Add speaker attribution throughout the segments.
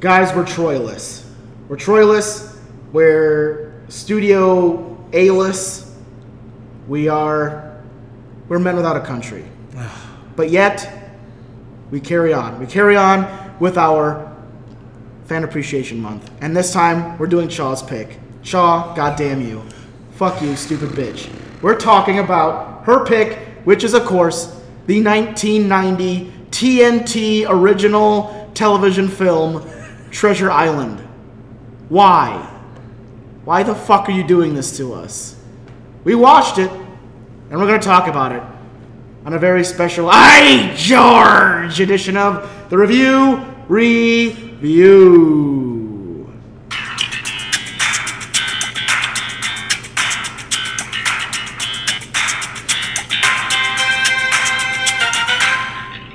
Speaker 1: guys, we're Troilus. We're Troilus. We're Studio A-less. We are we're men without a country. but yet we carry on. We carry on with our Fan Appreciation Month. And this time we're doing Chaw's pick. Chaw, goddamn you. Fuck you, stupid bitch. We're talking about her pick, which is, of course, the 1990 TNT original television film, Treasure Island. Why? Why the fuck are you doing this to us? We watched it, and we're going to talk about it on a very special I George edition of the Review Review.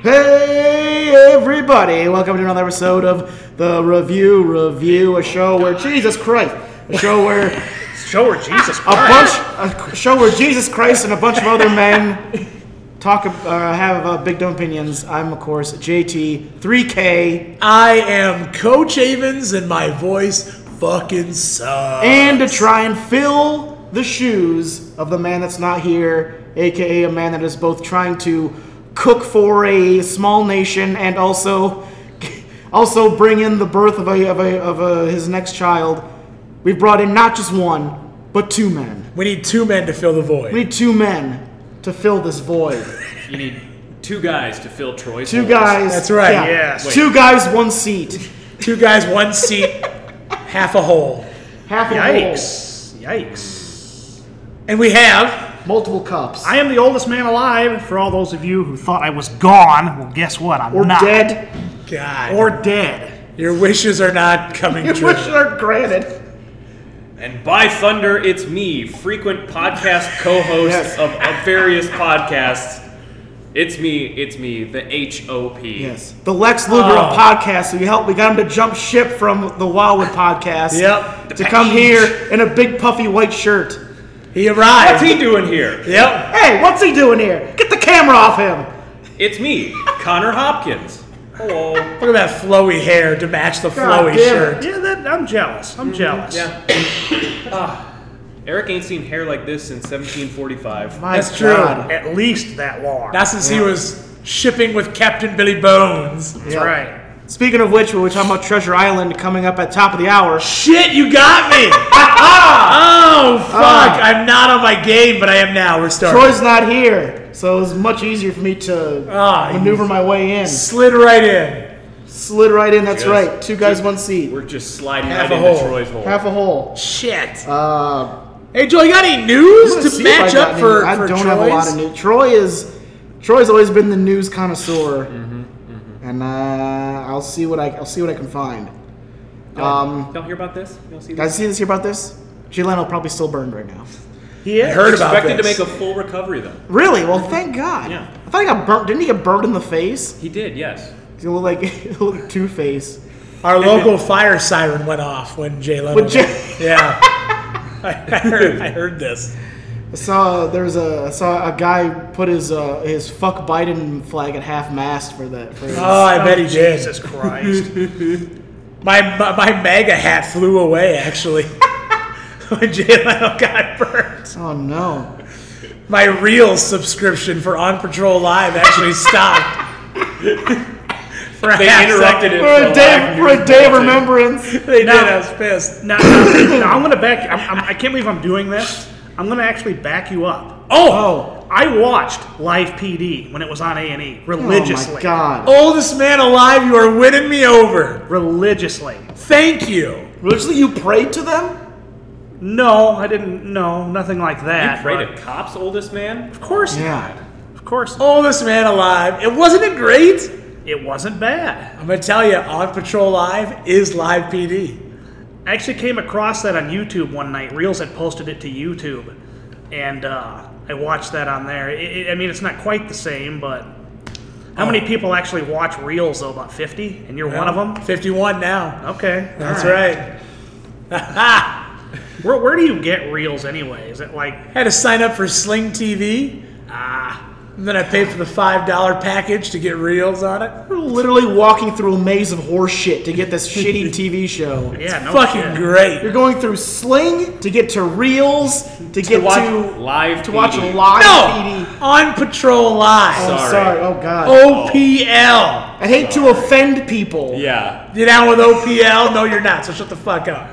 Speaker 1: Hey everybody! Welcome to another episode of the Review Review, a show where Jesus Christ, a show where
Speaker 2: Show her Jesus
Speaker 1: a
Speaker 2: Christ.
Speaker 1: bunch a show where Jesus Christ and a bunch of other men talk ab- uh, have uh, big dumb opinions. I'm of course JT 3K
Speaker 2: I am Coach Avens, and my voice fucking sucks.
Speaker 1: and to try and fill the shoes of the man that's not here, aka a man that is both trying to cook for a small nation and also also bring in the birth of a of a, of a his next child. We've brought in not just one, but two men.
Speaker 2: we need two men to fill the void.
Speaker 1: We need two men to fill this void.
Speaker 3: You need two guys to fill Troy's.
Speaker 1: Two
Speaker 3: holes.
Speaker 1: guys.
Speaker 2: That's right, yes.
Speaker 3: Wait.
Speaker 1: Two guys, one seat.
Speaker 2: two guys, one seat, half a hole.
Speaker 1: Half a
Speaker 4: Yikes. Yikes.
Speaker 2: And we have
Speaker 1: bowl. Multiple cups.
Speaker 4: I am the oldest man alive. For all those of you who thought I was gone, well, guess what? I'm
Speaker 1: or
Speaker 4: not.
Speaker 1: dead.
Speaker 2: God.
Speaker 4: Or dead.
Speaker 2: your wishes are not coming
Speaker 1: Your
Speaker 2: true.
Speaker 1: wishes are granted.
Speaker 3: And by thunder, it's me, frequent podcast co-host
Speaker 1: Yes.
Speaker 3: of, of various podcasts. It's me. It's me, the H O P.
Speaker 1: Yes. The Lex Luger of
Speaker 2: Oh.
Speaker 1: podcasts. So you helped. We got him to jump ship from the Wildwood podcast.
Speaker 2: Yep.
Speaker 1: To come here in a big puffy white shirt.
Speaker 2: He
Speaker 3: What's
Speaker 2: arrived.
Speaker 3: he doing here?
Speaker 2: Yep.
Speaker 1: Hey, what's he doing here? Get the camera off him.
Speaker 3: It's me, Connor Hopkins. Hello.
Speaker 2: Look at that flowy hair to match the
Speaker 1: God
Speaker 2: flowy
Speaker 1: damn it.
Speaker 2: shirt.
Speaker 4: Yeah, that, I'm jealous. I'm jealous.
Speaker 3: Yeah. Ah, Eric ain't seen hair like this since 1745.
Speaker 1: My
Speaker 2: That's true.
Speaker 1: God.
Speaker 4: At least that long.
Speaker 2: Not since he was shipping with Captain Billy Bones.
Speaker 4: That's
Speaker 1: Yeah.
Speaker 4: right.
Speaker 1: Speaking of which, we're talking about Treasure Island coming up at top of the hour.
Speaker 2: Shit, you got me! oh, fuck!
Speaker 1: Ah.
Speaker 2: I'm not on my game, but I am now. We're starting.
Speaker 1: Troy's not here, so it was much easier for me to
Speaker 2: Ah,
Speaker 1: maneuver my way in.
Speaker 2: Slid right in.
Speaker 1: Slid right in. That's
Speaker 3: Yes.
Speaker 1: right. Two guys, one seat.
Speaker 3: We're just sliding
Speaker 2: Half
Speaker 3: right
Speaker 2: a
Speaker 3: into
Speaker 2: hole.
Speaker 3: Troy's hole.
Speaker 1: Half a hole.
Speaker 2: Shit.
Speaker 1: Uh,
Speaker 2: hey, Joel, you got any
Speaker 1: let's
Speaker 2: news
Speaker 1: see
Speaker 2: to
Speaker 1: if
Speaker 2: match
Speaker 1: I got
Speaker 2: up
Speaker 1: any-
Speaker 2: for
Speaker 1: I
Speaker 2: for
Speaker 1: don't have a lot of
Speaker 2: Troy's?
Speaker 1: news. Troy is Troy's always been the news connoisseur, and uh, I'll see what I I'll see what I can find. Um,
Speaker 3: Don't hear about this. You don't see this.
Speaker 1: guys, see this here about this? Gileno probably still burned right now.
Speaker 4: He
Speaker 2: I
Speaker 4: is.
Speaker 2: heard about
Speaker 3: Expected to
Speaker 2: this.
Speaker 3: make a full recovery though.
Speaker 1: Really? Well, thank God.
Speaker 3: Yeah.
Speaker 1: I thought he got burnt. Didn't he get burnt in the face?
Speaker 3: He did. Yes.
Speaker 1: He looked like he looked like Two Face.
Speaker 2: Our local fire siren went off when Jay Leno.
Speaker 1: When Jay-
Speaker 2: went- yeah. I heard, I heard this.
Speaker 1: I saw there was a I saw a guy put his uh, his fuck Biden flag at half mast for that. For his-
Speaker 2: Oh, I bet he did.
Speaker 4: Jesus Christ.
Speaker 2: My, my my mega hat flew away actually when Jay Leno got burnt.
Speaker 1: oh no.
Speaker 2: My real subscription for On Patrol Live actually stopped. for a
Speaker 3: They
Speaker 2: half second.
Speaker 3: interrupted it
Speaker 1: For a day,
Speaker 3: live
Speaker 1: for a
Speaker 3: news
Speaker 1: day of
Speaker 3: bulletin.
Speaker 1: remembrance.
Speaker 2: They
Speaker 4: No.
Speaker 2: did. I was pissed.
Speaker 4: now, now, now, I'm going to back I'm, I'm, I can't believe I'm doing this. I'm going to actually back you up.
Speaker 2: Oh,
Speaker 1: Oh,
Speaker 4: I watched Live PD when it was on A&E religiously.
Speaker 1: Oh my God.
Speaker 2: oldest man alive, you are winning me over.
Speaker 4: Religiously.
Speaker 2: Thank you.
Speaker 1: Originally, you prayed to them?
Speaker 4: No, I didn't. No, nothing like that.
Speaker 3: You prayed
Speaker 4: but-
Speaker 3: to cops, oldest man.
Speaker 4: Of course
Speaker 1: Yeah.
Speaker 4: not. Of course not.
Speaker 2: Oldest man alive. It wasn't it great?
Speaker 4: It wasn't bad.
Speaker 2: I'm gonna tell you, On Patrol Live is live PD.
Speaker 4: I actually came across that on YouTube one night. Reels had posted it to YouTube, and uh, I watched that on there. It, it, I mean, it's not quite the same, but how many people actually watch Reels though? About fifty, and you're one of them.
Speaker 2: 51 now.
Speaker 4: Okay,
Speaker 2: That's
Speaker 4: all
Speaker 2: right. Ha
Speaker 4: Where, where do you get Reels anyway? Is it like
Speaker 2: Had to sign up for Sling TV.
Speaker 4: ah?
Speaker 2: And then I paid for the five dollar package to get reels on it.
Speaker 1: We're literally walking through a maze of horse shit to get this shitty TV show.
Speaker 4: Yeah, no
Speaker 2: Fucking
Speaker 4: shit.
Speaker 2: great.
Speaker 1: You're going through Sling to get to Reels to get
Speaker 3: to watch
Speaker 1: to
Speaker 3: live
Speaker 1: to watch
Speaker 3: TV.
Speaker 1: live
Speaker 2: No,
Speaker 1: PD.
Speaker 2: on Patrol Live.
Speaker 1: Oh,
Speaker 3: Sorry.
Speaker 1: sorry. Oh god.
Speaker 2: OPL.
Speaker 1: I hate to offend people.
Speaker 3: Yeah,
Speaker 2: You down with OPL? No, you're not. So shut the fuck up.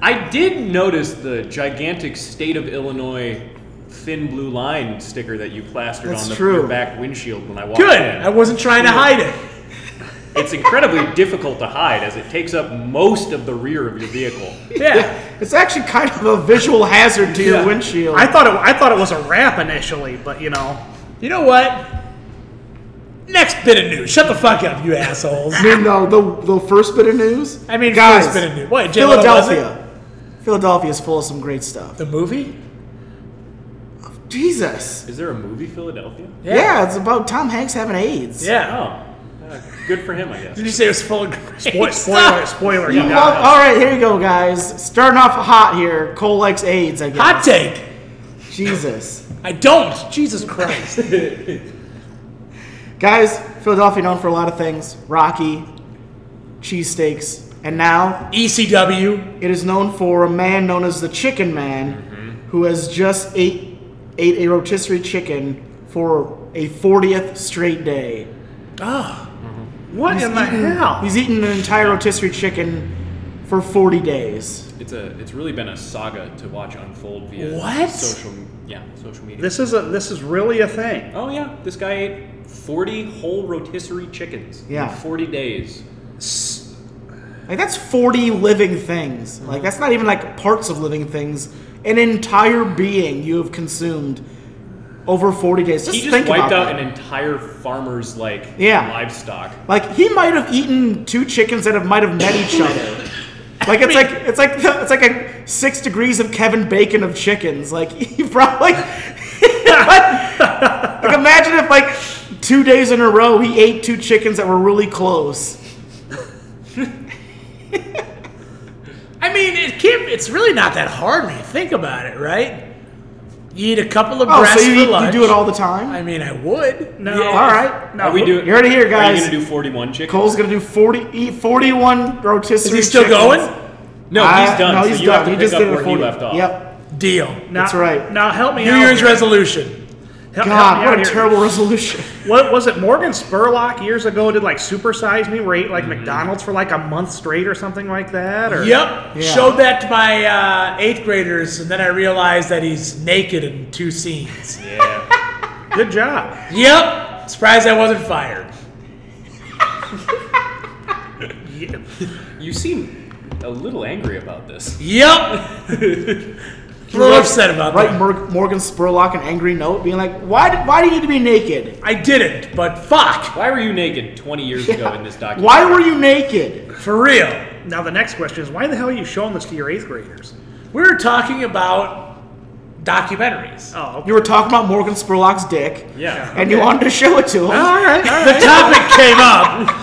Speaker 3: I did notice the gigantic state of Illinois thin blue line sticker that you plastered
Speaker 1: That's
Speaker 3: on the
Speaker 1: true.
Speaker 3: your back windshield when I walked
Speaker 2: Good.
Speaker 3: in.
Speaker 2: I wasn't trying to hide it.
Speaker 3: It's incredibly difficult to hide as it takes up most of the rear of your vehicle.
Speaker 2: Yeah.
Speaker 1: It's actually kind of a visual hazard to your
Speaker 2: Yeah.
Speaker 1: windshield.
Speaker 4: I thought it. I thought it was a wrap initially, but you know,
Speaker 2: You know what? Next bit of news. Shut the fuck up, you assholes.
Speaker 1: I mean, though, the, the first bit of news.
Speaker 2: I mean,
Speaker 1: guys,
Speaker 2: first bit of news. What, J-Lo was it?
Speaker 1: Philadelphia. Philadelphia is full of some great stuff.
Speaker 2: The movie?
Speaker 1: Jesus.
Speaker 3: Is there a movie Philadelphia?
Speaker 1: Yeah. it's about Tom Hanks having AIDS.
Speaker 2: Yeah.
Speaker 3: Oh, uh, good for him, I guess.
Speaker 2: Did you say it was full of
Speaker 4: Spoil-
Speaker 2: great
Speaker 4: spoiler,
Speaker 2: stuff?
Speaker 4: spoiler.
Speaker 1: You
Speaker 4: you
Speaker 1: love-
Speaker 4: got it.
Speaker 1: all right, here you go, guys. Starting off hot here. Cole likes AIDS, I guess.
Speaker 2: Hot take.
Speaker 1: Jesus.
Speaker 2: I don't. Jesus Christ.
Speaker 1: Guys, Philadelphia known for a lot of things. Rocky, cheesesteaks, and now
Speaker 2: E ECW.
Speaker 1: It is known for a man known as the Chicken Man,
Speaker 4: Mm-hmm.
Speaker 1: who has just ate ate a rotisserie chicken for a 40th straight day.
Speaker 2: Ah.
Speaker 4: What in the hell?
Speaker 1: He's eaten an entire rotisserie chicken for 40 days.
Speaker 3: It's a it's really been a saga to watch unfold via
Speaker 2: What?
Speaker 3: social yeah social media.
Speaker 4: This is a. This is really a thing.
Speaker 3: oh yeah, this guy ate forty whole rotisserie chickens
Speaker 1: Yeah.
Speaker 3: in forty days.
Speaker 1: Like that's 40 living things. Like that's not even like parts of living things. An entire being you have consumed over 40 days. Just
Speaker 3: he just
Speaker 1: think
Speaker 3: wiped
Speaker 1: about
Speaker 3: out
Speaker 1: that.
Speaker 3: an entire farmer's like
Speaker 1: Yeah.
Speaker 3: livestock.
Speaker 1: Like he might have eaten two chickens that have, might have met each other. Like it's like it's like it's like a six degrees of Kevin Bacon of chickens. Like he probably like imagine if like two days in a row he ate two chickens that were really close.
Speaker 2: I mean, it can't, it's really not that hard when you think about it, right? You eat a couple of
Speaker 1: Oh, so
Speaker 2: breasts
Speaker 1: you,
Speaker 2: for
Speaker 1: eat- you
Speaker 2: lunch.
Speaker 1: do it all the time?
Speaker 2: I mean, I would.
Speaker 4: No.
Speaker 1: All right.
Speaker 4: No.
Speaker 3: Are we doing?
Speaker 1: You heard it here,
Speaker 3: Are
Speaker 1: guys.
Speaker 3: you gonna do forty-one chickens?
Speaker 1: Cole's gonna do 40, eat 41 rotisserie.
Speaker 2: Is he still
Speaker 1: chickens.
Speaker 2: going?
Speaker 3: no,
Speaker 1: I-
Speaker 3: he's done.
Speaker 1: No,
Speaker 3: so
Speaker 1: he's
Speaker 3: you
Speaker 1: done.
Speaker 3: have to
Speaker 1: he
Speaker 3: pick
Speaker 1: just
Speaker 3: up
Speaker 1: did it
Speaker 3: where he
Speaker 1: 40.
Speaker 3: left off.
Speaker 1: Yep.
Speaker 2: Deal.
Speaker 4: Now,
Speaker 1: That's right.
Speaker 4: Now help me
Speaker 2: New
Speaker 4: out.
Speaker 2: Year's
Speaker 4: here.
Speaker 2: resolution.
Speaker 4: Help- help
Speaker 1: God,
Speaker 4: me
Speaker 1: what
Speaker 4: out
Speaker 1: a
Speaker 4: here.
Speaker 1: terrible resolution.
Speaker 4: What was it? Morgan Spurlock years ago did like supersize me rate
Speaker 1: Mm-hmm.
Speaker 4: like McDonald's for like a month straight or something like that. Or
Speaker 2: Yep.
Speaker 1: Yeah.
Speaker 2: Showed that to my uh, eighth graders, and then I realized that he's naked in two scenes.
Speaker 3: Yeah.
Speaker 4: Good job.
Speaker 2: yep. Surprised I wasn't fired.
Speaker 4: Yeah.
Speaker 3: you seem a little angry about this.
Speaker 2: Yep. a little upset about
Speaker 1: Right,
Speaker 2: that.
Speaker 1: Mor- Morgan Spurlock an angry note, being like, "Why? Did, why do you need to be naked?
Speaker 2: I didn't, but fuck.
Speaker 3: Why were you naked twenty years ago in this document?
Speaker 1: Why were you naked?
Speaker 2: For real.
Speaker 4: Now the next question is why the hell are you showing this to your eighth graders?
Speaker 2: We were talking about documentaries.
Speaker 4: Oh, okay.
Speaker 1: You were talking about Morgan Spurlock's dick,
Speaker 3: Yeah.
Speaker 1: and you wanted to show it to him.
Speaker 4: all right, all
Speaker 2: The
Speaker 4: right.
Speaker 2: topic came up.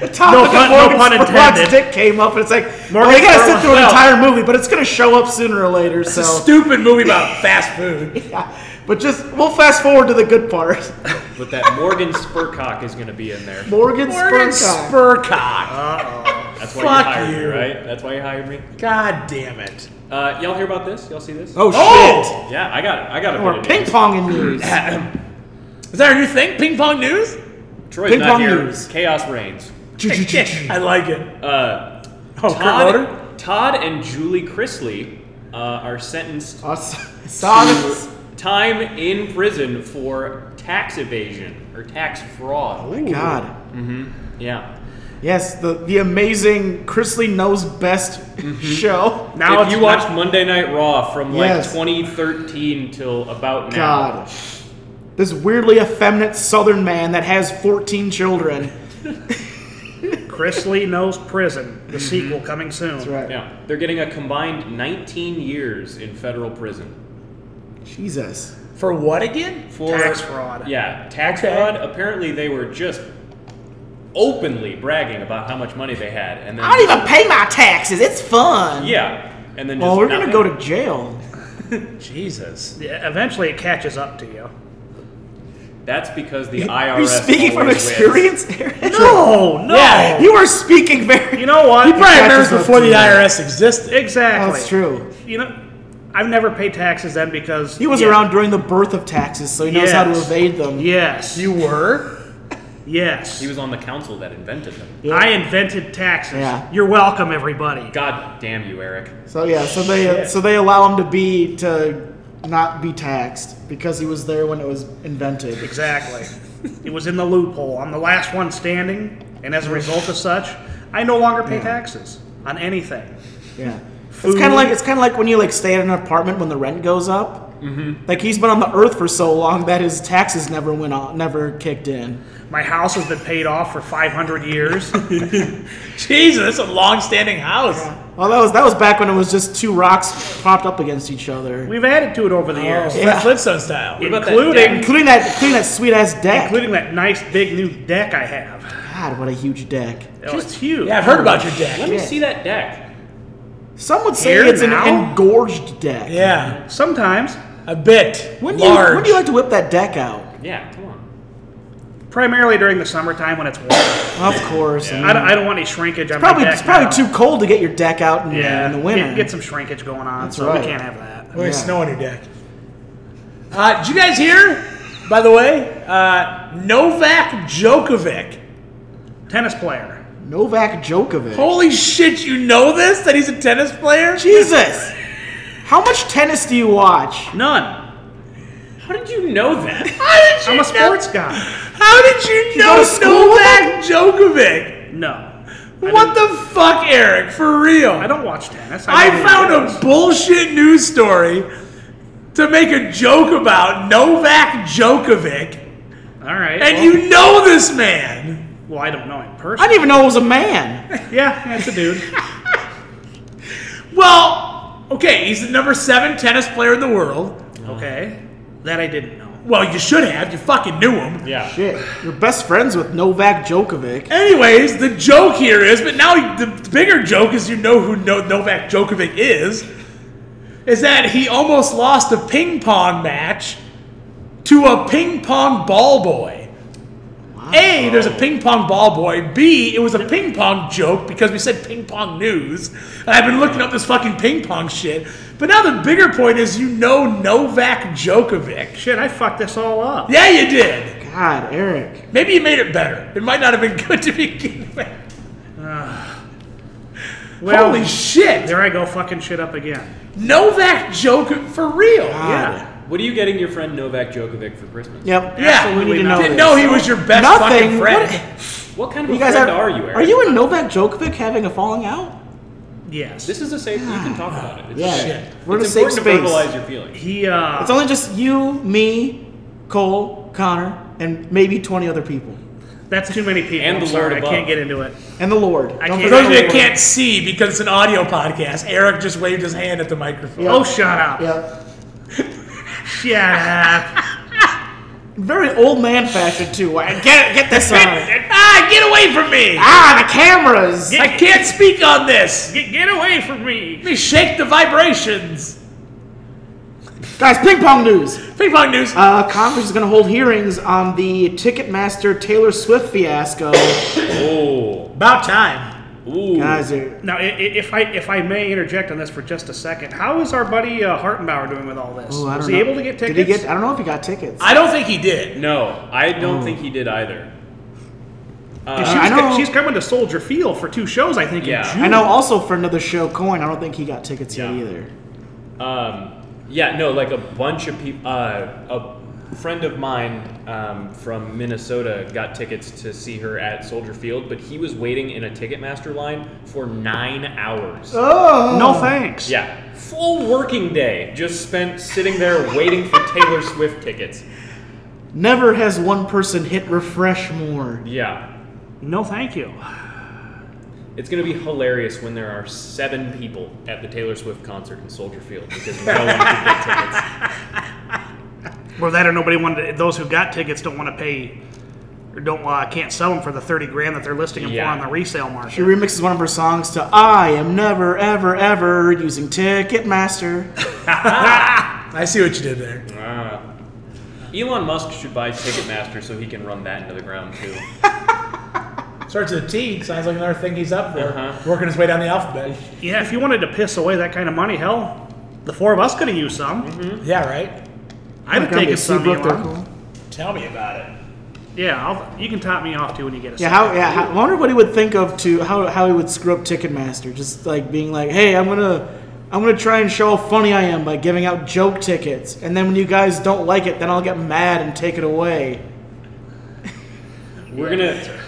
Speaker 1: the topic
Speaker 4: no pun-
Speaker 1: of
Speaker 4: no
Speaker 1: Morgan
Speaker 4: pun
Speaker 1: Spurlock's
Speaker 4: intended.
Speaker 1: dick came up, and it's like,
Speaker 4: Morgan
Speaker 1: Morgan well, you gotta sit
Speaker 4: Spurlock-
Speaker 1: through an
Speaker 4: well-
Speaker 1: entire movie, but it's gonna show up sooner or later.
Speaker 2: It's a
Speaker 1: So,
Speaker 2: stupid movie about fast food.
Speaker 1: yeah. but just we'll fast forward to the good part.
Speaker 3: But that Morgan Spurcock is gonna be in there.
Speaker 1: Morgan,
Speaker 2: Morgan
Speaker 1: Spurlock.
Speaker 2: Spurcock.
Speaker 3: That's why
Speaker 2: Fuck
Speaker 3: you hired
Speaker 2: you.
Speaker 3: me, right? That's why you hired me.
Speaker 2: God damn it.
Speaker 3: Uh, y'all hear about this? Y'all see this?
Speaker 1: oh
Speaker 2: Oh!
Speaker 1: shit!
Speaker 3: Yeah, I got it. I got it.
Speaker 1: Or ping ponging news.
Speaker 2: Is that our new thing? Ping pong news?
Speaker 3: Troy's
Speaker 1: Ping
Speaker 3: not
Speaker 1: pong
Speaker 3: here.
Speaker 1: news.
Speaker 3: Chaos reigns.
Speaker 2: I like it.
Speaker 3: Uh,
Speaker 2: Oh, Kurt
Speaker 3: Todd, Todd and Julie Chrisley uh, are sentenced
Speaker 1: Us-
Speaker 3: to
Speaker 1: Sonics.
Speaker 3: time in prison for tax evasion or tax fraud.
Speaker 1: God.
Speaker 3: Yeah.
Speaker 1: Yes, the, the amazing Chrisley Knows Best show.
Speaker 4: Now
Speaker 3: if
Speaker 4: it's
Speaker 3: you
Speaker 4: not-
Speaker 3: watched Monday Night Raw from like
Speaker 1: Yes.
Speaker 3: 2013 till about now,
Speaker 1: God. This weirdly effeminate southern man that has 14 children.
Speaker 4: Chris Lee knows prison. The sequel coming soon.
Speaker 1: Mm-hmm. That's right.
Speaker 3: yeah, they're getting a combined 19 years in federal prison
Speaker 1: Jesus.
Speaker 2: For what again?
Speaker 3: for
Speaker 4: Tax fraud.
Speaker 3: Yeah, tax
Speaker 2: Okay.
Speaker 3: fraud. Apparently, they were just openly bragging about how much money they had, and then
Speaker 1: I don't even pay my taxes. It's fun.
Speaker 3: yeah, and then just
Speaker 1: Well, we're going to
Speaker 3: nothing.
Speaker 1: go to jail.
Speaker 2: Jesus.
Speaker 4: Yeah, Eventually, it catches up to you.
Speaker 3: That's because the
Speaker 1: Are
Speaker 3: IRS.
Speaker 1: you speaking from
Speaker 3: always wins.
Speaker 1: experience, Aaron?
Speaker 4: No, no.
Speaker 2: Yeah,
Speaker 1: You are speaking very.
Speaker 4: You know what?
Speaker 2: He probably remembers
Speaker 1: catches up
Speaker 2: before
Speaker 1: to
Speaker 2: the
Speaker 1: that.
Speaker 2: IRS existed.
Speaker 4: exactly.
Speaker 1: That's true.
Speaker 4: You know, I've never paid taxes then because
Speaker 1: He was
Speaker 4: Yeah.
Speaker 1: around during the birth of taxes, so he knows how to
Speaker 4: Yes.
Speaker 1: evade them.
Speaker 4: Yes.
Speaker 2: You were?
Speaker 4: Yes.
Speaker 3: He was on the council that invented them.
Speaker 1: Yeah.
Speaker 4: I invented taxes.
Speaker 1: Yeah.
Speaker 4: You're welcome, everybody.
Speaker 3: God damn you, Eric.
Speaker 1: So yeah, so they so they allow him to be to not be taxed because he was there when it was invented.
Speaker 4: Exactly. it was in the loophole. I'm the last one standing, and as a result of such, I no longer pay
Speaker 1: Yeah.
Speaker 4: taxes on anything.
Speaker 1: Yeah. It's kind of like it's kind of like when you like stay at an apartment when the rent goes up. Mm-hmm. Like he's been on the earth for so long that his taxes never went on, never kicked in.
Speaker 4: My house has been paid off for 500 years.
Speaker 2: Jesus, that's a long standing house.
Speaker 1: Well, that was that was back when it was just two rocks popped up against each other,
Speaker 4: We've added to it over the years,
Speaker 2: Fred
Speaker 1: Yeah.
Speaker 2: Flintstone style.
Speaker 3: about that
Speaker 4: including
Speaker 1: including that including that sweet ass deck.
Speaker 4: including that nice big new deck I have.
Speaker 1: God, what a huge deck!
Speaker 4: Oh, it's huge.
Speaker 2: Yeah, I've heard about your deck.
Speaker 3: Let me
Speaker 1: Yeah.
Speaker 3: see that deck.
Speaker 1: Some would say
Speaker 4: Here
Speaker 1: it's
Speaker 4: now?
Speaker 1: an engorged deck.
Speaker 2: Yeah,
Speaker 4: Sometimes,
Speaker 2: a bit.
Speaker 1: When do you,
Speaker 2: large.
Speaker 1: when do you like to whip that deck out?
Speaker 3: Yeah, come on.
Speaker 4: primarily during the summertime when it's warm. I,
Speaker 1: Of course. I mean-
Speaker 4: don't, I don't want any shrinkage on
Speaker 1: Probably
Speaker 4: my deck.
Speaker 1: it's probably
Speaker 4: now.
Speaker 1: too cold to get your deck out in,
Speaker 4: Yeah,
Speaker 1: in the winter.
Speaker 4: Get, get some shrinkage going on,
Speaker 1: That's
Speaker 4: so
Speaker 1: right.
Speaker 4: we can't have that.
Speaker 2: Boy,
Speaker 1: Yeah.
Speaker 2: snow on your deck. Uh, did you guys hear? By the way, uh, Novak Djokovic.
Speaker 4: Tennis player.
Speaker 1: Novak Djokovic.
Speaker 2: Holy shit! You know this? That he's a tennis player?
Speaker 1: Jesus! How much tennis do you watch?
Speaker 4: None.
Speaker 3: How did you know that?
Speaker 2: How did you
Speaker 4: I'm
Speaker 2: know-
Speaker 4: a sports guy.
Speaker 2: How did you
Speaker 1: go
Speaker 2: know
Speaker 1: to school with
Speaker 2: Novak Djokovic?
Speaker 4: No. I
Speaker 2: What the fuck, Eric? For real?
Speaker 4: I don't watch tennis.
Speaker 2: I
Speaker 4: know who
Speaker 2: found
Speaker 4: it is.
Speaker 2: a bullshit news story to make a joke about Novak Djokovic,
Speaker 4: All right.
Speaker 2: and
Speaker 4: well,
Speaker 2: you know this man.
Speaker 4: Well, I don't know him
Speaker 1: I
Speaker 4: personally.
Speaker 1: didn't even know it was a man.
Speaker 4: Yeah, that's a dude.
Speaker 2: Well, okay, he's the number seven tennis player in the world.
Speaker 4: Okay. That I didn't know.
Speaker 2: Well, you should have. You fucking knew him.
Speaker 3: Yeah.
Speaker 1: Shit, you're best friends with Novak Djokovic.
Speaker 2: Anyways, the joke here is, but now the bigger joke is you know who no- Novak Djokovic is, is that he almost lost a ping pong match to a ping pong ball boy. A, there's a ping pong ball boy. B, it was a ping pong joke because we said ping pong news. And I've been looking up this fucking ping pong shit. But now the bigger point is you know Novak Djokovic.
Speaker 4: Shit, I fucked this all up.
Speaker 2: Yeah, you did.
Speaker 1: God, Eric.
Speaker 2: Maybe you made it better. It might not have been good to begin with.
Speaker 4: Well,
Speaker 2: Holy shit!
Speaker 4: there I go fucking shit up again.
Speaker 2: Novak Djokovic for real.
Speaker 1: God.
Speaker 3: What are you getting your friend Novak Djokovic for Christmas?
Speaker 1: Yep.
Speaker 2: Yeah,
Speaker 4: Absolutely
Speaker 1: we need to
Speaker 4: not.
Speaker 1: know
Speaker 2: Didn't
Speaker 1: this.
Speaker 2: know he was your best
Speaker 1: Nothing.
Speaker 2: fucking friend.
Speaker 1: What-
Speaker 3: What kind of
Speaker 1: you
Speaker 3: a
Speaker 1: guys
Speaker 3: friend
Speaker 1: are,
Speaker 3: are, you, Eric?
Speaker 1: Are you and Novak Djokovic having a falling out?
Speaker 4: Yes.
Speaker 3: This is a safe. You can talk about it. It's,
Speaker 1: Yeah.
Speaker 2: Shit.
Speaker 1: We're in a
Speaker 3: it's
Speaker 1: safe
Speaker 3: important to
Speaker 1: space.
Speaker 3: verbalize your feelings.
Speaker 4: he, uh.
Speaker 1: It's only just you, me, Cole, Connor, and maybe 20 other people.
Speaker 4: that's too many people.
Speaker 3: And
Speaker 4: I'm
Speaker 3: the
Speaker 4: sorry,
Speaker 3: Lord
Speaker 4: I can't
Speaker 3: above.
Speaker 4: get into it.
Speaker 1: And the Lord.
Speaker 4: I
Speaker 1: Don't
Speaker 2: For
Speaker 4: can't-
Speaker 1: forget
Speaker 2: those of
Speaker 1: the
Speaker 2: you that
Speaker 1: Lord.
Speaker 2: can't see because it's an audio podcast, Eric just waved his hand at the microphone.
Speaker 1: Yeah.
Speaker 4: Oh, shut up.
Speaker 1: Yep.
Speaker 4: Shut up.
Speaker 1: Very old man fashion too.
Speaker 2: Oh,
Speaker 1: Why- Get get this on.
Speaker 2: Ah, get away from me!
Speaker 1: Ah, the cameras.
Speaker 2: I can't speak on this.
Speaker 4: Get, get away from me.
Speaker 2: Let me shake the vibrations.
Speaker 1: Guys, ping pong news.
Speaker 2: Ping pong news.
Speaker 1: Uh, Congress is going to hold hearings on the Ticketmaster Taylor Swift fiasco.
Speaker 3: Oh.
Speaker 2: About time.
Speaker 3: Ooh.
Speaker 1: Guys, are-
Speaker 4: Now, i- i- if I if I may interject on this for just a second, how is our buddy uh, Hartenbauer doing with all this?
Speaker 1: oh, I don't
Speaker 4: was he
Speaker 1: know.
Speaker 4: able to get tickets?
Speaker 1: Did he get? I don't know if he got tickets. Uh,
Speaker 2: I don't think he did.
Speaker 3: No, I
Speaker 1: Oh.
Speaker 3: don't think he did either.
Speaker 1: Uh,
Speaker 4: And she
Speaker 1: I
Speaker 4: was co-
Speaker 1: know-
Speaker 4: she's coming to Soldier Field for two shows, I think. in
Speaker 3: Yeah.
Speaker 4: June.
Speaker 1: I know. Also for another show, Coin. I don't think he got tickets yet
Speaker 3: Yeah.
Speaker 1: either.
Speaker 3: Um, yeah, no, like a bunch of people. Uh, a friend of mine um, from Minnesota got tickets to see her at Soldier Field, but he was waiting in a Ticketmaster line for nine hours.
Speaker 1: Oh
Speaker 4: No thanks.
Speaker 3: Yeah, full working day just spent sitting there waiting for Taylor Swift tickets.
Speaker 1: Never has one person hit refresh more.
Speaker 3: Yeah,
Speaker 4: No, thank you.
Speaker 3: it's gonna be hilarious when there are seven people at the Taylor Swift concert in Soldier Field because no one could get tickets.
Speaker 4: Or that, or nobody wanted. To, those who got tickets don't want to pay, or don't uh, can't sell them for the thirty grand that they're listing them
Speaker 3: Yeah.
Speaker 4: for on the resale market.
Speaker 1: She remixes one of her songs to "I Am Never Ever Ever" using Ticketmaster.
Speaker 2: I see what you did there.
Speaker 3: Ah. Elon Musk should buy Ticketmaster so he can run that into the ground too.
Speaker 2: Starts with a T. Sounds like another thing he's up for.
Speaker 3: Uh-huh.
Speaker 2: Working his way down the alphabet.
Speaker 4: Yeah, if you wanted to piss away that kind of money, hell, the four of us could have used some.
Speaker 3: Mm-hmm.
Speaker 2: Yeah, right.
Speaker 4: I'd have taken some. Elon.
Speaker 2: Tell me about it.
Speaker 4: Yeah, I'll, you can top me off too when you get a.
Speaker 1: Yeah, how,
Speaker 4: second.
Speaker 1: yeah, how, I wonder what he would think of to how, how he would screw up Ticketmaster, just like being like, "Hey, I'm gonna, I'm gonna try and show how funny I am by giving out joke tickets, and then when you guys don't like it, then I'll get mad and take it away."
Speaker 3: We're gonna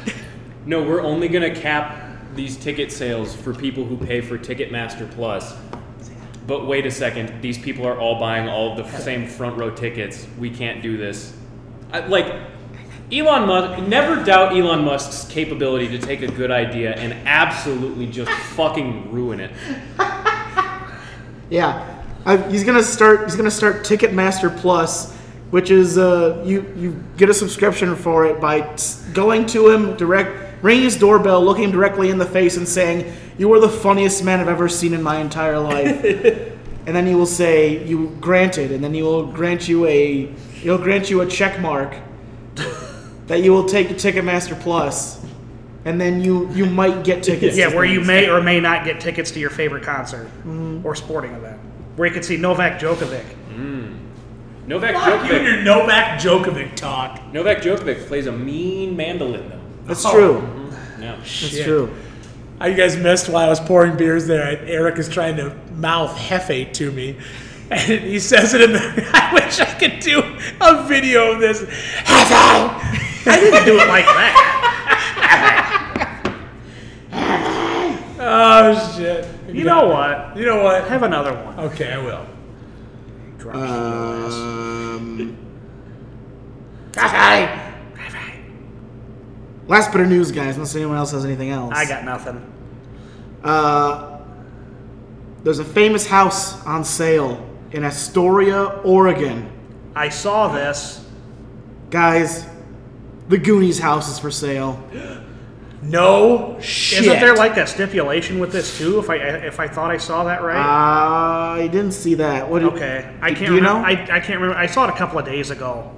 Speaker 3: no, we're only gonna cap these ticket sales for people who pay for Ticketmaster Plus. But wait a second, these people are all buying all the same front row tickets. We can't do this. I, like Elon Musk, never doubt Elon Musk's capability to take a good idea and absolutely just fucking ruin it.
Speaker 1: Yeah, I, he's gonna start. He's gonna start Ticketmaster Plus, which is uh, you you get a subscription for it by t- going to him direct, ringing his doorbell, looking him directly in the face, and saying, "You are the funniest man I've ever seen in my entire life." and then he will say, "You granted," and then he will grant you a he'll grant you a check mark that you will take to Ticketmaster Plus, and then you you might get tickets.
Speaker 4: Yeah, where you may or may not get tickets to your favorite concert
Speaker 1: Mm-hmm.
Speaker 4: or sporting event, where you can see Novak Djokovic.
Speaker 3: Novak
Speaker 2: Fuck you and
Speaker 3: Djokovic.
Speaker 2: your Novak Djokovic talk.
Speaker 3: Novak Djokovic plays a mean mandolin though.
Speaker 1: That's
Speaker 2: Oh.
Speaker 1: true.
Speaker 3: No.
Speaker 1: That's
Speaker 2: Shit.
Speaker 1: true.
Speaker 2: Oh, you guys missed while I was pouring beers there. I- Eric is trying to mouth Hefe to me. And he says it in the. I wish I could do a video of this. Hefe!
Speaker 4: I didn't do it like that.
Speaker 2: Oh, shit.
Speaker 4: You know what?
Speaker 2: You know what?
Speaker 4: Have another
Speaker 1: Uh,
Speaker 4: one.
Speaker 2: Okay, I will.
Speaker 1: Um, Last bit of news, guys, unless anyone else has anything else.
Speaker 4: I got nothing.
Speaker 1: Uh, there's a famous house on sale in Astoria, Oregon.
Speaker 4: I saw this.
Speaker 1: Guys, the Goonies house is for sale.
Speaker 2: No shit.
Speaker 4: Isn't there like a stipulation with this too? If I if I thought I saw that right.
Speaker 1: I didn't see that. What? did-
Speaker 4: okay. I can't.
Speaker 1: Uh, do you
Speaker 4: remember,
Speaker 1: know?
Speaker 4: I, I can't remember. I saw it a couple of days ago.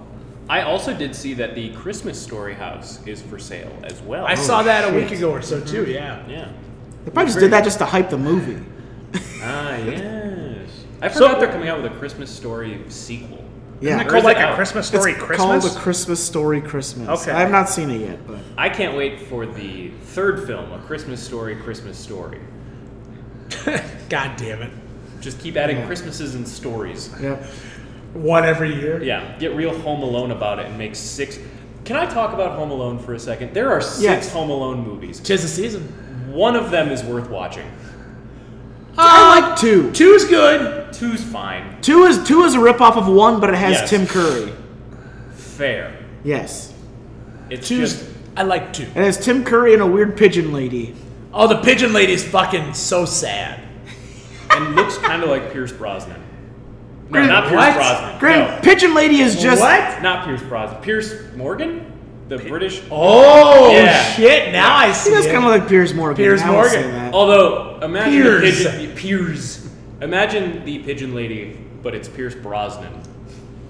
Speaker 3: I also did see that the Christmas Story house is for sale as well.
Speaker 2: I saw that a
Speaker 4: Oh,
Speaker 1: shit.
Speaker 2: week ago or so, too, yeah.
Speaker 4: Mm-hmm.
Speaker 3: Yeah.
Speaker 1: They probably just did that just to hype the movie.
Speaker 3: Ah, yes. I
Speaker 4: So-
Speaker 3: forgot they're coming out with a Christmas Story sequel.
Speaker 1: Yeah.
Speaker 4: Isn't it
Speaker 3: Or is
Speaker 4: called like
Speaker 3: it
Speaker 4: a
Speaker 3: out?
Speaker 4: Christmas story?
Speaker 1: it's
Speaker 4: Christmas.
Speaker 1: called A Christmas Story Christmas.
Speaker 4: Okay.
Speaker 1: I have not seen it yet, but
Speaker 3: I can't wait for the third film, A Christmas Story, Christmas Story.
Speaker 2: God damn it.
Speaker 3: Just keep adding
Speaker 1: Yeah.
Speaker 3: Christmases and stories.
Speaker 1: yeah.
Speaker 2: One every year.
Speaker 3: Yeah, get real Home Alone about it and make six. Can I talk about Home Alone for a second? There are six
Speaker 1: Yes.
Speaker 3: Home Alone movies.
Speaker 2: Tis the season.
Speaker 3: One of them is worth watching.
Speaker 4: Uh,
Speaker 1: I like two.
Speaker 2: Two's good.
Speaker 3: Two's fine.
Speaker 1: Two is two is a ripoff of one, but it has
Speaker 3: Yes.
Speaker 1: Tim Curry.
Speaker 3: Fair.
Speaker 1: Yes,
Speaker 3: It's
Speaker 2: Two's.
Speaker 3: just
Speaker 2: I like two.
Speaker 1: it has Tim Curry and a weird pigeon lady.
Speaker 2: Oh, the pigeon lady's fucking so sad.
Speaker 3: and looks kind of like Pierce Brosnan. No, not Pierce
Speaker 2: what?
Speaker 3: Brosnan.
Speaker 1: Grant,
Speaker 3: No.
Speaker 1: pigeon lady is just
Speaker 2: what?
Speaker 3: Not Pierce Brosnan. Pierce Morgan, the British.
Speaker 2: Oh
Speaker 3: Yeah.
Speaker 2: shit! Now I see.
Speaker 1: He does
Speaker 2: it.
Speaker 1: kind of like Piers Morgan.
Speaker 2: Piers
Speaker 1: I will say
Speaker 2: Morgan.
Speaker 3: Oh.
Speaker 1: that.
Speaker 3: Although imagine
Speaker 2: Piers.
Speaker 3: the pigeon Piers. Imagine the pigeon lady, but it's Pierce Brosnan.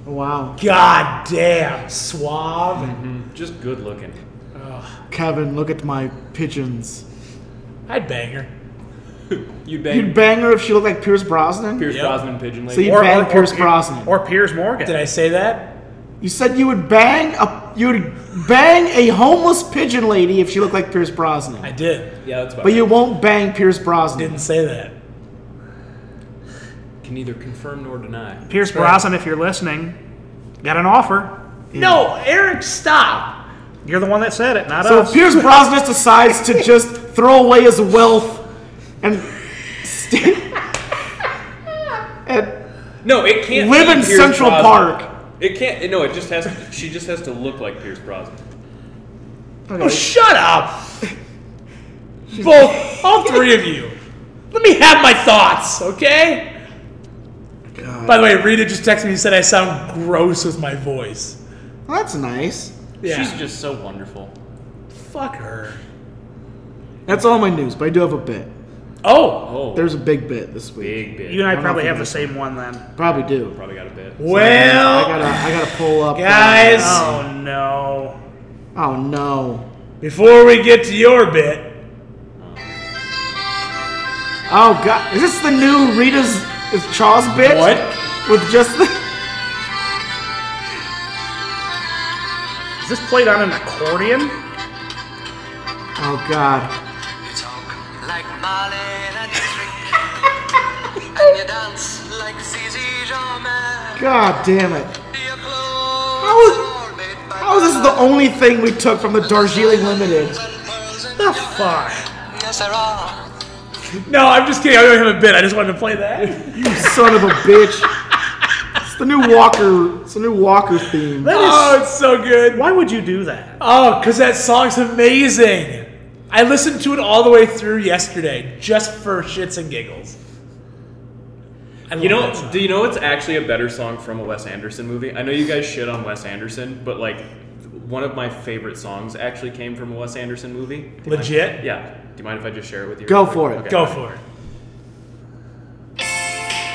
Speaker 1: Wow,
Speaker 2: God damn, suave. And,
Speaker 3: Just good looking.
Speaker 1: Kevin, look at my pigeons.
Speaker 2: I'd bang her.
Speaker 3: You'd bang
Speaker 1: You'd bang her if she looked like Pierce Brosnan.
Speaker 3: Pierce
Speaker 2: Yep.
Speaker 3: Brosnan pigeon
Speaker 1: So
Speaker 3: lady.
Speaker 1: you- bang Pierce Brosnan.
Speaker 4: Or Piers Morgan.
Speaker 2: Did I say that?
Speaker 1: You said you would bang a you would bang a homeless pigeon lady if she looked like Pierce Brosnan,
Speaker 2: I did.
Speaker 3: yeah, that's about
Speaker 1: but
Speaker 3: right.
Speaker 1: you won't bang Pierce Brosnan.
Speaker 2: Didn't say that.
Speaker 3: can neither confirm nor deny.
Speaker 4: Pierce
Speaker 2: Sure.
Speaker 4: Brosnan, if you're listening, got an offer.
Speaker 2: No, Eric, stop.
Speaker 4: You're the one that said it, not
Speaker 1: So
Speaker 4: us.
Speaker 1: if Pierce Brosnan decides to just throw away his wealth and st- and
Speaker 3: No, it can't
Speaker 1: Live
Speaker 3: be
Speaker 1: in
Speaker 3: Pierce
Speaker 1: Central
Speaker 3: Brosnan.
Speaker 1: Park.
Speaker 3: It can't. No, it just has. To, she just has to look like Pierce Brosnan.
Speaker 2: Oh, shut up. Both, all three of you. Let me have my thoughts, okay?
Speaker 1: God.
Speaker 2: By the way, Rita just texted me and said I sound gross with my voice.
Speaker 1: Well, that's nice.
Speaker 2: Yeah.
Speaker 3: She's just so wonderful.
Speaker 2: fuck her.
Speaker 1: That's all my news, but I do have a bit.
Speaker 2: Oh,
Speaker 3: Oh,
Speaker 1: There's a big bit this week.
Speaker 3: big bit.
Speaker 4: You and I
Speaker 1: I'm
Speaker 4: probably
Speaker 1: not
Speaker 4: have
Speaker 1: familiar.
Speaker 4: the same one then.
Speaker 1: Probably do.
Speaker 3: probably got a bit.
Speaker 1: I
Speaker 2: well,
Speaker 1: gotta, I gotta pull up. uh,
Speaker 2: guys.
Speaker 4: Oh no.
Speaker 1: oh no.
Speaker 2: Before we get to your bit,
Speaker 1: Oh god, is this the new Rita's is Charles bit?
Speaker 2: What?
Speaker 1: With just the
Speaker 4: Is this played on an accordion?
Speaker 1: Oh god.
Speaker 5: talk like Marley and Dietrich. and you dance like Zizi Jarman.
Speaker 1: God damn it.
Speaker 5: Your clothes
Speaker 1: is-
Speaker 5: are all made by
Speaker 1: How is this the only thing we took from the Darjeeling Limited?
Speaker 5: and pearls and
Speaker 4: The fuck?
Speaker 5: Yes, there are.
Speaker 2: no, I'm just kidding. I don't have a bit. I just wanted to play that.
Speaker 1: You son of a bitch. It's the new Walker it's the new Walker theme.
Speaker 4: That is.
Speaker 2: Oh, it's so good.
Speaker 4: why would you do that?
Speaker 2: Oh, because that song's amazing. I listened to it all the way through yesterday just for shits and giggles. I
Speaker 3: You
Speaker 2: love that
Speaker 3: know,
Speaker 2: song.
Speaker 3: do you know what's actually a better song from a Wes Anderson movie? I know you guys shit on Wes Anderson, but like one of my favorite songs actually came from a Wes Anderson movie.
Speaker 2: legit?
Speaker 3: Yeah. Do you mind if I just share it with you?
Speaker 1: Go
Speaker 3: real quick?
Speaker 1: for it.
Speaker 3: Okay.
Speaker 2: Go for it.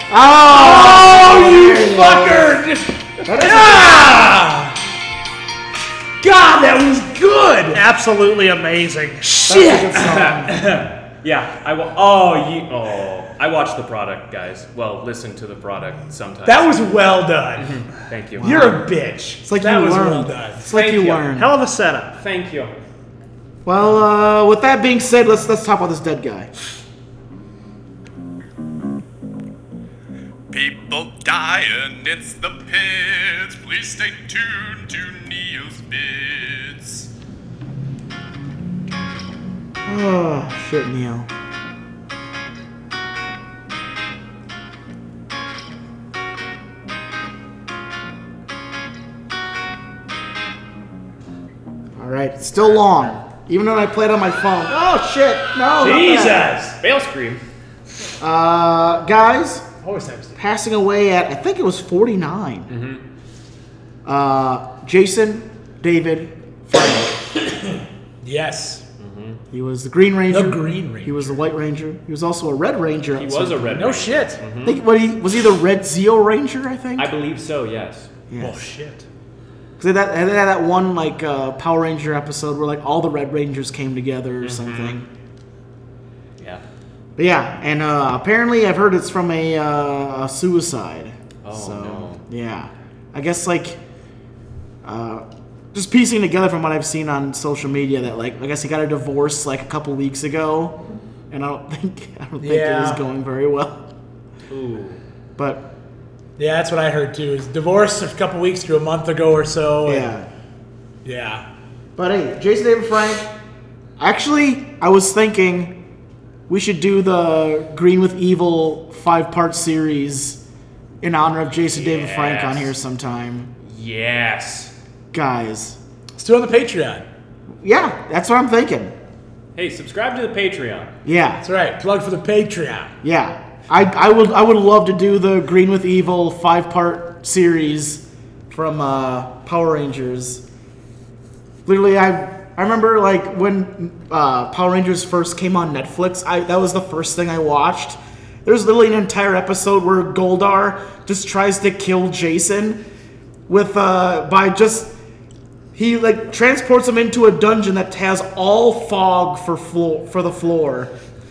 Speaker 1: Oh,
Speaker 2: You
Speaker 1: there it
Speaker 2: fucker! Just- Ah! God, that was good.
Speaker 4: Absolutely amazing.
Speaker 1: is.
Speaker 2: Shit.
Speaker 1: That's a good song.
Speaker 3: Yeah. I wa- oh, you, oh, I watched the product, guys. Well, listen to the product sometimes.
Speaker 2: That was well done.
Speaker 3: Thank you.
Speaker 2: You're a bitch.
Speaker 1: Mm-hmm. It's like
Speaker 2: that
Speaker 1: you
Speaker 2: was
Speaker 1: learned.
Speaker 2: well done.
Speaker 1: It's like
Speaker 3: Thank
Speaker 1: you
Speaker 3: you.
Speaker 1: learned.
Speaker 4: Hell of a setup.
Speaker 3: Thank you.
Speaker 1: Well, uh, with that being said, let's let's talk about this dead guy.
Speaker 6: People dying, it's the pits. Please stay tuned to Neil's Bits.
Speaker 1: Oh shit, Neil. All right, still long. Even though I played on my phone. Oh shit! No. not that.
Speaker 2: Jesus.
Speaker 3: Bail scream.
Speaker 1: Uh, guys,
Speaker 2: Always times. two.
Speaker 1: passing away at I think it was 49. Uh, Jason David Frank.
Speaker 2: Yes.
Speaker 1: He was the Green Ranger.
Speaker 2: The Green Ranger.
Speaker 1: He was the White Ranger. He was also a Red Ranger.
Speaker 3: He was a red.
Speaker 2: No
Speaker 3: ranger.
Speaker 2: shit.
Speaker 1: I think what he was he the Red Zeo Ranger? I think.
Speaker 3: I believe so. Yes.
Speaker 2: Oh
Speaker 1: Because
Speaker 2: shit.
Speaker 1: they, had that- they had that one like uh, Power Ranger episode where like all the Red Rangers came together or
Speaker 3: Mm-hmm.
Speaker 1: something.
Speaker 3: Yeah.
Speaker 1: But yeah, and uh, apparently I've heard it's from a, uh, a suicide.
Speaker 3: Oh,
Speaker 1: so,
Speaker 3: no.
Speaker 1: Yeah, I guess like uh, just piecing together from what I've seen on social media that like I guess he got a divorce like a couple weeks ago, and I don't think I don't think it
Speaker 2: Yeah.
Speaker 1: was going very well.
Speaker 3: Ooh.
Speaker 1: But
Speaker 2: Yeah, that's what I heard too. Is divorced a couple weeks to a month ago or so. and-
Speaker 1: yeah.
Speaker 2: Yeah.
Speaker 1: But hey, Jason David Frank. Actually, I was thinking we should do the Green with Evil five part series in honor of Jason David Frank on
Speaker 3: Yes.
Speaker 1: here sometime.
Speaker 3: Yes.
Speaker 1: Guys.
Speaker 2: Let's do it on the Patreon.
Speaker 1: Yeah, that's what I'm thinking.
Speaker 3: Hey, subscribe to the Patreon.
Speaker 1: Yeah.
Speaker 2: That's right. Plug for the Patreon.
Speaker 1: Yeah. I, I would I would love to do the Green with Evil five part series from uh, Power Rangers. Literally I I remember like when uh, Power Rangers first came on Netflix, I that was the first thing I watched. There's literally an entire episode where Goldar just tries to kill Jason with uh by just he like transports him into a dungeon that has all fog for floor for the floor.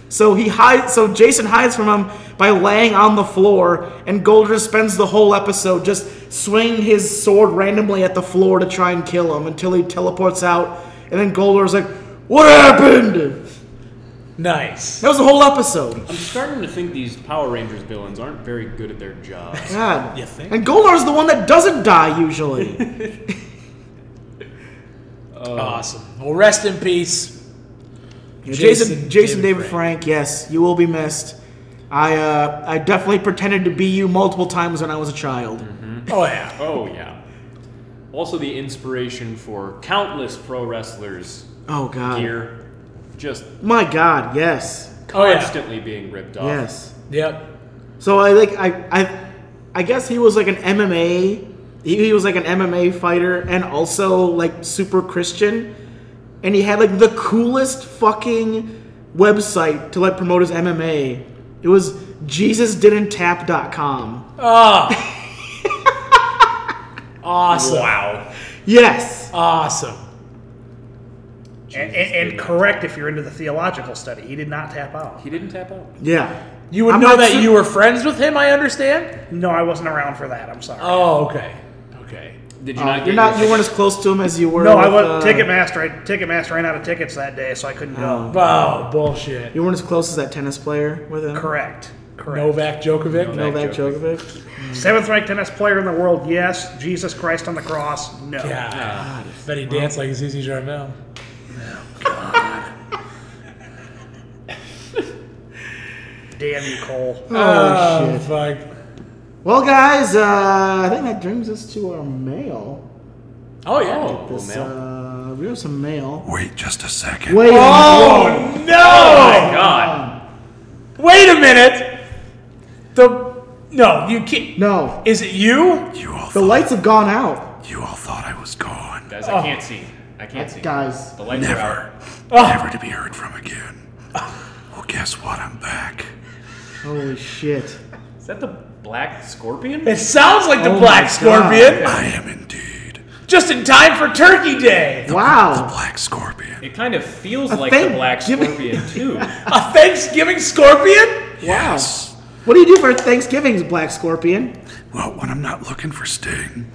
Speaker 1: So he hides. So Jason hides from him by laying on the floor, and Goldar spends the whole episode just swinging his sword randomly at the floor to try and kill him until he teleports out, and then Goldar's like, "What happened?"
Speaker 2: Nice.
Speaker 1: That was the whole episode.
Speaker 3: I'm starting to think these Power Rangers villains aren't very good at their jobs.
Speaker 1: God.
Speaker 2: You think?
Speaker 1: And Goldar's the one that doesn't die usually. Oh.
Speaker 2: awesome. Well, rest in peace.
Speaker 1: Jason, Jason, David, Frank. yes, you will be missed. I, uh, I definitely pretended to be you multiple times when I was a child.
Speaker 2: Oh yeah.
Speaker 3: Oh yeah. Also the inspiration for countless pro wrestlers
Speaker 1: Oh God,
Speaker 3: here just
Speaker 1: my God, yes,
Speaker 2: Oh yeah.
Speaker 3: constantly being ripped off.
Speaker 1: yes.
Speaker 2: Yep.
Speaker 1: So I like I, I, I guess he was like an MMA. He, he was like an MMA fighter and also like super Christian, and he had like the coolest fucking website to like promote his MMA. It was JesusDidn'tTap.com.
Speaker 2: Ah. awesome.
Speaker 3: Wow.
Speaker 1: Yes.
Speaker 2: Awesome.
Speaker 4: And, and, and correct if you're into the theological study. He did not tap out.
Speaker 3: He didn't tap out.
Speaker 1: Yeah.
Speaker 2: You would
Speaker 1: I'm
Speaker 2: know
Speaker 1: not
Speaker 2: that
Speaker 1: su-
Speaker 2: you were friends with him, I understand?
Speaker 4: No, I wasn't around for that. I'm sorry.
Speaker 2: Oh, okay. Okay.
Speaker 3: Did you
Speaker 1: Uh,
Speaker 3: not get
Speaker 1: you're not.
Speaker 3: your-
Speaker 1: You weren't as close to him as you were.
Speaker 4: no, I
Speaker 1: with,
Speaker 4: was
Speaker 1: uh,
Speaker 4: Ticketmaster. I, Ticketmaster ran out of tickets that day, so I couldn't go.
Speaker 2: Oh, bullshit.
Speaker 1: You weren't as close as that tennis player with him.
Speaker 4: Correct. Correct.
Speaker 2: Novak Djokovic?
Speaker 1: Novak Djokovic.
Speaker 4: Seventh ranked tennis player in the world. Yes. Jesus Christ on the cross. No.
Speaker 2: Yeah. Bet he danced like Zizi Jarmel.
Speaker 4: Damn you, Cole.
Speaker 2: Oh, fuck.
Speaker 1: Well, guys, uh, I think that brings us to our mail.
Speaker 2: Oh, yeah.
Speaker 3: Oh,
Speaker 1: This,
Speaker 3: mail.
Speaker 1: uh, we have some mail.
Speaker 6: Wait just a second.
Speaker 1: Wait.
Speaker 2: Oh, no!
Speaker 3: God.
Speaker 2: Wait a minute. The no, you can't.
Speaker 1: No.
Speaker 2: Is it you?
Speaker 6: You all
Speaker 1: The lights have gone out,
Speaker 6: you all thought I was gone.
Speaker 3: Guys, I can't see. I can't see.
Speaker 1: Oh. guys.
Speaker 3: The lights are out.
Speaker 6: Never.
Speaker 1: Ah.
Speaker 2: Oh.
Speaker 6: Never to be heard from again. Well, guess what? I'm back.
Speaker 1: Holy shit.
Speaker 3: Is that the black scorpion?
Speaker 2: It sounds like the
Speaker 1: Oh my
Speaker 2: Black
Speaker 1: God.
Speaker 2: Scorpion,
Speaker 6: I am indeed
Speaker 2: just in time for Turkey Day,
Speaker 6: the
Speaker 1: Wow.
Speaker 6: Black Scorpion.
Speaker 3: It kind of feels
Speaker 1: I
Speaker 3: like the
Speaker 1: think-
Speaker 3: black
Speaker 1: give me-
Speaker 3: scorpion too.
Speaker 2: a Thanksgiving scorpion.
Speaker 6: Yes.
Speaker 1: What do you do for Thanksgiving's Black Scorpion?
Speaker 6: Well, when I'm not looking for Sting,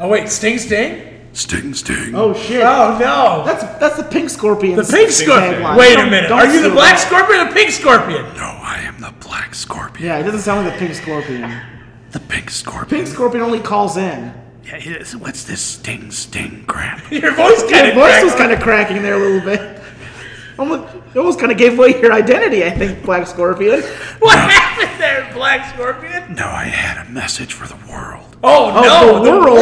Speaker 2: Oh wait, Sting Sting.
Speaker 6: Sting, Sting.
Speaker 1: Oh shit.
Speaker 2: Oh no,
Speaker 1: That's that's the pink scorpion.
Speaker 2: the pink scorpion.
Speaker 1: tagline.
Speaker 2: Wait a
Speaker 1: Don't-
Speaker 2: minute,
Speaker 1: don't
Speaker 2: are you the
Speaker 1: sue
Speaker 2: Black
Speaker 1: them.
Speaker 2: Scorpion or the Pink Scorpion?
Speaker 6: No, I am the Black Scorpion.
Speaker 1: Yeah, it doesn't sound like the pink scorpion.
Speaker 6: The Pink Scorpion.
Speaker 1: Pink scorpion only calls in.
Speaker 6: Yeah, it is- what's this Sting, Sting crap?
Speaker 2: Your voice kind
Speaker 1: Your
Speaker 2: of
Speaker 1: voice was kind of cracking there a little bit. Almost, it almost kind of gave away your identity, I think, Black Scorpion.
Speaker 2: What happened there, Black Scorpion?
Speaker 6: No, I had a message for the world.
Speaker 2: Oh,
Speaker 1: Oh,
Speaker 2: no,
Speaker 1: the
Speaker 2: the world.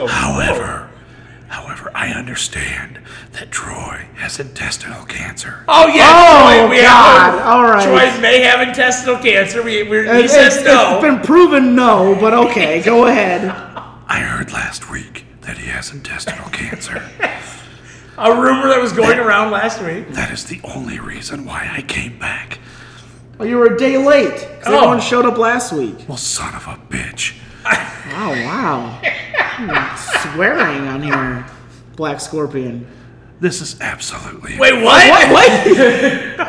Speaker 1: world.
Speaker 6: However, however, I understand that Troy has intestinal cancer.
Speaker 2: Oh yeah,
Speaker 1: Oh,
Speaker 2: Troy, we
Speaker 1: God.
Speaker 2: Have,
Speaker 1: All right.
Speaker 2: Troy may have intestinal cancer. We, we're, he
Speaker 1: It's-
Speaker 2: says
Speaker 1: it's-
Speaker 2: no.
Speaker 1: It's been proven no, but okay, go ahead.
Speaker 6: I heard last week that he has intestinal cancer.
Speaker 2: A rumor that was going around last week.
Speaker 6: That is the only reason why I came back.
Speaker 1: Well, Oh, you were a day late because
Speaker 2: Oh.
Speaker 1: everyone showed up last week.
Speaker 6: Well, son of a bitch.
Speaker 1: Oh wow! Hmm, swearing on your Black Scorpion.
Speaker 6: This is absolutely.
Speaker 2: Wait,
Speaker 1: What?
Speaker 2: what?
Speaker 1: What?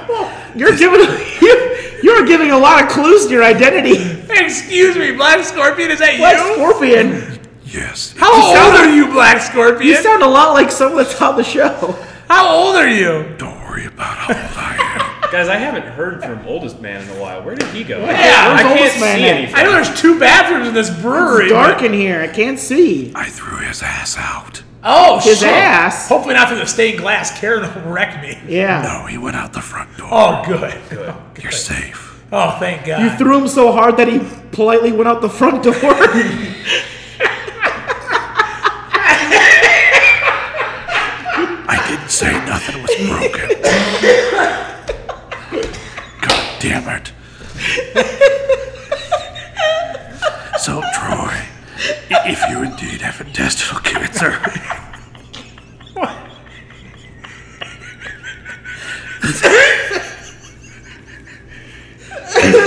Speaker 1: you're giving you, you're giving a lot of clues to your identity.
Speaker 2: Excuse me, Black Scorpion, is that
Speaker 1: Black
Speaker 2: you?
Speaker 1: Scorpion.
Speaker 6: Yes.
Speaker 2: How old
Speaker 1: sound-
Speaker 2: are you, Black Scorpion?
Speaker 1: You sound a lot like someone that's on the show.
Speaker 2: How old are you?
Speaker 6: Don't worry about how old I am.
Speaker 3: Guys, I haven't heard from oldest man in a while. Where did he go?
Speaker 2: Yeah,
Speaker 3: I
Speaker 1: where's
Speaker 3: can't
Speaker 1: Oldest
Speaker 3: see
Speaker 1: Man at?
Speaker 3: anything.
Speaker 2: I know there's two bathrooms in this brewery.
Speaker 1: It's dark
Speaker 2: but-
Speaker 1: in here. I can't see.
Speaker 6: I threw his ass out.
Speaker 2: oh,
Speaker 1: His
Speaker 2: shit.
Speaker 1: ass.
Speaker 2: Hopefully not through the stained glass. Karen will wreck me.
Speaker 1: Yeah.
Speaker 6: No, he went out the front door.
Speaker 2: Oh, good. Good.
Speaker 6: You're safe.
Speaker 2: Oh, thank God.
Speaker 1: You threw him so hard that he politely went out the front door.
Speaker 6: I didn't say nothing was broken. God damn it. So, Troy, i- if you indeed have intestinal cancer,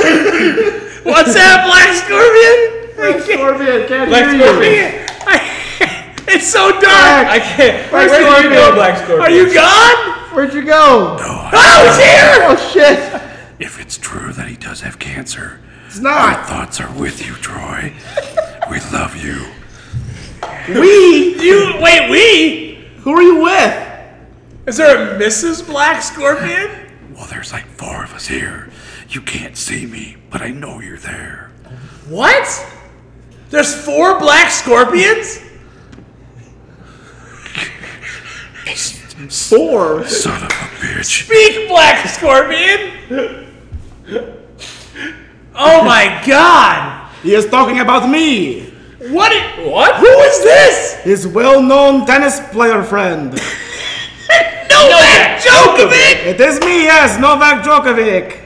Speaker 2: What's that, Black Scorpion?
Speaker 1: Black Scorpion, can't
Speaker 3: Black
Speaker 1: hear you.
Speaker 3: Scorpion.
Speaker 2: It's so dark.
Speaker 3: I can't.
Speaker 1: Black
Speaker 3: Where did you
Speaker 1: Scorpion.
Speaker 3: go, Black Scorpion?
Speaker 2: Are you gone?
Speaker 1: Where'd you go?
Speaker 6: no,
Speaker 2: Oh, it's here.
Speaker 1: Oh shit!
Speaker 6: if it's true that he does have cancer,
Speaker 1: It's
Speaker 6: our
Speaker 1: not.
Speaker 6: thoughts are with you, Troy. We love you.
Speaker 1: We.
Speaker 2: You wait. We
Speaker 1: Who are you with?
Speaker 2: is there a Mrs. Black Scorpion?
Speaker 6: Well, there's like four of us here. You can't see me, but I know you're there.
Speaker 2: What? There's four Black Scorpions.
Speaker 1: Four.
Speaker 6: Son of a bitch.
Speaker 2: Speak, Black Scorpion! oh my god!
Speaker 1: He is talking about me,
Speaker 2: What? It, what? Who is this?
Speaker 1: his well-known tennis player friend.
Speaker 2: Novak Djokovic!
Speaker 1: It is me, yes, Novak Djokovic.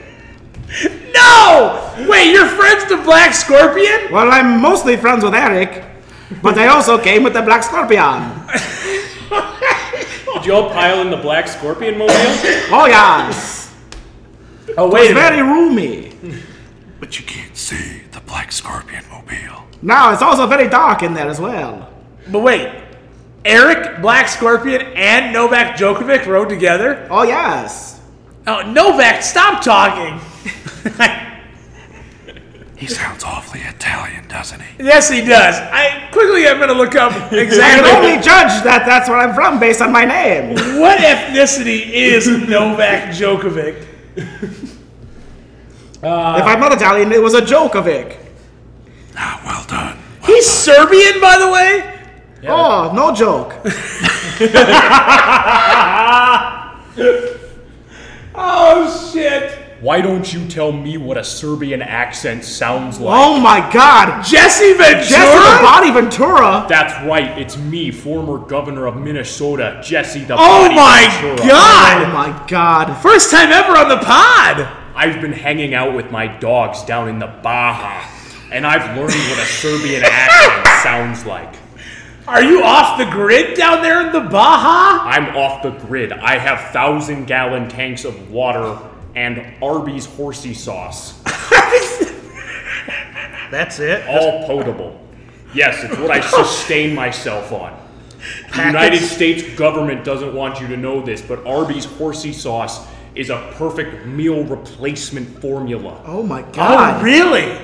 Speaker 2: No! Wait, you're friends to Black Scorpion?
Speaker 1: Well, I'm mostly friends with Eric, but I also came with the Black Scorpion.
Speaker 3: Did you all pile in the black scorpion mobile?
Speaker 1: Oh yes.
Speaker 2: Oh wait
Speaker 1: Does
Speaker 2: a
Speaker 1: that
Speaker 2: minute.
Speaker 1: rule me?
Speaker 6: But you can't see the Black Scorpion mobile.
Speaker 1: Now it's also very dark in there as well.
Speaker 2: But wait, Eric Black Scorpion and Novak Djokovic rode together.
Speaker 1: Oh yes.
Speaker 2: Oh, Novak, stop talking.
Speaker 6: He sounds awfully Italian, doesn't he?
Speaker 2: yes, he does. I quickly I'm gonna look up
Speaker 1: I can only
Speaker 2: exactly
Speaker 1: judge that that's where I'm from based on my name.
Speaker 2: what ethnicity is Novak Djokovic. Uh.
Speaker 1: if I'm not Italian, it was a joke of it.
Speaker 6: Ah, well done.
Speaker 2: He's Serbian, by the way.
Speaker 1: Oh, no joke.
Speaker 2: Oh shit.
Speaker 3: Why don't you tell me what a Serbian accent sounds like?
Speaker 1: Oh my god.
Speaker 2: Jesse Ventura.
Speaker 1: Jessica Body Ventura.
Speaker 3: That's right, it's me, former governor of Minnesota, Jesse the
Speaker 2: oh
Speaker 3: Body
Speaker 2: my
Speaker 3: Ventura.
Speaker 1: Oh
Speaker 2: god!
Speaker 1: my god.
Speaker 2: First time ever on the pod.
Speaker 3: I've been hanging out with my dogs down in the Baja, and I've learned what a Serbian accent sounds like.
Speaker 2: Are you off the grid down there in the Baja?
Speaker 3: I'm off the grid. I have thousand gallon tanks of water and Arby's horsey sauce.
Speaker 4: That's it.
Speaker 3: all potable. Yes, it's what I sustain myself on. The United States government doesn't want you to know this, but Arby's horsey sauce is a perfect meal replacement formula.
Speaker 1: Oh my
Speaker 2: Oh,
Speaker 1: god.
Speaker 2: really?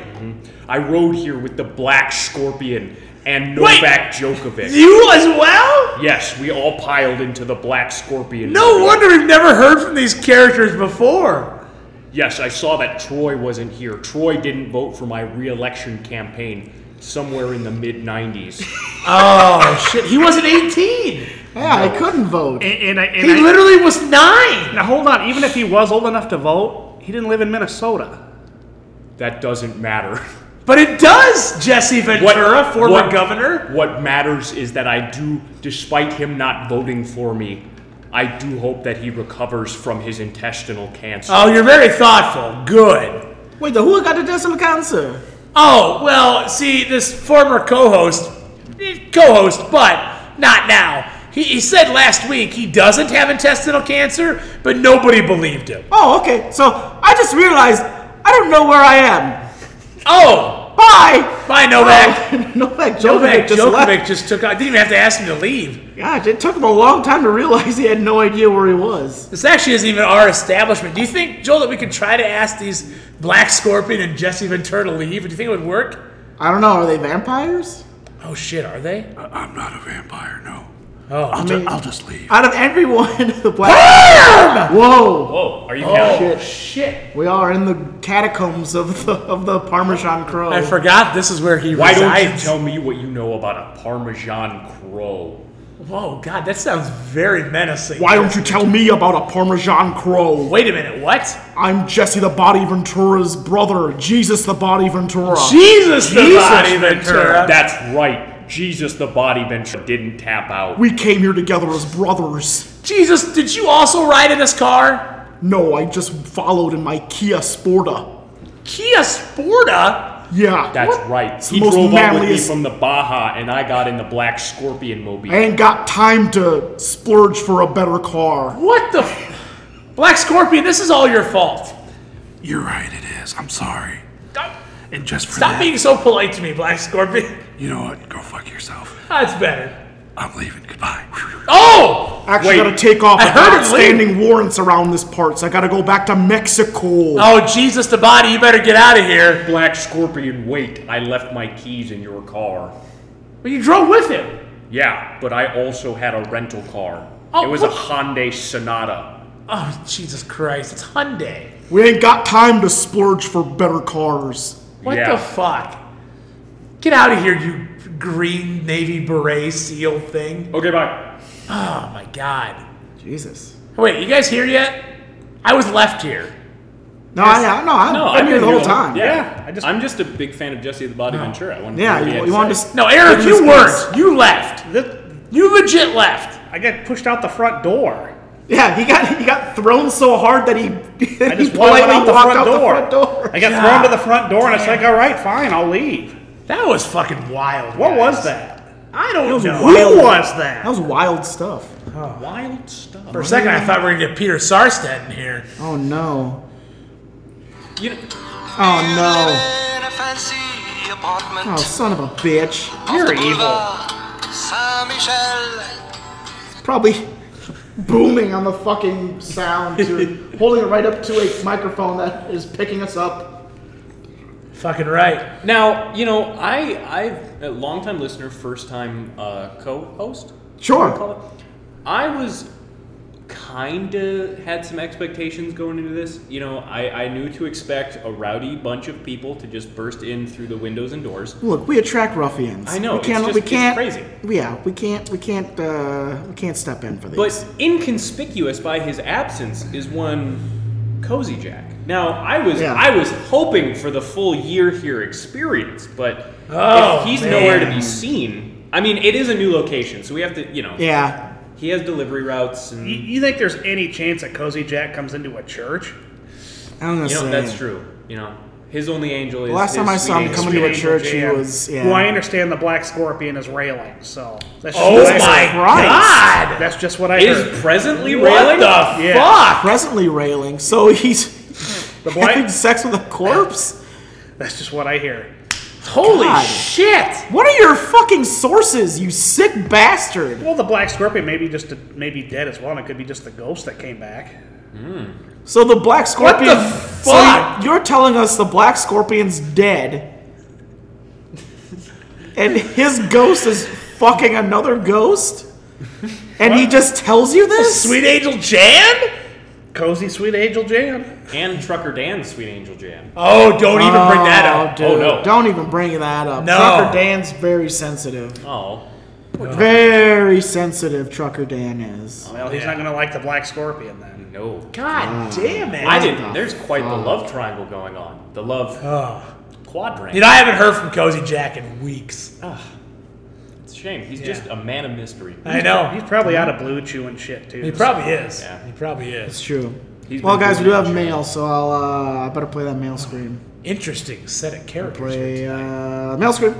Speaker 3: I rode here with the Black Scorpion and
Speaker 2: Wait.
Speaker 3: Novak Djokovic.
Speaker 2: You as well?
Speaker 3: Yes, we all piled into the Black Scorpion.
Speaker 2: No
Speaker 3: mobile.
Speaker 2: wonder we've never heard from these characters before.
Speaker 3: Yes, I saw that Troy wasn't here. Troy didn't vote for my reelection campaign somewhere in the mid 90s.
Speaker 2: Oh shit, he wasn't 18.
Speaker 1: Yeah, I couldn't vote.
Speaker 4: And, and I, and
Speaker 2: He
Speaker 4: I-
Speaker 2: literally was 9.
Speaker 4: now hold on. Even if he was old enough to vote, he didn't live in Minnesota.
Speaker 3: That doesn't matter.
Speaker 2: But it does, Jesse Ventura, former
Speaker 3: what-
Speaker 2: governor.
Speaker 3: What matters is that I do, despite him not voting for me, I do hope that he recovers from his intestinal cancer.
Speaker 2: Oh, you're very thoughtful. Good.
Speaker 1: Wait, the who got intestinal cancer?
Speaker 2: Oh, well, see, this former co host, co host, but not now. He, he said last week he doesn't have intestinal cancer, but nobody believed him.
Speaker 1: Oh, okay. So I just realized I don't know where I am.
Speaker 2: Oh,
Speaker 1: Bye.
Speaker 2: bye, Novak.
Speaker 1: Novak Djokovic
Speaker 2: Novak
Speaker 1: just
Speaker 2: Djokovic
Speaker 1: left.
Speaker 2: just took out. Didn't even have to ask him to leave.
Speaker 1: God, it took him a long time to realize he had no idea where he was.
Speaker 2: This actually isn't even our establishment. Do you think, Joel, that we could try to ask these Black Scorpion and Jesse Ventura to leave? Do you think it would work?
Speaker 1: I don't know. Are they vampires?
Speaker 2: Oh shit, are they?
Speaker 6: I'm not a vampire, no.
Speaker 2: Oh,
Speaker 6: I'll, ju- I'll just leave.
Speaker 1: Out of everyone, the black. Whoa.
Speaker 3: Whoa, Oh, are you counting?
Speaker 2: Oh. shit. shit!
Speaker 1: We are in the catacombs of the of the Parmesan Crow.
Speaker 2: I forgot this is where he
Speaker 3: Why
Speaker 2: resides.
Speaker 3: don't you tell me what you know about a Parmesan crow?
Speaker 2: Whoa, God, that sounds very menacing.
Speaker 1: Why don't you tell me about a Parmesan Crow?
Speaker 2: Wait a minute, what?
Speaker 1: I'm Jesse the Body Ventura's brother, Jesus the Body Ventura.
Speaker 2: Jesus, the
Speaker 1: Jesus
Speaker 2: body Ventura.
Speaker 3: That's right. Jesus the Body Venture didn't tap out.
Speaker 1: we came here together as brothers.
Speaker 2: Jesus, did you also ride in this car?
Speaker 1: No, I just followed in my Kia Sporta.
Speaker 2: Kia Sporta?
Speaker 1: Yeah.
Speaker 3: That's right.
Speaker 1: the
Speaker 3: He
Speaker 1: most
Speaker 3: drove up with me
Speaker 1: manliest-
Speaker 3: from the Baja, and I got in the Black Scorpion mobile.
Speaker 1: I ain't got time to splurge for a better car.
Speaker 2: What the? F- Black Scorpion, this is all your fault.
Speaker 6: You're right, it is. I'm sorry. And just for
Speaker 2: Stop
Speaker 6: that,
Speaker 2: being so polite to me, Black Scorpion.
Speaker 6: you know what? Go fuck yourself.
Speaker 2: That's better.
Speaker 6: I'm leaving. Goodbye.
Speaker 2: Oh!
Speaker 1: Actually,
Speaker 3: Wait,
Speaker 1: gotta take off.
Speaker 2: I
Speaker 1: I've
Speaker 2: heard
Speaker 1: got
Speaker 2: him
Speaker 1: standing warrants around this part, so I gotta go back to Mexico.
Speaker 2: Oh, Jesus, the body, you better get out of here.
Speaker 3: Black Scorpion, wait. I left my keys in your car.
Speaker 2: But you drove with him.
Speaker 3: Yeah, but I also had a rental car.
Speaker 2: Oh,
Speaker 3: it was a
Speaker 2: what-
Speaker 3: Hyundai Sonata.
Speaker 2: Oh, Jesus Christ, it's Hyundai.
Speaker 1: We ain't got time to splurge for better cars.
Speaker 2: What
Speaker 3: Yeah.
Speaker 2: the fuck? Get out of here, you green Navy beret seal thing.
Speaker 3: Okay, bye.
Speaker 2: Oh, my God.
Speaker 1: Jesus.
Speaker 2: Wait, you guys here yet? I was left here.
Speaker 1: No, I, I, no, I'm,
Speaker 7: No,
Speaker 1: I'm here the whole time.
Speaker 7: Yeah,
Speaker 3: I just-
Speaker 7: I'm just a big fan of Jesse the Body Ventura. I wanted
Speaker 1: Yeah,
Speaker 7: to hear what he
Speaker 1: you,
Speaker 7: had
Speaker 1: you
Speaker 7: to
Speaker 1: wanted
Speaker 7: say.
Speaker 1: to.
Speaker 2: No, Eric, you
Speaker 1: Goodness
Speaker 2: weren't. You left.
Speaker 4: This,
Speaker 2: You legit left.
Speaker 4: I got pushed out the front door.
Speaker 1: Yeah, he got he got thrown so hard that he, he
Speaker 4: I just walked
Speaker 1: politely
Speaker 4: out, the,
Speaker 1: walked
Speaker 4: front
Speaker 1: out the
Speaker 4: door.
Speaker 1: front door.
Speaker 4: I got
Speaker 2: God
Speaker 4: thrown to the front door, and it's like, all right, fine, I'll leave.
Speaker 2: That was fucking wild.
Speaker 4: What
Speaker 2: guys.
Speaker 4: was that?
Speaker 2: I don't know.
Speaker 4: Who was that?
Speaker 1: That was wild stuff.
Speaker 3: Wild stuff.
Speaker 2: Mm. For a second, I thought we were gonna get Peter Sarstedt in here.
Speaker 1: Oh no.
Speaker 3: You know,
Speaker 1: Oh no.
Speaker 5: In a fancy apartment.
Speaker 1: Oh, son of a bitch.
Speaker 5: You're evil. Saint Michel.
Speaker 1: Probably booming on the fucking sound to holding it right up to a microphone that is picking us up.
Speaker 2: Fucking right.
Speaker 3: now you know I I've a longtime listener, first time uh, co-host.
Speaker 1: Sure.
Speaker 3: call it. I was kind of had some expectations going into this. You know, I, I knew to expect a rowdy bunch of people to just burst in through the windows and doors.
Speaker 1: Look, we attract ruffians.
Speaker 3: I know,
Speaker 1: We
Speaker 3: it's
Speaker 1: can't.
Speaker 3: just-
Speaker 1: we
Speaker 3: it's
Speaker 1: can't.
Speaker 3: crazy.
Speaker 1: Yeah, we can't. We can't. Uh, we can't step in for these.
Speaker 3: But inconspicuous by his absence is one Cozy Jack. Now, I was
Speaker 1: Yeah.
Speaker 3: I was hoping for the full year here experience, but
Speaker 2: Oh,
Speaker 3: if he's
Speaker 2: man.
Speaker 3: nowhere to be seen. I mean, it is a new location, so we have to, you know,
Speaker 1: yeah,
Speaker 3: he has delivery routes and
Speaker 4: You,
Speaker 3: you
Speaker 4: you think there's any chance that Cozy Jack comes into a church?
Speaker 1: I don't know.
Speaker 3: know that's true. You know, his only angel is
Speaker 1: The last
Speaker 3: his
Speaker 1: time I saw him
Speaker 3: sweet
Speaker 1: coming
Speaker 3: angel.
Speaker 1: to a
Speaker 4: Angel
Speaker 1: church, he
Speaker 4: Jam,
Speaker 1: was. Yeah.
Speaker 4: Who I understand the Black Scorpion is railing, so that's just
Speaker 2: Oh
Speaker 4: what I
Speaker 2: my
Speaker 4: heard.
Speaker 1: Christ.
Speaker 2: god!
Speaker 4: That's just what I heard.
Speaker 3: is presently
Speaker 2: What
Speaker 3: railing.
Speaker 2: the
Speaker 4: Yeah.
Speaker 2: fuck?
Speaker 1: Presently railing, so he's
Speaker 4: The
Speaker 1: having
Speaker 4: black,
Speaker 1: sex with a corpse.
Speaker 4: that's just what I hear.
Speaker 2: Holy
Speaker 1: God.
Speaker 2: shit!
Speaker 1: What are your fucking sources, you sick bastard?
Speaker 4: Well, the Black Scorpion may be just maybe dead as well, and it could be just the ghost that came back.
Speaker 1: So the black
Speaker 2: What the
Speaker 1: scorpion. so
Speaker 2: fuck?
Speaker 1: you're telling us the black scorpion's dead, and his ghost is fucking another ghost, and he just tells you this?
Speaker 2: Sweet Angel Jan?
Speaker 4: Cozy Sweet Angel Jan.
Speaker 3: And Trucker Dan's Sweet Angel Jam.
Speaker 1: Uh,
Speaker 2: Oh, don't even bring that up.
Speaker 1: dude,
Speaker 3: Oh, no.
Speaker 1: Don't even bring that up.
Speaker 2: No.
Speaker 1: Trucker Dan's very sensitive.
Speaker 3: Oh.
Speaker 1: Very sensitive. Trucker Dan is.
Speaker 4: Well, he's not going to like the Black Scorpion then.
Speaker 3: No.
Speaker 2: God damn it.
Speaker 3: I didn't.
Speaker 1: the
Speaker 3: There's quite the
Speaker 1: fuck?
Speaker 3: love triangle going on. The love quadrant.
Speaker 2: Oh.
Speaker 3: Ah,
Speaker 2: You know, I haven't heard from Cozy Jack in weeks.
Speaker 3: it's a shame. He's just a man of mystery.
Speaker 1: Uh,
Speaker 2: I know.
Speaker 4: He's probably out of blue chew and shit too.
Speaker 2: He probably is.
Speaker 3: Yeah.
Speaker 2: He probably is.
Speaker 1: It's true.
Speaker 3: He's
Speaker 1: well,
Speaker 3: been
Speaker 1: guys, we do
Speaker 3: doing
Speaker 1: have
Speaker 3: that
Speaker 1: mail, so I'll uh, I better play that mail screen.
Speaker 2: Interesting set of characters.
Speaker 1: Play
Speaker 2: here.
Speaker 1: uh, mail screen.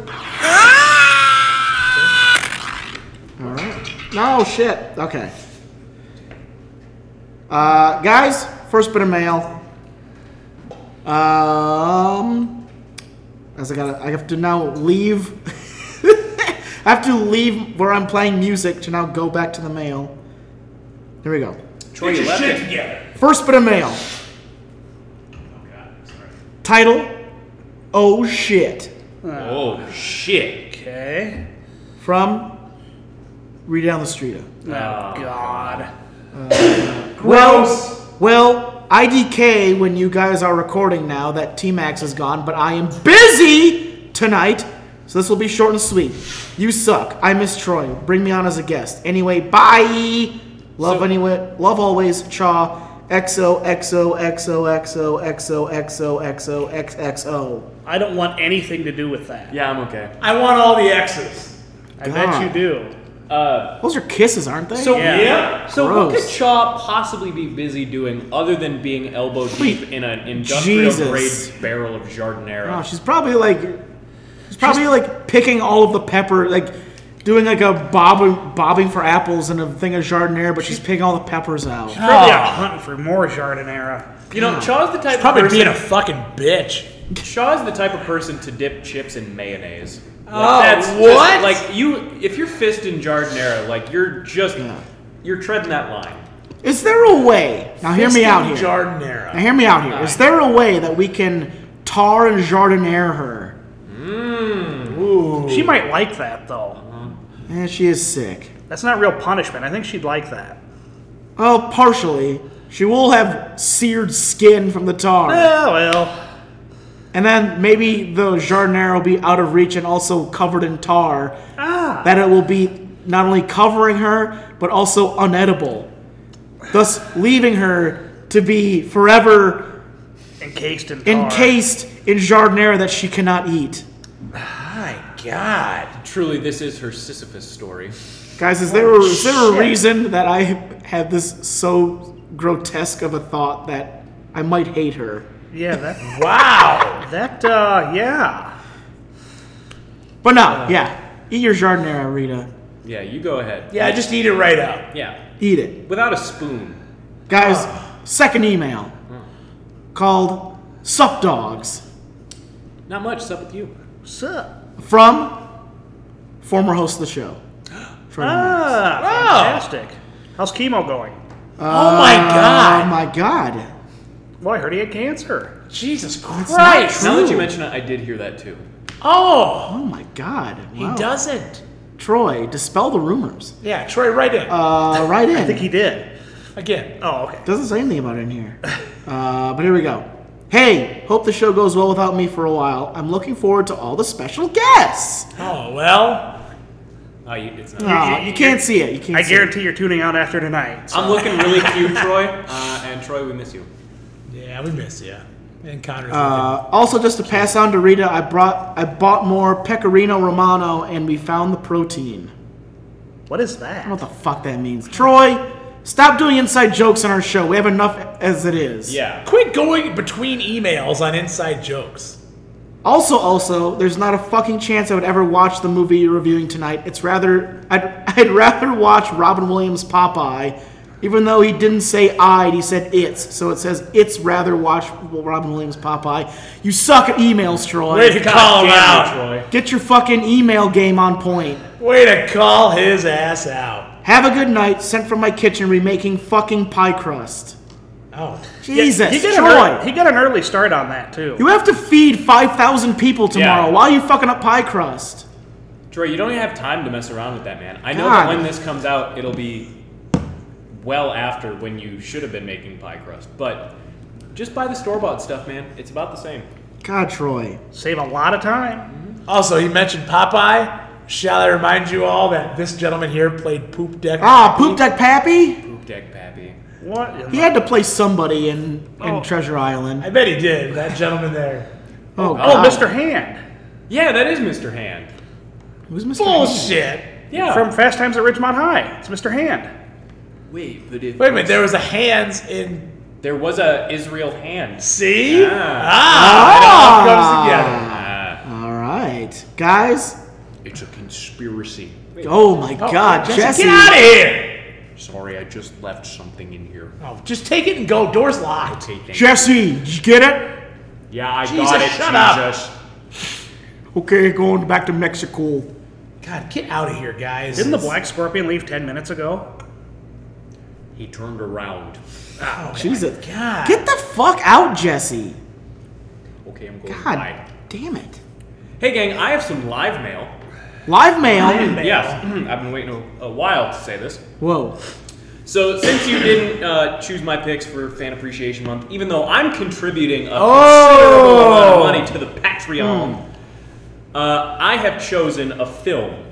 Speaker 1: All right. No shit. Okay. Uh, guys, first bit of mail. Um, as I gotta, I have to now leave. I have to leave where I'm playing music to now go back to the mail. Here we go.
Speaker 3: Troy, you left it.
Speaker 1: First bit of mail. Title Oh Shit
Speaker 3: Oh, shit.
Speaker 4: Okay.
Speaker 1: from Read Down the Street.
Speaker 4: Oh,
Speaker 3: Uh,
Speaker 4: God.
Speaker 1: Gross. Well, well, IDK when you guys are recording now that T Max is gone, but I am busy tonight, so this will be short and sweet. You suck. I miss Troy. Bring me on as a guest. Anyway, bye. Love anyway. Love always. Chaw. XO XO XO XO XO XO XO XXO.
Speaker 4: I don't want anything to do with that.
Speaker 3: Yeah, I'm okay.
Speaker 2: I want all the X's.
Speaker 4: I bet
Speaker 1: God.
Speaker 4: you do.
Speaker 3: Uh,
Speaker 1: Those are kisses, aren't they?
Speaker 3: so,
Speaker 4: Yeah.
Speaker 3: so what
Speaker 1: Gross.
Speaker 3: could Shaw possibly be busy doing other than being elbow deep in an industrial
Speaker 1: Jesus.
Speaker 3: grade barrel of Jardinera?
Speaker 1: Oh, she's probably like, she's probably like picking all of the pepper, like doing like a bobbing, bobbing for apples and a thing of jardinera, but she's picking all the peppers out.
Speaker 4: Probably out hunting for more Jardinera.
Speaker 3: you know, Shaw's the type
Speaker 2: Probably
Speaker 3: of person
Speaker 2: being a fucking bitch.
Speaker 3: Shaw's the type of person to dip chips in mayonnaise. Like,
Speaker 2: Oh,
Speaker 3: just-
Speaker 2: what?
Speaker 3: like you, if you're fist in jardinera, like you're just
Speaker 1: Yeah.
Speaker 3: you're treading that line.
Speaker 1: Is there a way? Now hear me out here. now
Speaker 2: Jardinera.
Speaker 1: hear me out here. Is there a way that we can tar and jardinere her?
Speaker 4: She might like that, though.
Speaker 1: And Eh, she is sick.
Speaker 4: That's not real punishment. I think she'd like that.
Speaker 1: Well, partially. She will have seared skin from the tar,
Speaker 4: Oh, well.
Speaker 1: and then maybe the jardinera will be out of reach and also covered in tar.
Speaker 4: Ah.
Speaker 1: that it will be not only covering her but also unedible, thus leaving her to be forever
Speaker 4: Encased in tar.
Speaker 1: encased in jardinera that she cannot eat.
Speaker 2: My God.
Speaker 3: Truly, this is her Sisyphus story.
Speaker 1: Guys, is there is there a reason that I had this so grotesque of a thought that I might hate her?
Speaker 4: Yeah, that,
Speaker 2: Wow.
Speaker 4: that, uh, yeah.
Speaker 1: But no, yeah, eat your jardinera, Rita.
Speaker 3: Yeah, you go ahead.
Speaker 2: Yeah, just eat it right up.
Speaker 3: Yeah,
Speaker 1: Eat it,
Speaker 3: without a spoon.
Speaker 1: guys. Second email called Sup Dogs
Speaker 3: Not much. Sup with you?
Speaker 4: Sup?
Speaker 1: from former host of the show. Troy Lamont.
Speaker 4: Ah, fantastic. How's chemo going?
Speaker 2: oh my
Speaker 1: Oh
Speaker 2: god.
Speaker 1: my god.
Speaker 4: Well, I heard he had cancer.
Speaker 2: Jesus
Speaker 1: not
Speaker 2: Christ.
Speaker 3: Now that you mention it, I did hear that too.
Speaker 2: Oh,
Speaker 1: Oh my god.
Speaker 2: he
Speaker 1: Wow.
Speaker 2: doesn't.
Speaker 1: Troy, dispel the rumors.
Speaker 2: Yeah, Troy, right in.
Speaker 1: Uh, right in.
Speaker 4: I think he did.
Speaker 2: Again.
Speaker 4: Oh, okay.
Speaker 1: Doesn't say anything about it in here. Uh, but here we go. Hey, hope the show goes well without me for a while. I'm looking forward to all the special guests.
Speaker 2: Oh, well.
Speaker 3: Oh, you, it's not.
Speaker 1: Aw, you can't see it. You can't.
Speaker 4: I
Speaker 1: see
Speaker 4: guarantee you're tuning out after tonight. So.
Speaker 3: I'm looking really cute, Troy. Uh, and Troy, we miss you.
Speaker 2: Yeah, we miss you. And Connor's.
Speaker 1: It. Uh, also, just to pass on to Rita, I brought I bought more pecorino romano, and we found the protein.
Speaker 4: What is that?
Speaker 1: I don't know what the fuck that means. Troy, stop doing inside jokes on our show. We have enough as it is.
Speaker 3: Yeah.
Speaker 2: Quit going between emails on inside jokes.
Speaker 1: Also, also, there's not a fucking chance I would ever watch the movie you're reviewing tonight. It's rather, I'd, I'd rather watch Robin Williams' Popeye, even though he didn't say I'd, he said it's. So it says it's rather watch Robin Williams' Popeye. You suck at emails, Troy.
Speaker 2: Way to call him out.
Speaker 3: Troy.
Speaker 1: Get your fucking email game on point.
Speaker 2: Way to call his ass out.
Speaker 1: Have a good night. Sent from my kitchen, remaking fucking pie crust.
Speaker 2: Oh.
Speaker 1: Jesus,
Speaker 4: He got, an
Speaker 1: Troy.
Speaker 4: early, he got an early start on that too.
Speaker 1: you have to feed 5,000 people tomorrow.
Speaker 3: Yeah.
Speaker 1: Why are you fucking up pie crust?
Speaker 3: Troy, you don't even have time to mess around with that, man. I know
Speaker 1: God.
Speaker 3: that when this comes out, it'll be well after when you should have been making pie crust. But just buy the store bought stuff, man. It's about the same.
Speaker 1: God, Troy.
Speaker 4: Save a lot of time.
Speaker 2: Also, he mentioned Popeye. Shall I remind you all that this gentleman here played Poop Deck?
Speaker 1: Ah, poop deck pappy?
Speaker 3: Poop deck, pappy.
Speaker 4: What? in
Speaker 1: He
Speaker 4: the-
Speaker 1: had to play somebody in, in
Speaker 4: Oh.
Speaker 1: Treasure
Speaker 2: I
Speaker 1: Island.
Speaker 2: bet he did. That gentleman there.
Speaker 1: Oh,
Speaker 4: Oh,
Speaker 1: God.
Speaker 4: Mr. Hand
Speaker 3: Yeah, that is Mr. Hand.
Speaker 1: Who's Mr.
Speaker 2: Bullshit.
Speaker 3: Yeah.
Speaker 4: from Fast Times at Ridgemont High. It's Mr. Hand.
Speaker 3: Wait, but if
Speaker 2: Wait a minute. There was a hands in.
Speaker 3: there was a Israel Hand.
Speaker 2: See?
Speaker 1: Ah.
Speaker 2: Ah. It all comes together.
Speaker 3: Ah,
Speaker 1: All right, guys.
Speaker 8: It's a conspiracy.
Speaker 1: Oh my God, Jesse!
Speaker 2: Get out of here.
Speaker 8: Sorry, I just left something in here.
Speaker 2: Oh, just take it and go. Door's locked.
Speaker 8: Okay, thank
Speaker 1: Jesse, did you get it?
Speaker 8: Yeah, I
Speaker 2: Jesus,
Speaker 8: got it,
Speaker 2: shut up.
Speaker 8: Jesus.
Speaker 1: Okay, going back to Mexico.
Speaker 2: God, get out of here, guys.
Speaker 4: Didn't the Black Scorpion leave ten minutes ago?
Speaker 8: He turned around.
Speaker 2: Oh,
Speaker 1: Jesus,
Speaker 2: God.
Speaker 1: get the fuck out, Jesse!
Speaker 8: Okay, I'm going
Speaker 1: God,
Speaker 8: live.
Speaker 1: damn it!
Speaker 3: Hey, gang, I have some live mail.
Speaker 1: Live mail.
Speaker 3: Yes, I've been waiting a, a while to say this.
Speaker 1: Whoa.
Speaker 3: So, since you didn't uh, choose my picks for Fan Appreciation Month, even though I'm contributing a
Speaker 1: Oh! Hmm.
Speaker 3: considerable amount of money to the Patreon, uh, I have chosen a film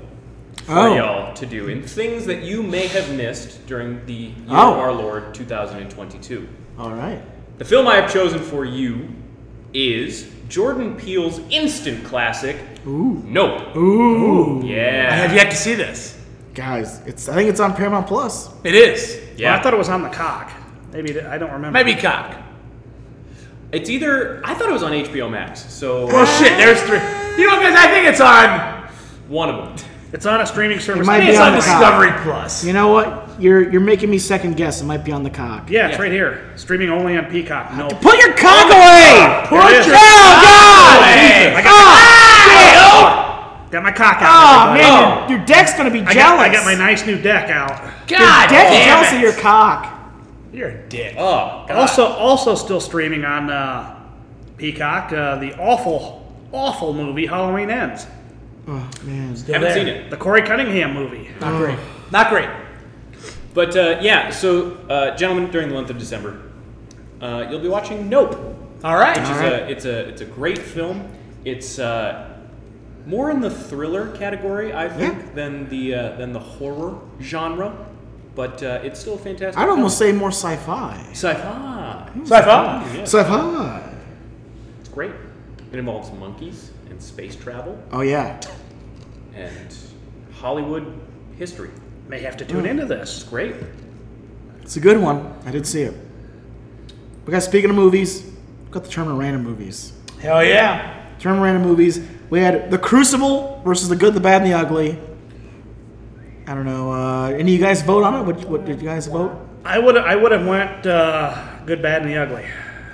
Speaker 3: for
Speaker 1: Oh.
Speaker 3: y'all to do in things that you may have missed during the year
Speaker 1: Oh.
Speaker 3: of our Lord 2022.
Speaker 1: All right.
Speaker 3: The film I have chosen for you is Jordan Peele's instant classic,
Speaker 1: Ooh.
Speaker 3: Nope.
Speaker 1: Ooh.
Speaker 3: Yeah.
Speaker 2: I have yet to see this.
Speaker 1: Guys, it's. I think it's on Paramount Plus.
Speaker 2: It is.
Speaker 3: yeah.
Speaker 4: Well, I thought it was on the cock. Maybe th- I don't remember.
Speaker 2: Maybe cock.
Speaker 3: It's either I thought it was on HBO Max, so
Speaker 2: Well,
Speaker 1: Oh,
Speaker 2: shit. There's three. You know, guys. I think it's on.
Speaker 3: one of them.
Speaker 4: it's on a streaming service.
Speaker 1: might
Speaker 4: yeah,
Speaker 1: be
Speaker 2: It's
Speaker 1: on
Speaker 2: on
Speaker 1: the cock.
Speaker 2: Discovery Plus.
Speaker 1: You know what? You're you're making me second guess. It might be on the cock.
Speaker 4: yeah, it's right here. Streaming only on Peacock. No.
Speaker 1: Put your cock away.
Speaker 4: Put
Speaker 1: Put
Speaker 4: your
Speaker 1: your oh, God.
Speaker 4: I got, got my cock out.
Speaker 1: Oh,
Speaker 4: everybody.
Speaker 1: Ah! man, your, your deck's gonna be
Speaker 4: I
Speaker 1: jealous.
Speaker 4: got, I got my nice new deck out.
Speaker 1: Your
Speaker 2: God
Speaker 1: deck is
Speaker 2: damn
Speaker 1: jealous
Speaker 2: it.
Speaker 1: of your cock.
Speaker 2: You're a dick.
Speaker 3: Oh,
Speaker 4: Also, also still streaming on uh, Peacock. Uh, the awful, awful movie Halloween Ends.
Speaker 1: Oh man, Oh.
Speaker 2: Still
Speaker 3: haven't
Speaker 2: there.
Speaker 3: seen it.
Speaker 4: The Corey Cunningham movie.
Speaker 2: Not great. Not great.
Speaker 3: But uh, yeah, so uh, gentlemen, during the month of December, uh, you'll be watching Nope,
Speaker 2: All right.
Speaker 3: which is
Speaker 1: Alright.
Speaker 3: a it's a it's a great film. It's uh, more in the thriller category, I think,
Speaker 1: Yeah.
Speaker 3: than the uh, than the horror genre, but uh, it's still a fantastic.
Speaker 1: I'd
Speaker 3: film.
Speaker 1: almost say more sci-fi.
Speaker 3: sci-fi.
Speaker 2: Sci-fi.
Speaker 3: Yeah,
Speaker 1: Sci-fi.
Speaker 3: it's great. It involves monkeys and space travel
Speaker 1: Oh yeah.
Speaker 3: and Hollywood history.
Speaker 4: May have to tune into this.
Speaker 3: It's great.
Speaker 1: It's a good one. I did see it. But guys, speaking of movies, we've got the Terminal Random movies.
Speaker 2: Hell yeah.
Speaker 1: Terminal Random movies. We had The Crucible versus The Good, the Bad, and the Ugly. I don't know. Uh, any of you guys vote on it? What, what did you guys vote?
Speaker 4: I would I would have went uh, good, bad, and the ugly.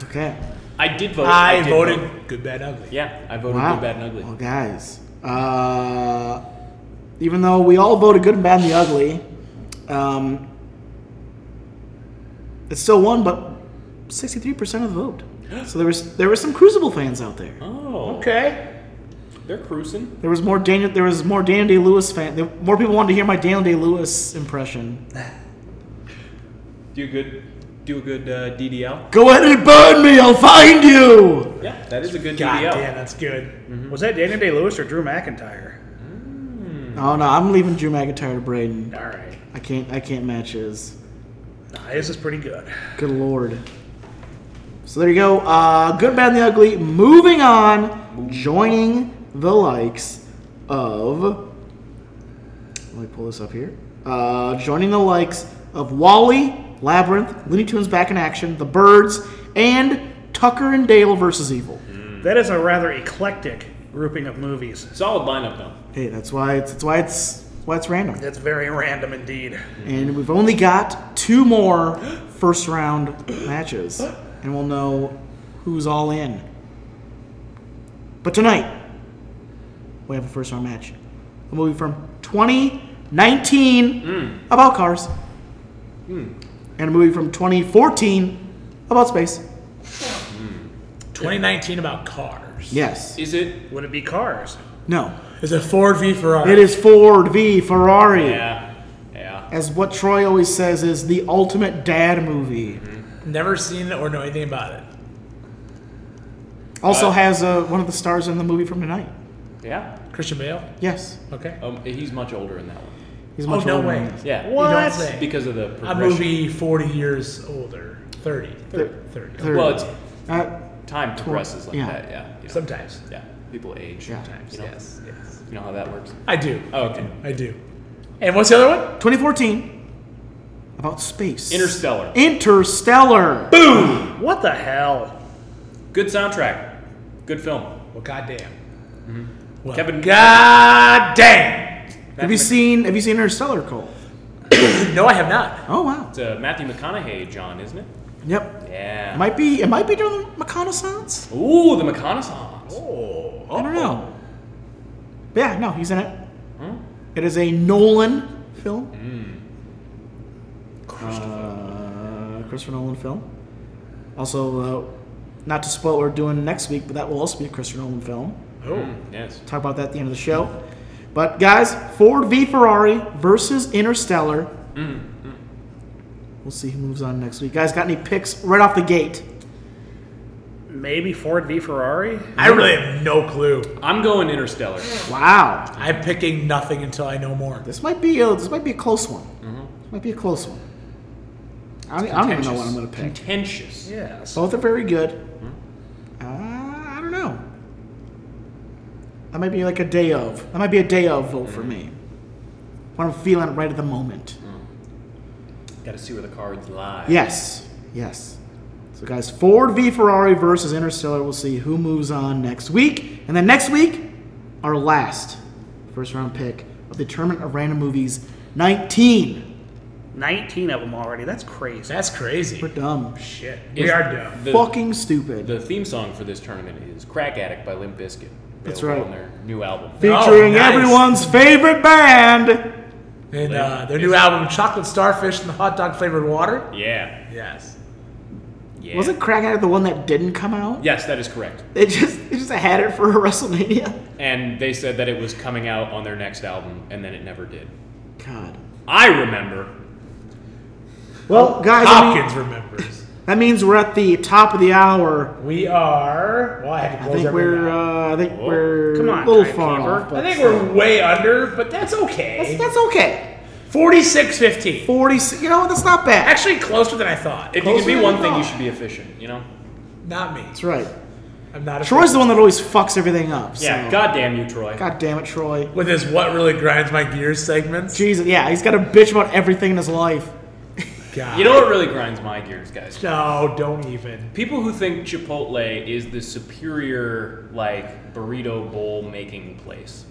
Speaker 1: Okay.
Speaker 3: Oh, I did vote.
Speaker 2: I,
Speaker 3: did
Speaker 2: voted
Speaker 3: vote.
Speaker 2: good, bad, ugly.
Speaker 3: Yeah, I voted
Speaker 1: Wow.
Speaker 3: good, bad, and ugly.
Speaker 1: Well, guys, uh, even though we all voted good and bad and the ugly, um, it's still won, but 63% of the vote. So there was there were some Crucible fans out there.
Speaker 3: Oh,
Speaker 2: Okay.
Speaker 3: they're cruising.
Speaker 1: There was more Daniel. There was more Daniel Day Lewis fan. There, more people wanted to hear my Daniel Day Lewis impression.
Speaker 3: Do a good, do a good uh, DDL.
Speaker 1: Go ahead and burn me. I'll find you.
Speaker 3: Yeah, that is a good
Speaker 2: God
Speaker 3: DDL.
Speaker 2: damn, that's good.
Speaker 4: Mm-hmm. Was that Daniel Day Lewis or Drew McIntyre?
Speaker 3: Hmm.
Speaker 1: Oh no, I'm leaving Drew McIntyre to Braden.
Speaker 4: All right,
Speaker 1: I can't. I can't match his.
Speaker 4: Nah, this is pretty good.
Speaker 1: Good lord. So there you go. Uh, good, bad, and the ugly. Moving on, joining the likes of. Let me pull this up here. Uh, joining the likes of Wally, Labyrinth, Looney Tunes Back in Action, The Birds, and Tucker and Dale versus Evil.
Speaker 4: That is a rather eclectic grouping of movies.
Speaker 3: Solid lineup though.
Speaker 1: Hey, that's why it's that's why it's why it's random.
Speaker 4: That's very random indeed.
Speaker 1: And we've only got two more first round matches. And we'll know who's all in. But tonight, we have a first round match. A movie from 2019 about cars. And a movie from 2014 about space.
Speaker 2: 2019 about cars.
Speaker 1: Yes.
Speaker 3: Is it?
Speaker 4: Would it be Cars?
Speaker 1: No.
Speaker 2: Is it Ford v Ferrari?
Speaker 1: It is Ford v Ferrari.
Speaker 3: Yeah, yeah.
Speaker 1: As what Troy always says is the ultimate dad movie.
Speaker 2: Never seen it or know anything about it.
Speaker 1: Also
Speaker 3: Uh,
Speaker 1: has uh, one of the stars in the movie from tonight.
Speaker 3: Yeah.
Speaker 2: Christian Bale.
Speaker 1: Yes.
Speaker 2: Okay.
Speaker 3: Um, he's much older in that one.
Speaker 1: He's
Speaker 2: Oh,
Speaker 1: much
Speaker 2: no
Speaker 1: older
Speaker 2: way.
Speaker 1: than this.
Speaker 3: Yeah.
Speaker 2: You don't
Speaker 4: What?
Speaker 2: say.
Speaker 3: Because of the
Speaker 2: A
Speaker 3: progression.
Speaker 2: movie 40 years older. 30. 30. 30.
Speaker 1: Thirty.
Speaker 3: Well, it's,
Speaker 1: Uh,
Speaker 3: time progresses like
Speaker 1: Yeah.
Speaker 3: that. Yeah. You know,
Speaker 2: Sometimes.
Speaker 3: Yeah. People age.
Speaker 1: Yeah.
Speaker 3: Sometimes. You know,
Speaker 2: Yes, yes.
Speaker 3: You know how that works.
Speaker 2: I do.
Speaker 3: Oh, okay.
Speaker 2: I do. And what's the other one?
Speaker 1: 2014. About space.
Speaker 3: Interstellar.
Speaker 1: Interstellar.
Speaker 4: What the hell?
Speaker 3: Good soundtrack. Good film.
Speaker 2: Well, goddamn.
Speaker 1: Mm-hmm.
Speaker 2: Well,
Speaker 3: Kevin-
Speaker 2: Goddamn.
Speaker 1: Have you seen Have you seen Interstellar, Cole?
Speaker 2: No, I have not.
Speaker 1: Oh wow.
Speaker 3: It's uh, Matthew McConaughey, John, isn't it?
Speaker 1: Yep.
Speaker 3: Yeah.
Speaker 1: Might be. It might be during the reconnaissance.
Speaker 3: Ooh, the McConaughey.
Speaker 2: Oh.
Speaker 1: I don't know. But yeah. No, he's in it.
Speaker 2: Hmm?
Speaker 1: It is a Nolan film. Christopher. Uh, Christopher Nolan film. Also, uh, not to spoil what we're doing next week, but that will also be a Christopher Nolan film.
Speaker 3: Mm, Yes.
Speaker 1: talk about that at the end of the show. But guys, Ford v Ferrari versus Interstellar. We'll see who moves on next week. Guys, got any picks right off the gate?
Speaker 4: Maybe Ford v Ferrari?
Speaker 2: I really have no clue.
Speaker 3: I'm going Interstellar.
Speaker 1: Wow,
Speaker 2: I'm picking nothing until I know more.
Speaker 1: this might be a this might be a close one. Might be a close one. I don't, I don't even know what I'm going to pick.
Speaker 3: Contentious.
Speaker 4: Yes.
Speaker 1: Both are very good. Uh, I don't know. That might be like a day of. That might be a day of vote for me. When I'm feeling right at the moment.
Speaker 3: Got to see where the cards lie.
Speaker 1: Yes, yes. So, guys, Ford v Ferrari versus Interstellar. We'll see who moves on next week. And then next week, our last first round pick of the Tournament of Random Movies 19.
Speaker 4: 19 of them already. That's crazy.
Speaker 2: That's crazy.
Speaker 1: We're dumb.
Speaker 4: Shit.
Speaker 3: Is-
Speaker 4: We are dumb.
Speaker 3: The,
Speaker 1: Fucking stupid.
Speaker 3: The theme song for this tournament is "Crack Addict" by Limp Bizkit.
Speaker 1: That's
Speaker 3: available
Speaker 1: right.
Speaker 3: On their new album.
Speaker 1: Featuring
Speaker 2: Oh, nice.
Speaker 1: everyone's favorite band.
Speaker 2: And uh, their new album, Chocolate Starfish and Hot Dog Flavored Water.
Speaker 3: Yeah.
Speaker 2: Yes.
Speaker 3: Yeah.
Speaker 1: Wasn't Crack Addict the one that didn't come out?
Speaker 3: Yes, that is correct.
Speaker 1: They just they just had it for WrestleMania.
Speaker 3: And they said that it was coming out on their next album, and then it never did.
Speaker 1: God.
Speaker 3: I remember.
Speaker 1: Well, guys, I mean,
Speaker 2: Hopkins remembers.
Speaker 1: that means we're at the top of the hour.
Speaker 2: We are. Well, I had to
Speaker 1: I
Speaker 2: close
Speaker 1: think
Speaker 2: everything
Speaker 1: we're uh,
Speaker 2: out.
Speaker 1: I think we're
Speaker 4: Come on,
Speaker 1: a little far
Speaker 4: timekeeper.
Speaker 1: off. but-
Speaker 2: I think we're way under, but that's
Speaker 1: That's,
Speaker 2: okay.
Speaker 1: that's okay.
Speaker 2: Forty-six fifteen.
Speaker 1: Forty. You know what? That's not bad.
Speaker 2: Actually, closer than I thought.
Speaker 3: If you can
Speaker 1: Closer
Speaker 3: be
Speaker 1: than
Speaker 3: one
Speaker 1: I
Speaker 3: thing, you
Speaker 1: thought.
Speaker 3: should be efficient. You know.
Speaker 2: Not me.
Speaker 1: That's right.
Speaker 2: I'm not. A
Speaker 1: Troy's the one that always fucks everything up. So.
Speaker 3: Yeah. God damn you, Troy.
Speaker 1: God damn it, Troy.
Speaker 2: with his "What Really Grinds My Gears" segments.
Speaker 1: Jesus. Yeah, he's got a bitch about everything in his life.
Speaker 2: God.
Speaker 3: You know what really grinds my gears, guys?
Speaker 2: No, don't even.
Speaker 3: People who think Chipotle is the superior, like, burrito bowl making place.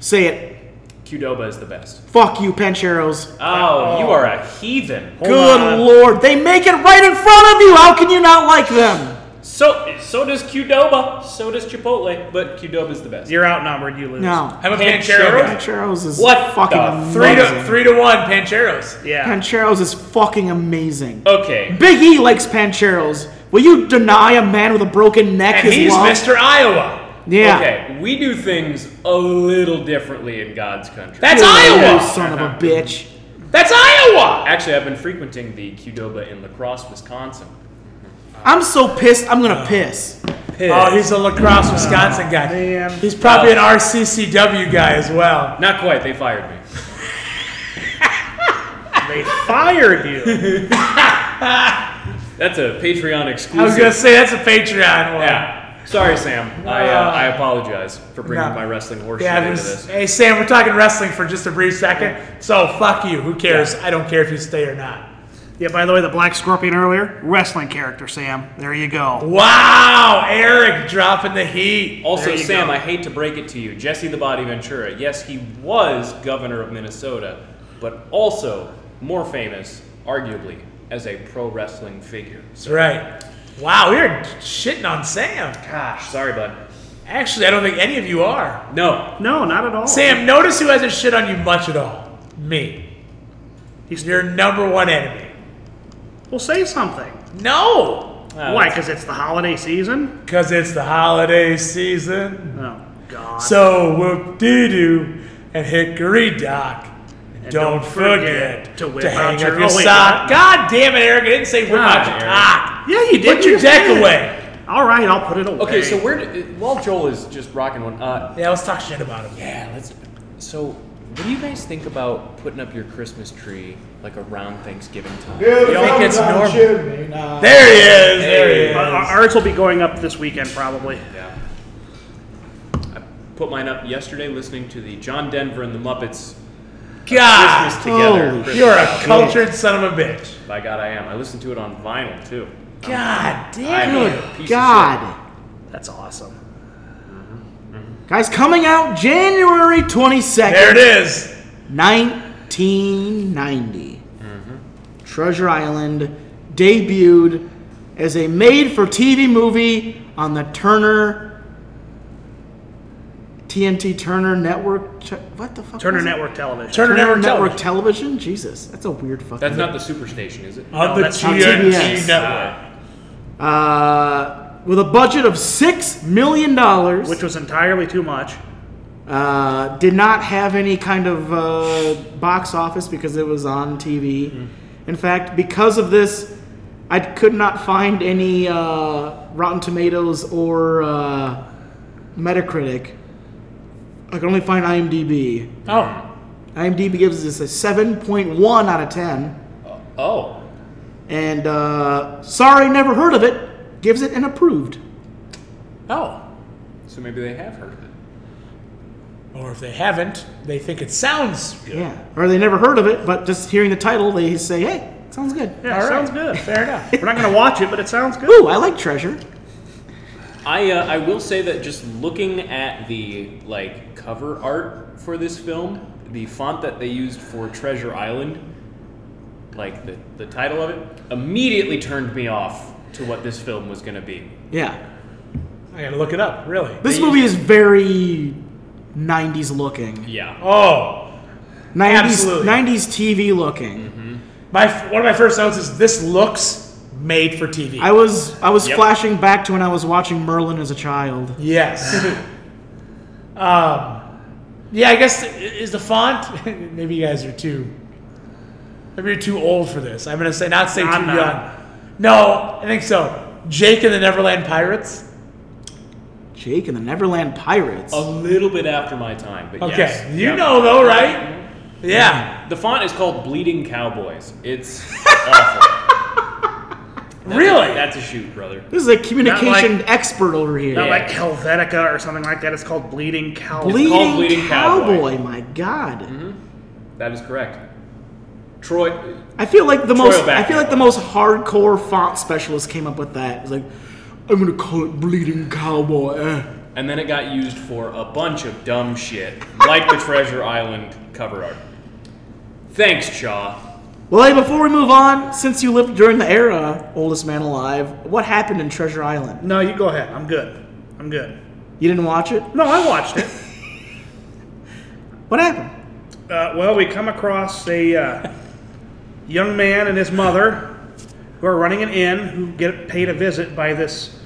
Speaker 1: Say it.
Speaker 3: Qdoba is the best.
Speaker 1: Fuck you, Pancheros.
Speaker 3: Oh, you are a heathen.
Speaker 1: Good lord, they make it right in front of you. How can you not like them?
Speaker 3: So so does Qdoba. So does Chipotle. But Qdoba's the best.
Speaker 4: You're outnumbered. You lose.
Speaker 1: No.
Speaker 2: I'm a
Speaker 3: Panchero.
Speaker 2: Panchero. guy.
Speaker 1: Pancheros is
Speaker 3: What
Speaker 1: fucking
Speaker 3: the-
Speaker 1: amazing.
Speaker 2: Three to three to one. Pancheros.
Speaker 4: Yeah.
Speaker 1: Pancheros is fucking amazing.
Speaker 3: okay.
Speaker 1: Big E likes Pancheros. Will you deny a man with a broken neck
Speaker 2: And
Speaker 1: his
Speaker 2: he's
Speaker 1: love?
Speaker 2: Mr. Iowa.
Speaker 1: Yeah.
Speaker 3: Okay. We do things a little differently in God's country.
Speaker 2: That's
Speaker 1: You
Speaker 2: Iowa.
Speaker 1: son of a bitch.
Speaker 2: That's Iowa.
Speaker 3: Actually, I've been frequenting the Qdoba in La Crosse, Wisconsin.
Speaker 1: I'm so pissed. I'm gonna piss. Uh,
Speaker 2: Oh, he's a lacrosse, Wisconsin guy.
Speaker 4: man.
Speaker 2: He's probably an RCCW guy as well.
Speaker 3: Not quite. They fired me.
Speaker 4: They fired you.
Speaker 3: That's a Patreon exclusive.
Speaker 2: I was gonna say that's a Patreon one.
Speaker 3: Yeah. Sorry, Sam. I, uh, I apologize for bringing
Speaker 2: No.
Speaker 3: my wrestling horse
Speaker 2: Yeah,
Speaker 3: shit
Speaker 2: it
Speaker 3: into
Speaker 2: was,
Speaker 3: this.
Speaker 2: hey Sam, we're talking wrestling for just a brief second. So fuck you. Who cares? I don't care if you stay or not.
Speaker 4: yeah. By the way, the Black Scorpion earlier, wrestling character Sam. There you go.
Speaker 2: Wow, Eric dropping the heat.
Speaker 3: Also,
Speaker 4: There you
Speaker 3: Sam,
Speaker 4: go.
Speaker 3: I hate to break it to you. Jesse the Body Ventura, yes, he was governor of Minnesota, but also more famous, arguably, as a pro wrestling figure.
Speaker 2: That's right. Wow, we are shitting on Sam.
Speaker 3: Gosh, sorry, bud.
Speaker 2: Actually, I don't think any of you are.
Speaker 3: No.
Speaker 4: No, not at all.
Speaker 2: Sam, notice who hasn't shit on you much at all. Me. He's your number one enemy.
Speaker 4: Well, say something.
Speaker 2: No,
Speaker 3: Uh,
Speaker 4: Why? Because Oh, it's the holiday season.
Speaker 2: because it's the holiday season.
Speaker 4: Oh God.
Speaker 2: So whoop dee doo and hickory dock. And don't,
Speaker 4: don't
Speaker 2: forget,
Speaker 4: forget
Speaker 2: to,
Speaker 4: to whip out
Speaker 2: hang
Speaker 4: your-
Speaker 2: up your
Speaker 4: oh, wait,
Speaker 2: sock.
Speaker 4: what? Ah,
Speaker 2: God damn it, Eric! I didn't say whip out
Speaker 3: God,
Speaker 2: your
Speaker 3: Eric.
Speaker 2: cock.
Speaker 4: yeah, you did.
Speaker 2: Put your
Speaker 4: just
Speaker 2: deck
Speaker 4: did.
Speaker 2: away.
Speaker 4: All right, I'll put it away.
Speaker 3: Okay, so where? Do, while Joel is just rocking one, uh,
Speaker 2: Yeah, let's talk shit about him.
Speaker 3: yeah, let's. So, what do you guys think about putting up your Christmas tree like around Thanksgiving time?
Speaker 2: You think it's normal?
Speaker 1: Nah.
Speaker 2: There he is.
Speaker 3: Hey.
Speaker 2: There he
Speaker 4: Uh,
Speaker 2: is.
Speaker 4: ours will be going up this weekend probably.
Speaker 3: Yeah. I put mine up yesterday listening to the John Denver and the Muppets
Speaker 2: God,
Speaker 3: Christmas Together.
Speaker 1: holy
Speaker 3: Christmas.
Speaker 2: you're a cultured son of a bitch.
Speaker 3: By God, I am. I listened to it on vinyl, too.
Speaker 2: God
Speaker 3: I
Speaker 2: damn
Speaker 3: am a
Speaker 2: it.
Speaker 3: piece of shit.
Speaker 1: God.
Speaker 4: That's awesome.
Speaker 1: Guys, coming out January 22nd,
Speaker 2: There it is.
Speaker 1: 1990. Treasure Island debuted as a made for TV movie on the Turner. TNT Turner Network. Ch- What the fuck?
Speaker 4: Turner
Speaker 1: was it?
Speaker 4: Network Television.
Speaker 2: Turner Network Television.
Speaker 1: television? Jesus, that's a weird fucking.
Speaker 3: That's not the superstation, is it?
Speaker 2: On the
Speaker 4: that's on
Speaker 2: TNT
Speaker 1: TBS.
Speaker 2: network.
Speaker 1: Uh, with a budget of six million dollars,
Speaker 4: which was entirely too much.
Speaker 1: uh, did not have any kind of uh, box office because it was on TV.
Speaker 4: Mm-hmm.
Speaker 1: In fact, because of this, I could not find any uh, Rotten Tomatoes or uh, Metacritic. I could only find IMDb.
Speaker 2: Oh,
Speaker 3: Mm-hmm.
Speaker 1: IMDb gives this a seven point one out of ten.
Speaker 3: Oh.
Speaker 1: And uh, sorry, never heard of it. Gives it an approved.
Speaker 2: oh.
Speaker 3: So maybe they have heard of it.
Speaker 2: Or if they haven't, they think it sounds good.
Speaker 1: Yeah. Or they never heard of it, but just hearing the title, they say, "Hey, sounds good."
Speaker 4: Yeah,
Speaker 2: All
Speaker 4: sounds
Speaker 2: right.
Speaker 4: good.
Speaker 2: Fair enough.
Speaker 4: We're not gonna watch it, but it sounds good.
Speaker 1: Ooh, I like Treasure.
Speaker 3: I uh, I will say that just looking at the like cover art for this film, the font that they used for Treasure Island, like the the title of it, immediately turned me off to what this film was going to be.
Speaker 1: Yeah.
Speaker 2: I gotta look it up, really.
Speaker 1: This movie is very 90s looking.
Speaker 3: Yeah.
Speaker 2: Oh,
Speaker 1: 90s
Speaker 2: Absolutely.
Speaker 1: 90s TV looking.
Speaker 2: my one of my first notes is this looks made for TV.
Speaker 1: I was I was
Speaker 3: Yep.
Speaker 1: flashing back to when I was watching Merlin as a child.
Speaker 2: yes. um, yeah, I guess i- is the font. maybe you guys are too. Maybe you're too old for this. I'm gonna say not say
Speaker 4: I'm
Speaker 2: too
Speaker 4: not.
Speaker 2: young. No, I think so. Jake and the Neverland Pirates.
Speaker 1: Jake and the Neverland Pirates.
Speaker 3: A little bit after my time, but
Speaker 2: Okay,
Speaker 3: yes.
Speaker 2: you
Speaker 3: Yep.
Speaker 2: know though, right? Yeah.
Speaker 3: The font is called Bleeding Cowboys. It's awful.
Speaker 2: Really?
Speaker 3: That's a shoot, brother.
Speaker 1: This is a communication expert over here.
Speaker 4: Not like Helvetica or something like that. It's called Bleeding Cow.
Speaker 1: Bleeding,
Speaker 3: Bleeding
Speaker 1: Cowboy.
Speaker 3: Cowboy.
Speaker 1: My God.
Speaker 3: That is correct. Troy,
Speaker 1: I feel like the most.
Speaker 3: back
Speaker 1: I feel
Speaker 3: that
Speaker 1: like the most hardcore font specialist came up with that. It's like, I'm gonna call it Bleeding Cowboy. eh."
Speaker 3: and then it got used for a bunch of dumb shit, like the Treasure Island cover art. Thanks, Shaw.
Speaker 1: Well, hey, before we move on, since you lived during the era, oldest man alive, what happened in Treasure Island?
Speaker 4: No, you go ahead. I'm good. I'm good.
Speaker 1: You didn't watch it?
Speaker 4: No, I watched it.
Speaker 1: What happened?
Speaker 4: Uh, well, we come across a uh, young man and his mother who are running an inn who get paid a visit by this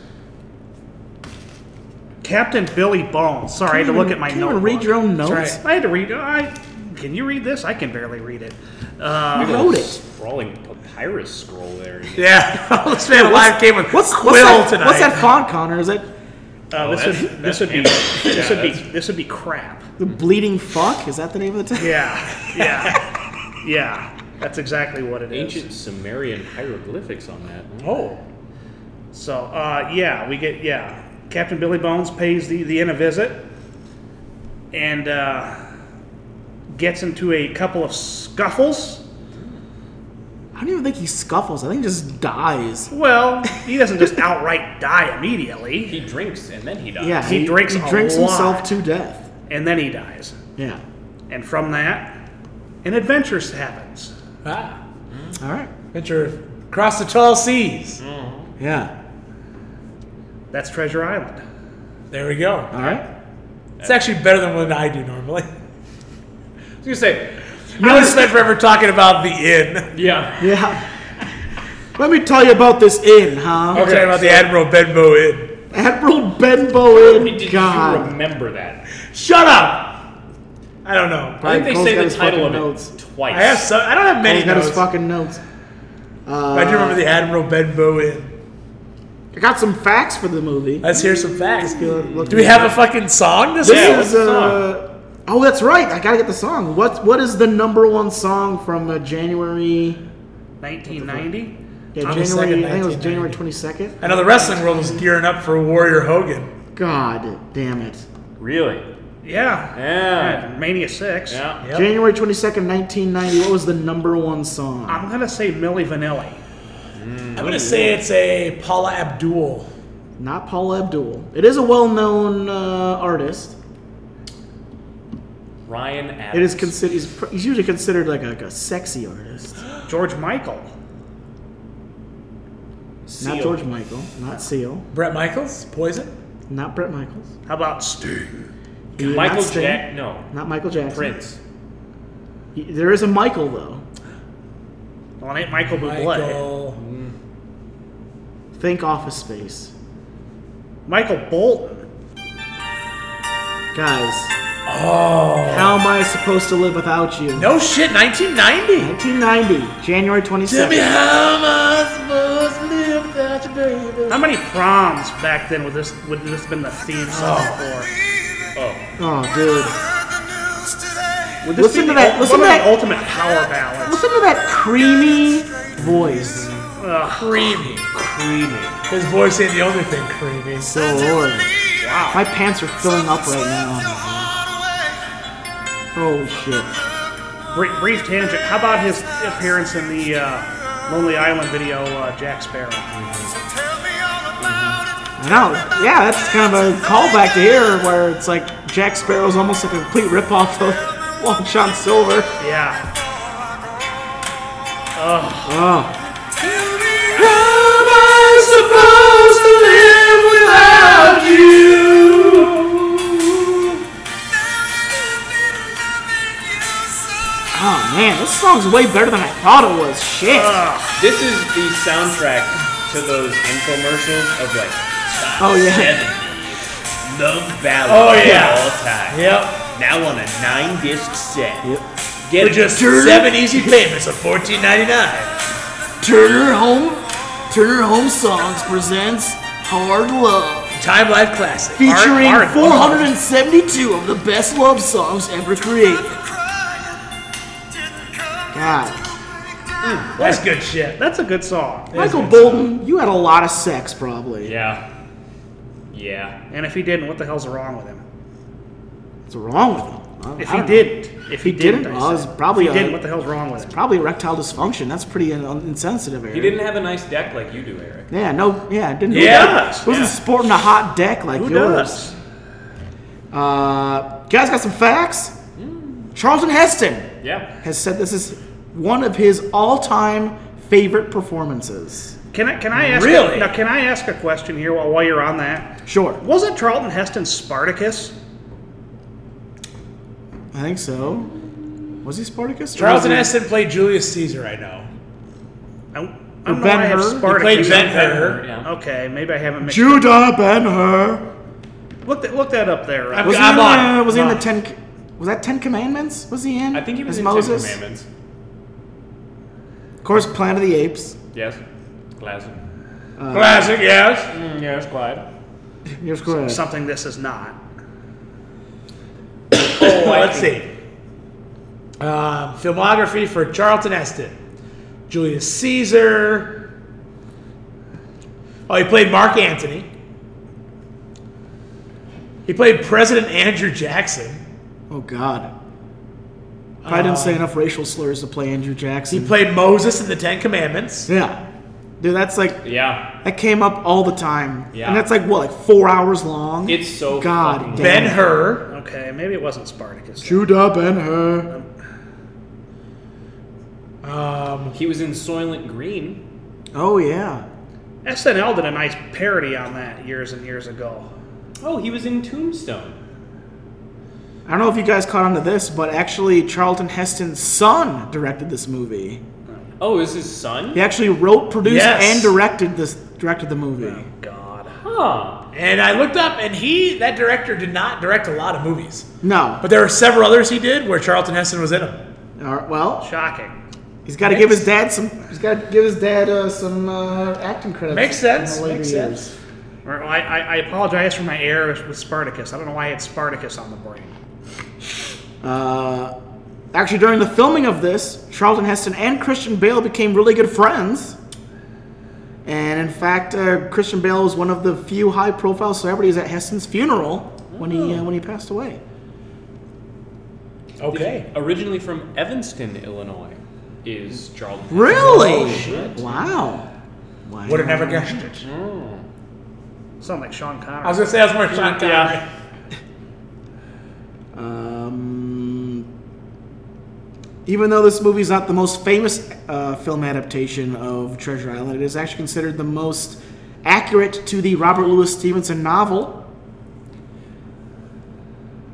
Speaker 4: Captain Billy Bones. Sorry, I had to look at my
Speaker 1: Can't
Speaker 4: notes.
Speaker 1: even read your own notes.
Speaker 4: That's right. I had to read. uh, I can you read this? I can barely read it. Uh,
Speaker 1: I wrote it.
Speaker 3: Sprawling papyrus scroll there.
Speaker 2: Yeah,
Speaker 4: Oh,
Speaker 2: this man alive came with
Speaker 1: What's,
Speaker 2: quill
Speaker 1: what's, that,
Speaker 2: tonight.
Speaker 1: what's that font, Connor? Is that
Speaker 4: uh, this
Speaker 3: Oh, that's-
Speaker 4: would
Speaker 3: that's
Speaker 4: this would be
Speaker 3: Hannibal.
Speaker 4: this
Speaker 3: Yeah,
Speaker 4: would be
Speaker 3: that's-
Speaker 4: this would be crap.
Speaker 1: the bleeding fuck? Is that the name of the town?
Speaker 4: Yeah, yeah, yeah. That's exactly what it is.
Speaker 3: Ancient Sumerian hieroglyphics on that.
Speaker 4: Oh. So, uh, yeah, we get, yeah. Captain Billy Bones pays the, the inn a visit and uh, gets into a couple of scuffles.
Speaker 1: I don't even think he scuffles. I think he just dies.
Speaker 4: Well, he doesn't just outright die immediately,
Speaker 3: He drinks and then he dies.
Speaker 1: Yeah,
Speaker 4: He drinks
Speaker 1: He
Speaker 4: a
Speaker 1: drinks
Speaker 4: lot.
Speaker 1: himself to death.
Speaker 4: and then he dies.
Speaker 1: Yeah.
Speaker 4: And from that, an adventure happens.
Speaker 2: Ah,
Speaker 1: All right.
Speaker 2: venture across the tall seas.
Speaker 1: Yeah.
Speaker 4: That's Treasure Island.
Speaker 2: There we go.
Speaker 1: All right.
Speaker 2: It's actually better than what I do normally.
Speaker 3: I was gonna say,
Speaker 2: I would spend forever talking about the inn.
Speaker 3: yeah.
Speaker 1: Yeah. Let me tell you about this inn, huh?
Speaker 2: talking about the Admiral Benbow Inn.
Speaker 1: Admiral Benbow
Speaker 3: How many
Speaker 1: Inn.
Speaker 3: did you
Speaker 1: Oh God.
Speaker 3: remember that?
Speaker 2: Shut up! I don't know.
Speaker 3: I think they
Speaker 1: Cole's
Speaker 3: say
Speaker 1: got
Speaker 3: the
Speaker 1: his
Speaker 3: title
Speaker 1: fucking
Speaker 3: of it
Speaker 1: notes.
Speaker 3: twice.
Speaker 2: I have some, I don't have many
Speaker 1: He's got his
Speaker 2: notes.
Speaker 1: fucking notes. Uh,
Speaker 2: I do remember the Admiral Benbow Inn.
Speaker 1: I got some facts for the movie.
Speaker 2: Let's hear some facts. Do
Speaker 1: Do
Speaker 2: we have a fucking song to
Speaker 1: This
Speaker 2: sing?
Speaker 1: is uh, oh, that's right. I gotta get the song. What what is the number one song from uh, January?
Speaker 4: 1990.
Speaker 1: Yeah,
Speaker 2: 22nd,
Speaker 1: January. I think it was
Speaker 2: 1990.
Speaker 1: January twenty second.
Speaker 2: I know the wrestling world was gearing up for Warrior Hogan.
Speaker 1: God damn it!
Speaker 3: Really?
Speaker 4: Yeah.
Speaker 3: Yeah.
Speaker 4: Yeah, Mania 6.
Speaker 3: Yeah.
Speaker 2: Yep.
Speaker 1: January twenty second, nineteen ninety. What was the number one song?
Speaker 4: I'm going to say Millie Vanilli.
Speaker 2: I'm gonna say it's a Paula Abdul.
Speaker 1: Not Paul Abdul. It is a well known uh, artist.
Speaker 3: Ryan Adams.
Speaker 1: It is considered. He's, pr- he's usually considered like a, like a sexy artist.
Speaker 4: George Michael.
Speaker 1: Not George Michael. Not Seal.
Speaker 2: Brett Michaels, Poison.
Speaker 1: Not Brett Michaels.
Speaker 4: How about Sting?
Speaker 1: He did
Speaker 3: Michael
Speaker 1: not sing.
Speaker 3: Jack. No.
Speaker 1: Not Michael Jackson.
Speaker 3: Prince.
Speaker 1: He- There is a Michael though.
Speaker 4: Well, it ain't Michael Bublé.
Speaker 2: Michael.
Speaker 1: Think Office Space,
Speaker 4: Michael Bolton.
Speaker 1: guys.
Speaker 2: Oh.
Speaker 1: How am I supposed to live without you?
Speaker 4: Oh,
Speaker 2: No shit, 1990.
Speaker 1: 1990, January 27th.
Speaker 2: how am I supposed to live without you, baby?
Speaker 4: How many proms back then would this would this been the theme song
Speaker 1: Oh, dude.
Speaker 4: for? Would this
Speaker 1: Listen
Speaker 4: be
Speaker 1: to
Speaker 4: the
Speaker 1: that-
Speaker 4: ul-
Speaker 1: listen
Speaker 4: one
Speaker 1: to
Speaker 4: of the
Speaker 1: that-
Speaker 4: ultimate power ballads.
Speaker 1: Listen to that creamy voice.
Speaker 4: Ugh,
Speaker 2: Creamy. Creamy. His voice ain't the only thing creamy.
Speaker 1: So Lord. My pants are filling up right now. Holy shit.
Speaker 4: brief, brief tangent. How about his appearance in the uh, Lonely Island video, uh, Jack Sparrow?
Speaker 1: I know. Yeah, that's kind of a callback to here where it's like Jack Sparrow's almost like a complete ripoff of Long John Silver.
Speaker 4: Yeah.
Speaker 1: Oh. Oh man, this song's way better than I thought it was. Shit.
Speaker 3: This is the soundtrack to those infomercials of like
Speaker 1: Oh yeah.
Speaker 3: love ballads
Speaker 2: Oh, yeah.
Speaker 3: of all time.
Speaker 2: Yep.
Speaker 3: Now on a nine disc set.
Speaker 1: Yep.
Speaker 3: Get
Speaker 2: For just seven easy payments of $14.99.
Speaker 1: Turner Home Turner Home Songs presents Hard Love.
Speaker 2: Time Life Classic.
Speaker 1: Featuring
Speaker 2: Hard- hard-
Speaker 1: 472 of the best love songs ever created. God.
Speaker 5: Mm.
Speaker 2: That's good shit.
Speaker 4: That's a good song.
Speaker 1: Michael Bolton, you had a lot of sex probably.
Speaker 3: Yeah. Yeah.
Speaker 4: And if he didn't, what the hell's wrong with him?
Speaker 1: What's wrong with him? I-
Speaker 4: If
Speaker 1: I
Speaker 4: he
Speaker 1: don't know.
Speaker 4: didn't, if he,
Speaker 1: didn't,
Speaker 4: didn't, I
Speaker 1: well,
Speaker 4: said.
Speaker 1: it's probably
Speaker 4: if he
Speaker 1: a-
Speaker 4: didn't, what the hell's wrong with him?
Speaker 1: Probably erectile dysfunction. That's pretty in- insensitive, Eric.
Speaker 3: He didn't have a nice deck like you do, Eric.
Speaker 1: Yeah, no, yeah, didn't.
Speaker 2: Yeah.
Speaker 1: wasn't sporting a hot deck like
Speaker 4: Who
Speaker 1: yours.
Speaker 4: does?
Speaker 1: Uh, guys, got some facts. Charlton Heston
Speaker 3: Yeah.
Speaker 1: has said this is one of his all-time favorite performances.
Speaker 4: Can I can I ask
Speaker 2: Really?
Speaker 4: now? Can I ask a question here while, while you're on that?
Speaker 1: Sure,
Speaker 4: Wasn't Charlton Heston Spartacus?
Speaker 1: I think so. Was he Spartacus? Or
Speaker 2: Charles and
Speaker 1: was he-
Speaker 2: Heston played Julius Caesar, I know.
Speaker 4: I, I don't know
Speaker 1: Ben
Speaker 4: why I have
Speaker 1: Hur? He
Speaker 4: Spartacus.
Speaker 2: Played
Speaker 4: on
Speaker 2: Ben
Speaker 4: there.
Speaker 2: Hur.
Speaker 3: Yeah.
Speaker 4: Okay, maybe I haven't mixed
Speaker 1: Judah Ben Hur.
Speaker 4: Look that look that up there. Right?
Speaker 2: I'm-
Speaker 1: Was he,
Speaker 2: I'm
Speaker 1: in,
Speaker 2: on
Speaker 1: uh,
Speaker 2: it.
Speaker 1: was he in
Speaker 2: I'm
Speaker 1: the
Speaker 2: on
Speaker 1: ten? Was that Ten Commandments? Was he in?
Speaker 3: I think he was
Speaker 1: as
Speaker 3: in
Speaker 1: Moses.
Speaker 3: Ten Commandments.
Speaker 1: Of course, Planet of the Apes.
Speaker 3: Yes. Classic.
Speaker 2: Classic, yes.
Speaker 3: yes, Clyde.
Speaker 1: Here's correct.
Speaker 4: Something this is not.
Speaker 2: Let's see. Um, filmography for Charlton Heston. Julius Caesar. Oh, he played Mark Antony. He played President Andrew Jackson.
Speaker 1: Oh God. I didn't say enough racial slurs to play Andrew Jackson.
Speaker 2: He played Moses in the Ten Commandments.
Speaker 1: yeah, dude, that's like
Speaker 3: Yeah.
Speaker 1: that came up all the time.
Speaker 3: Yeah.
Speaker 1: and that's like what, like four hours long.
Speaker 3: It's so
Speaker 1: God
Speaker 3: fucking-
Speaker 1: damn.
Speaker 2: Ben Hur.
Speaker 4: Okay, maybe it wasn't Spartacus.
Speaker 1: Judah Ben Hur.
Speaker 2: Um,
Speaker 3: He was in Soylent Green.
Speaker 1: Oh yeah.
Speaker 4: SNL did a nice parody on that years and years ago.
Speaker 3: Oh, he was in Tombstone.
Speaker 1: I don't know if you guys caught on to this, but actually Charlton Heston's son directed this movie.
Speaker 3: Oh, is his son?
Speaker 1: He actually wrote, produced,
Speaker 2: Yes.
Speaker 1: and directed this directed the movie.
Speaker 4: God.
Speaker 3: Huh.
Speaker 2: and I looked up, and he, that director, did not direct a lot of movies.
Speaker 1: No.
Speaker 2: But there are several others he did where Charlton Heston was in them.
Speaker 1: All right, well,
Speaker 4: Shocking.
Speaker 1: he's got to give his dad some. He's got to give his dad uh, some uh, acting credits.
Speaker 2: Makes sense,
Speaker 1: in the later
Speaker 2: makes
Speaker 1: years.
Speaker 2: sense.
Speaker 4: Or- I, I, I apologize for my error with Spartacus. I don't know why I had Spartacus on the brain.
Speaker 1: Uh, actually, during the filming of this, Charlton Heston and Christian Bale became really good friends. And in fact, uh, Christian Bale was one of the few high-profile celebrities at Heston's funeral when he uh, when he passed away.
Speaker 2: Okay.
Speaker 3: Originally from Evanston, Illinois, is Charles. Oh,
Speaker 1: Really?
Speaker 3: shit.
Speaker 1: Wow. wow.
Speaker 2: Would have never guessed it.
Speaker 4: Sound like Sean Connery.
Speaker 2: I was gonna say I was more shocked. Yeah.
Speaker 1: Um, even though this movie is not the most famous uh, film adaptation of Treasure Island, it is actually considered the most accurate to the Robert Louis Stevenson novel.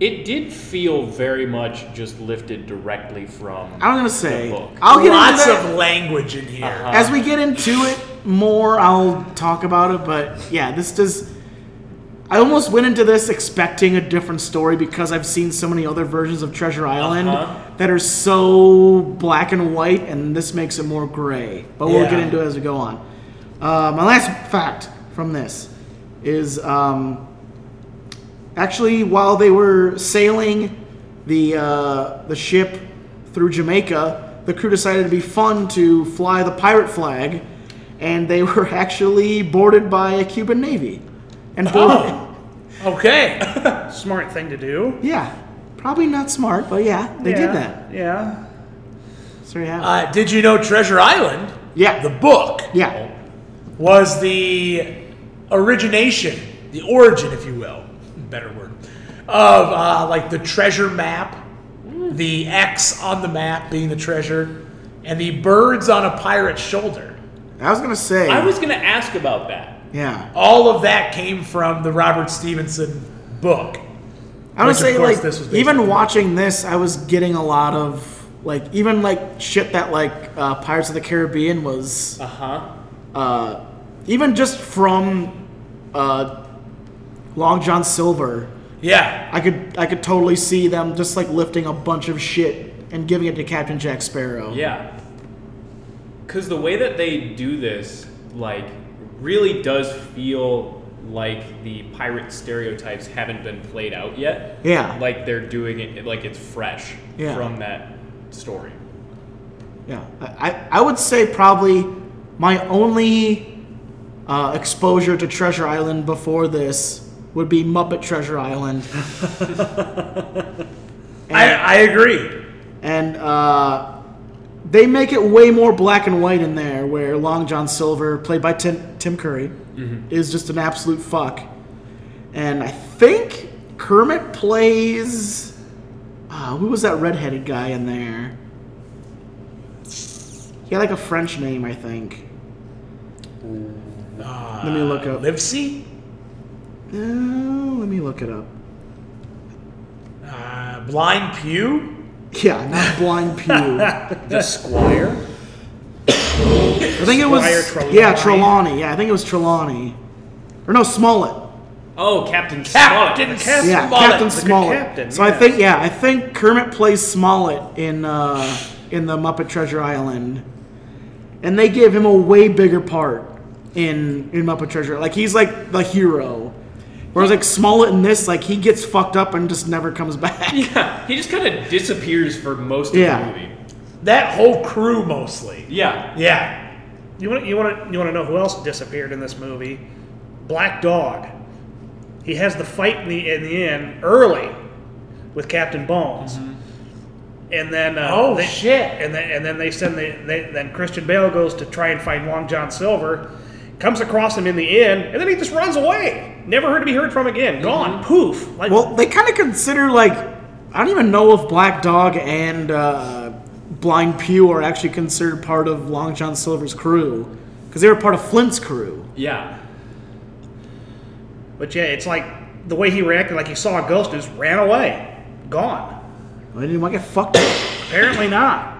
Speaker 3: It did feel very much just lifted directly from.
Speaker 1: I'm gonna say
Speaker 3: book.
Speaker 1: I'll get
Speaker 2: Lots
Speaker 1: into that.
Speaker 2: of language in here.
Speaker 1: as we get into it more. I'll talk about it, but yeah, this does. I almost went into this expecting a different story because I've seen so many other versions of Treasure Island
Speaker 3: Uh-huh.
Speaker 1: that are so black and white, and this makes it more gray. But we'll
Speaker 2: Yeah.
Speaker 1: get into it as we go on. Uh, my last fact from this is um, actually while they were sailing the uh, the ship through Jamaica, the crew decided it'd be fun to fly the pirate flag, and they were actually boarded by a Cuban navy, and boarded.
Speaker 2: Oh. Okay.
Speaker 4: Smart thing to do.
Speaker 1: Yeah, probably not smart, but yeah, they
Speaker 4: yeah.
Speaker 1: did that.
Speaker 4: Yeah.
Speaker 1: So yeah,
Speaker 2: Uh, did you know Treasure Island,
Speaker 1: yeah,
Speaker 2: the book,
Speaker 1: yeah.
Speaker 2: was the origination, the origin, if you will, better word, of uh, like the treasure map, the X on the map being the treasure, and the birds on a pirate's shoulder.
Speaker 1: I was gonna say,
Speaker 3: I was gonna ask about that.
Speaker 1: yeah,
Speaker 2: All of that came from the Robert Stevenson book.
Speaker 1: I would
Speaker 2: Which, of
Speaker 1: say
Speaker 2: course,
Speaker 1: like
Speaker 2: this was based on
Speaker 1: even
Speaker 2: the book.
Speaker 1: watching this, I was getting a lot of like even like shit that like uh, Pirates of the Caribbean was
Speaker 3: Uh
Speaker 2: Uh-huh.
Speaker 3: huh.
Speaker 1: uh, even just from uh, Long John Silver,
Speaker 2: Yeah.
Speaker 1: I could I could totally see them just like lifting a bunch of shit and giving it to Captain Jack Sparrow.
Speaker 3: Yeah. Because the way that they do this, like, really does feel like the pirate stereotypes haven't been played out yet.
Speaker 1: Yeah.
Speaker 3: Like they're doing it, like it's fresh
Speaker 1: Yeah.
Speaker 3: from that story.
Speaker 1: Yeah, I, I- I would say probably my only uh, exposure to Treasure Island before this would be Muppet Treasure Island.
Speaker 2: I, I agree.
Speaker 1: And uh, they make it way more black and white in there, where Long John Silver, played by Tim, Tim Curry, is just an absolute fuck. And I think Kermit plays. Uh, who was that redheaded guy in there? He had like a French name, I think. let me look up.
Speaker 2: Livesey?
Speaker 1: Uh, let me look it up.
Speaker 2: Uh, Blind Pew?
Speaker 1: Yeah, not Blind Pew. I
Speaker 3: The Squire?
Speaker 1: think it was.
Speaker 4: Squire
Speaker 1: Yeah,
Speaker 4: Trelawney.
Speaker 1: Trelawney. Yeah, I think it was Trelawney. Or no, Smollett.
Speaker 3: Oh, Captain
Speaker 2: Captain
Speaker 3: Smollett.
Speaker 2: Smollett.
Speaker 1: yeah, Captain Smollett.
Speaker 4: captain,
Speaker 1: so I
Speaker 4: yeah.
Speaker 1: think yeah, I think Kermit plays Smollett in uh, in the Muppet Treasure Island, and they give him a way bigger part in in Muppet Treasure. Like he's like the hero, whereas like Smollett in this, like he gets fucked up and just never comes back.
Speaker 3: Yeah, he just kind of disappears for most of
Speaker 1: Yeah.
Speaker 3: the movie.
Speaker 2: That whole crew mostly.
Speaker 3: Yeah.
Speaker 2: Yeah.
Speaker 4: You want you want to you want to know who else disappeared in this movie? Black Dog. He has the fight in the in the end early with Captain Bones, and then uh,
Speaker 2: Mm-hmm. Oh,
Speaker 4: they-
Speaker 2: shit.
Speaker 4: And then and then they send the they, then Christian Bale goes to try and find Long John Silver, comes across him in the inn, and then he just runs away. Never heard to be heard from
Speaker 2: Mm-hmm.
Speaker 4: again. Gone. Poof. Like
Speaker 1: Well, they kind of consider like I don't even know if Black Dog and uh, Blind Pew are actually considered part of Long John Silver's crew because they were part of Flint's crew.
Speaker 3: Yeah.
Speaker 4: But yeah, it's like the way he reacted, like he saw a ghost, and just ran away, gone.
Speaker 1: I didn't want to get fucked up.
Speaker 4: Apparently not.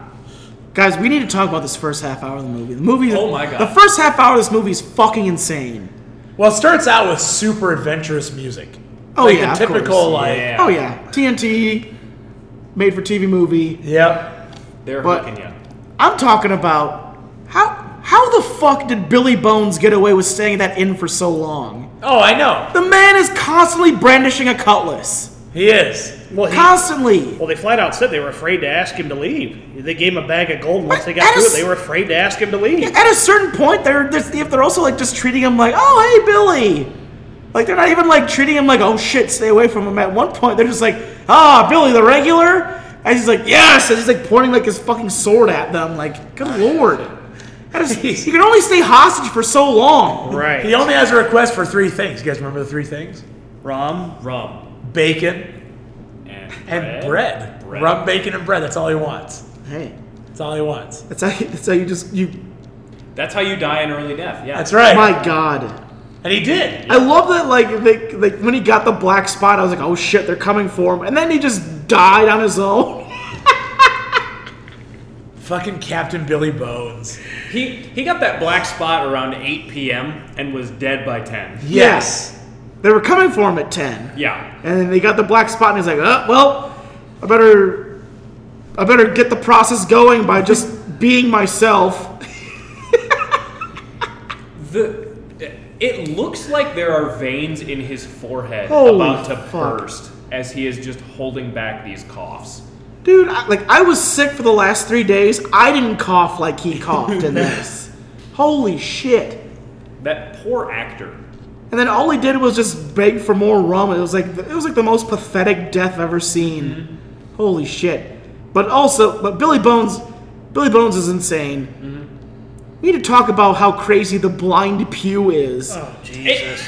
Speaker 1: Guys, we need to talk about this first half hour of the movie. The movie.
Speaker 3: Oh my God.
Speaker 1: The first half hour of this movie is fucking insane.
Speaker 2: Well, it starts out with super adventurous music.
Speaker 1: Oh
Speaker 2: like
Speaker 1: yeah,
Speaker 2: the
Speaker 1: of course.
Speaker 2: typical like.
Speaker 3: Yeah.
Speaker 1: Oh yeah, TNT, made for TV movie.
Speaker 2: Yep.
Speaker 3: They're
Speaker 1: But-
Speaker 3: hooking you.
Speaker 1: I'm talking about how how the fuck did Billy Bones get away with staying at that inn for so long?
Speaker 2: Oh, I know.
Speaker 1: The man is constantly brandishing a cutlass.
Speaker 2: He is.
Speaker 4: Well, he,
Speaker 1: Constantly.
Speaker 4: well, they flat out said they were afraid to ask him to leave. They gave him a bag of gold. and Once they got
Speaker 1: What?
Speaker 4: to it, they were afraid to ask him to leave.
Speaker 1: At a certain point, they're they're- if they're also like just treating him like, oh hey Billy, like they're not even like treating him like, oh shit, stay away from him. At one point, they're just like, ah Billy the regular, and he's like yes, and he's like pointing like his fucking sword at them. Like good lord, That is- you can only stay hostage for so long.
Speaker 4: Right.
Speaker 2: He only has a request for three things. You guys remember the three things?
Speaker 4: Rum.
Speaker 3: Rum
Speaker 2: Bacon
Speaker 3: and,
Speaker 2: and bread.
Speaker 3: Bread.
Speaker 2: Rum, bacon, and bread. That's all he wants.
Speaker 1: Hey,
Speaker 2: That's all he wants.
Speaker 1: that's how you, that's how you just you.
Speaker 3: That's how you die an early death. Yeah.
Speaker 2: That's right.
Speaker 1: My God.
Speaker 2: And he did.
Speaker 1: I love that, like, they, like when he got the black spot, I was like, "Oh shit, they're coming for him!" And then he just died on his own.
Speaker 2: Fucking Captain Billy Bones.
Speaker 3: He he got that black spot around 8 p.m. and was dead by 10.
Speaker 2: Yes.
Speaker 1: They were coming for him at ten.
Speaker 3: Yeah.
Speaker 1: And then they got the black spot, and he's like, oh, "Well, I better, I better get the process going by just being myself."
Speaker 3: The it looks like there are veins in his forehead
Speaker 1: Holy
Speaker 3: about to
Speaker 1: fuck.
Speaker 3: burst as he is just holding back these coughs.
Speaker 1: Dude, I, like I was sick for the last three days. I didn't cough like he coughed in this. Holy shit!
Speaker 3: That poor actor.
Speaker 1: And then all he did was just beg for more rum. It was like it was like the most pathetic death I've ever seen. Holy shit! But also, but Billy Bones, Billy Bones is insane. We need to talk about how crazy the blind pew is.
Speaker 4: Oh, Jesus.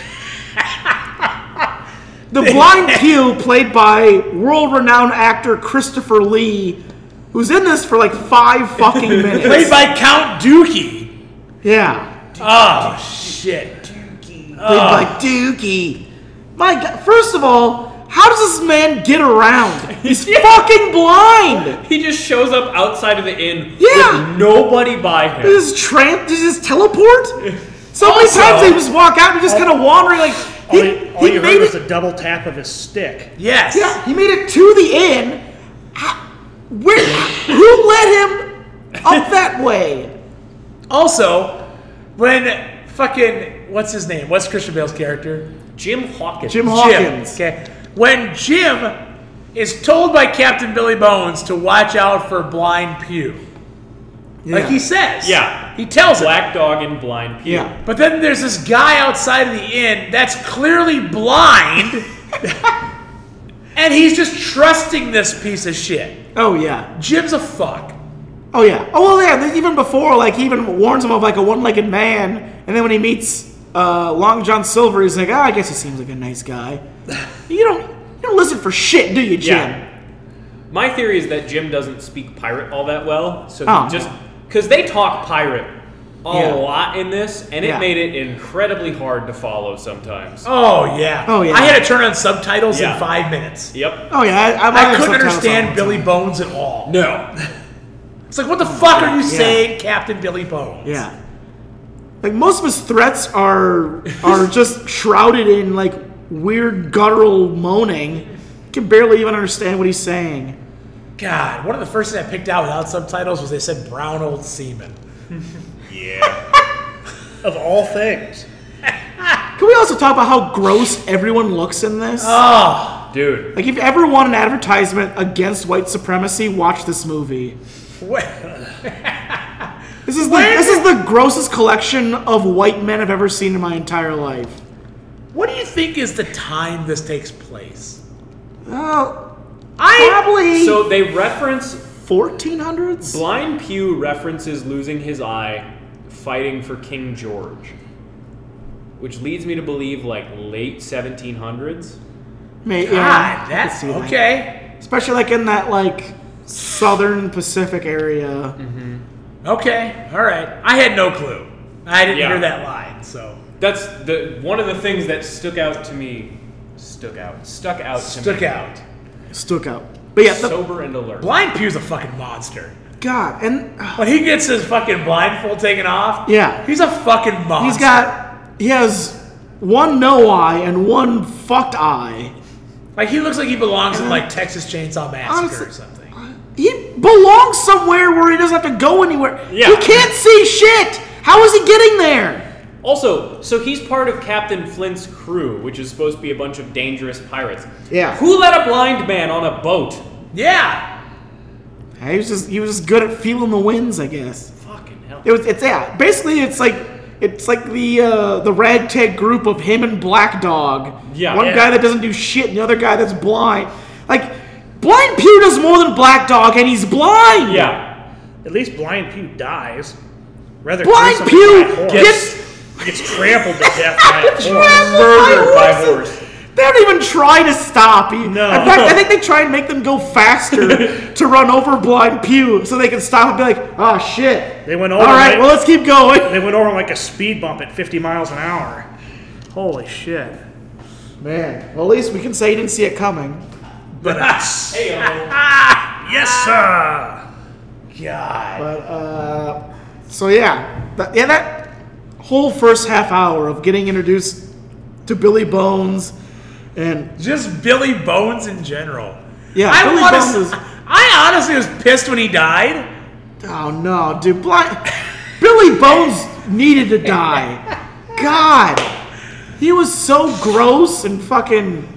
Speaker 1: The blind pew, played by world-renowned actor Christopher Lee, who's in this for like five fucking minutes.
Speaker 2: Played by Count Dookie.
Speaker 1: yeah,
Speaker 2: Oh, shit.
Speaker 1: played by Dookie. My God! First of all, how does this man get around? He's fucking blind.
Speaker 3: He just shows up outside of the inn
Speaker 1: Yeah.
Speaker 3: with nobody by him.
Speaker 1: Does this tramp? Does this teleport? So many
Speaker 3: Also-
Speaker 1: times they just walk out and just kind of wandering like
Speaker 4: All,
Speaker 1: he,
Speaker 4: you- all
Speaker 1: he
Speaker 4: you
Speaker 1: made
Speaker 4: heard
Speaker 1: it.
Speaker 4: was a double tap of his stick.
Speaker 2: Yes.
Speaker 1: yeah, he made it to the inn. How- Where? who led him up that way?
Speaker 2: Also, when fucking what's his name? What's Christian Bale's character?
Speaker 3: Jim Hawkins.
Speaker 1: Jim Hawkins.
Speaker 2: Jim. Okay. When Jim is told by Captain Billy Bones to watch out for blind pew. Like
Speaker 1: Yeah.
Speaker 2: he says.
Speaker 3: Yeah.
Speaker 2: He tells him.
Speaker 3: Black dog and blind Peter.
Speaker 1: Yeah.
Speaker 2: But then there's this guy outside of the inn that's clearly blind. and he's just trusting this piece of shit.
Speaker 1: Oh yeah.
Speaker 2: Jim's a fuck.
Speaker 1: Oh yeah. Oh well, yeah. Even before, like, he even warns him of like a one-legged man, and then when he meets uh, Long John Silver, he's like, ah, I guess he seems like a nice guy. you don't, you don't listen for shit, do you, Jim?
Speaker 3: Yeah. My theory is that Jim doesn't speak pirate all that well, so he
Speaker 1: Oh.
Speaker 3: just because they talk pirate a
Speaker 1: Yeah.
Speaker 3: lot in this, and it
Speaker 1: Yeah.
Speaker 3: made it incredibly hard to follow sometimes.
Speaker 2: Oh yeah.
Speaker 1: Oh, yeah.
Speaker 2: I had to turn on subtitles
Speaker 3: Yeah.
Speaker 2: in five minutes.
Speaker 3: Yep.
Speaker 1: Oh yeah, I, I'm
Speaker 2: I
Speaker 1: on
Speaker 2: couldn't
Speaker 1: subtitles all
Speaker 2: understand
Speaker 1: the time.
Speaker 2: Billy Bones at all.
Speaker 3: No.
Speaker 2: It's like, what the fuck are you saying, Captain Billy Bones?
Speaker 1: Yeah. Like most of his threats are are just shrouded in like weird guttural moaning. Can barely even understand what he's saying.
Speaker 2: God, one of the first things I picked out without subtitles was they said brown old seaman.
Speaker 4: Of all things.
Speaker 1: Can we also talk about how gross everyone looks in this?
Speaker 2: Oh,
Speaker 3: Dude.
Speaker 1: like if you ever want an advertisement against white supremacy, watch this movie.
Speaker 2: wh-
Speaker 1: This is the this is the grossest collection of white men I've ever seen in my entire life.
Speaker 2: what do you think is the time this takes place?
Speaker 1: Oh,
Speaker 2: I
Speaker 1: probably
Speaker 3: So they reference
Speaker 1: 1400s.
Speaker 3: Blind Pew references losing his eye fighting for King George, which leads me to believe like late 1700s.
Speaker 1: May- yeah,
Speaker 2: God,
Speaker 1: I could
Speaker 2: that's
Speaker 1: see that.
Speaker 2: okay.
Speaker 1: especially like in that like southern Pacific area.
Speaker 2: Okay, all right. I had no clue. I didn't
Speaker 3: Yeah.
Speaker 2: hear that line, so
Speaker 3: That's the one of the things that stuck out to me. Stuck out. Stuck out to
Speaker 2: stuck
Speaker 3: me.
Speaker 2: out.
Speaker 1: Stuck out. But yeah, the,
Speaker 3: Sober and alert.
Speaker 2: Blind Pew's a fucking monster.
Speaker 1: God, and uh,
Speaker 2: When he gets his fucking blindfold taken off,
Speaker 1: yeah,
Speaker 2: he's a fucking monster.
Speaker 1: he's got he has one no eye and one fucked eye.
Speaker 2: like he looks like he belongs in like Texas Chainsaw Massacre
Speaker 1: Honestly-
Speaker 2: or something.
Speaker 1: He belongs somewhere where he doesn't have to go anywhere.
Speaker 3: Yeah.
Speaker 1: He can't see shit. How is he getting there?
Speaker 3: Also, so he's part of Captain Flint's crew, which is supposed to be a bunch of dangerous pirates.
Speaker 1: Yeah.
Speaker 3: Who let a blind man on a boat?
Speaker 2: Yeah,
Speaker 1: Yeah, He was just he was just good at feeling the winds, I guess.
Speaker 3: Fucking hell.
Speaker 1: It was it's yeah. Basically, it's like it's like the uh, the ragtag group of him and Black Dog.
Speaker 3: Yeah.
Speaker 1: One
Speaker 3: Yeah.
Speaker 1: guy that doesn't do shit, and the other guy that's blind. Like Blind Pew does more than Black Dog, and he's blind.
Speaker 3: Yeah.
Speaker 4: At least Blind Pew dies. Rather
Speaker 1: Blind
Speaker 4: gruesome
Speaker 1: Pew
Speaker 4: by a horse.
Speaker 1: gets
Speaker 4: gets trampled to death by
Speaker 1: trampled
Speaker 4: a horse.
Speaker 1: by
Speaker 3: Murdered by
Speaker 1: horses.
Speaker 3: horse.
Speaker 1: They don't even try to stop. He-
Speaker 4: No.
Speaker 1: In fact, I think they try and make them go faster to run over Blind Pew so they can stop and be like, oh shit.
Speaker 4: They went
Speaker 1: All
Speaker 4: over.
Speaker 1: right,
Speaker 4: it.
Speaker 1: well let's keep going.
Speaker 4: They went over like a speed bump at 50 miles an hour. Holy shit.
Speaker 1: Man, well at least we can say you didn't see it coming.
Speaker 2: but us.
Speaker 4: Yes, sir!
Speaker 2: God.
Speaker 1: But uh, so yeah, that, yeah, that whole first half hour of getting introduced to Billy Bones, and
Speaker 2: Just Billy Bones in general.
Speaker 1: yeah,
Speaker 2: I
Speaker 1: Billy
Speaker 2: wanna-
Speaker 1: Bones is
Speaker 2: I honestly was pissed when he died.
Speaker 1: oh no, dude, blind, Billy Bones needed to die. God, he was so gross and fucking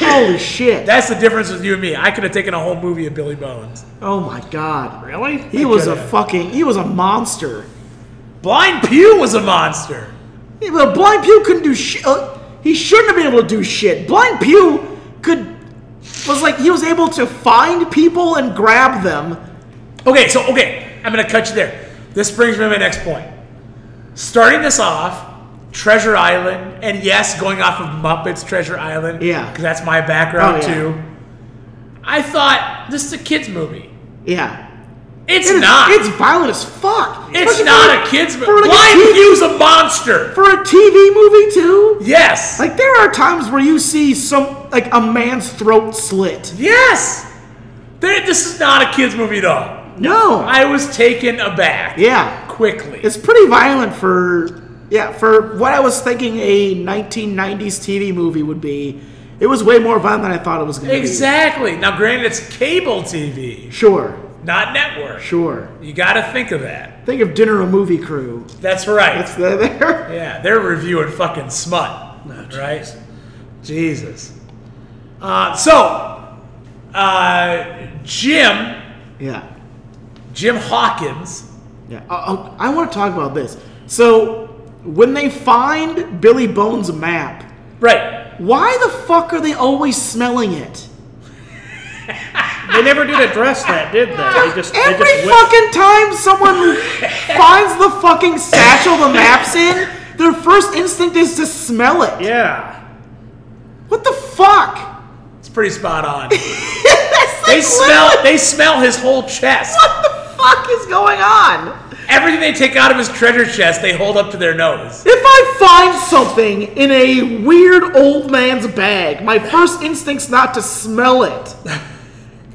Speaker 1: holy shit.
Speaker 2: That's the difference with you and me. I could have taken a whole movie of Billy Bones.
Speaker 1: oh my god,
Speaker 4: Really?
Speaker 1: he was a fucking he was a monster.
Speaker 2: Blind Pew was a monster.
Speaker 1: Yeah, but Blind Pew couldn't do shit. Uh, he shouldn't have been able to do shit. Blind Pew could was like he was able to find people and grab them.
Speaker 2: Okay, so okay, I'm gonna cut you there. This brings me to my next point. Starting this off, Treasure Island, and yes, going off of Muppets Treasure Island.
Speaker 1: Yeah.
Speaker 2: because that's my background
Speaker 1: Oh, yeah.
Speaker 2: too. I thought this is a kids movie.
Speaker 1: Yeah,
Speaker 2: It's
Speaker 1: It is-
Speaker 2: not.
Speaker 1: It's violent as fuck.
Speaker 2: It's
Speaker 1: Especially
Speaker 2: not
Speaker 1: for
Speaker 2: a kids movie.
Speaker 1: for like a
Speaker 2: Blind
Speaker 1: TV
Speaker 2: Pew's a monster.
Speaker 1: for a TV movie too.
Speaker 2: Yes.
Speaker 1: Like there are times where you see some like a man's throat slit.
Speaker 2: yes. There- This is not a kids movie at all.
Speaker 1: No,
Speaker 2: I was taken aback.
Speaker 1: yeah,
Speaker 2: Quickly.
Speaker 1: it's pretty violent for yeah for what I was thinking a 1990s TV movie would be. It was way more violent than I thought it was going to
Speaker 2: exactly. Now, granted, it's cable TV,
Speaker 1: be. Sure,
Speaker 2: not network.
Speaker 1: sure.
Speaker 2: You got to think of that.
Speaker 1: Think of dinner a movie crew.
Speaker 2: That's right.
Speaker 1: That's the, there.
Speaker 2: yeah, they're reviewing fucking smut, right? Jesus. Uh, so, uh, Jim,
Speaker 1: Yeah,
Speaker 2: Jim Hawkins.
Speaker 1: yeah. Oh, oh, I want to talk about this. So when they find Billy Bones' map,
Speaker 2: Right.
Speaker 1: why the fuck are they always smelling it?
Speaker 4: They never did address that, did they? They just, they
Speaker 1: Every
Speaker 4: just went-
Speaker 1: fucking time someone finds the fucking satchel the map's in, their first instinct is to smell it.
Speaker 4: Yeah.
Speaker 1: What the fuck?
Speaker 2: It's pretty spot on.
Speaker 1: That's
Speaker 2: They
Speaker 1: like
Speaker 2: smell.
Speaker 1: literally-
Speaker 2: They smell his whole chest.
Speaker 1: What the fuck is going on?
Speaker 2: Everything they take out of his treasure chest, they hold up to their nose.
Speaker 1: If I find something in a weird old man's bag, my first instinct's not to smell it.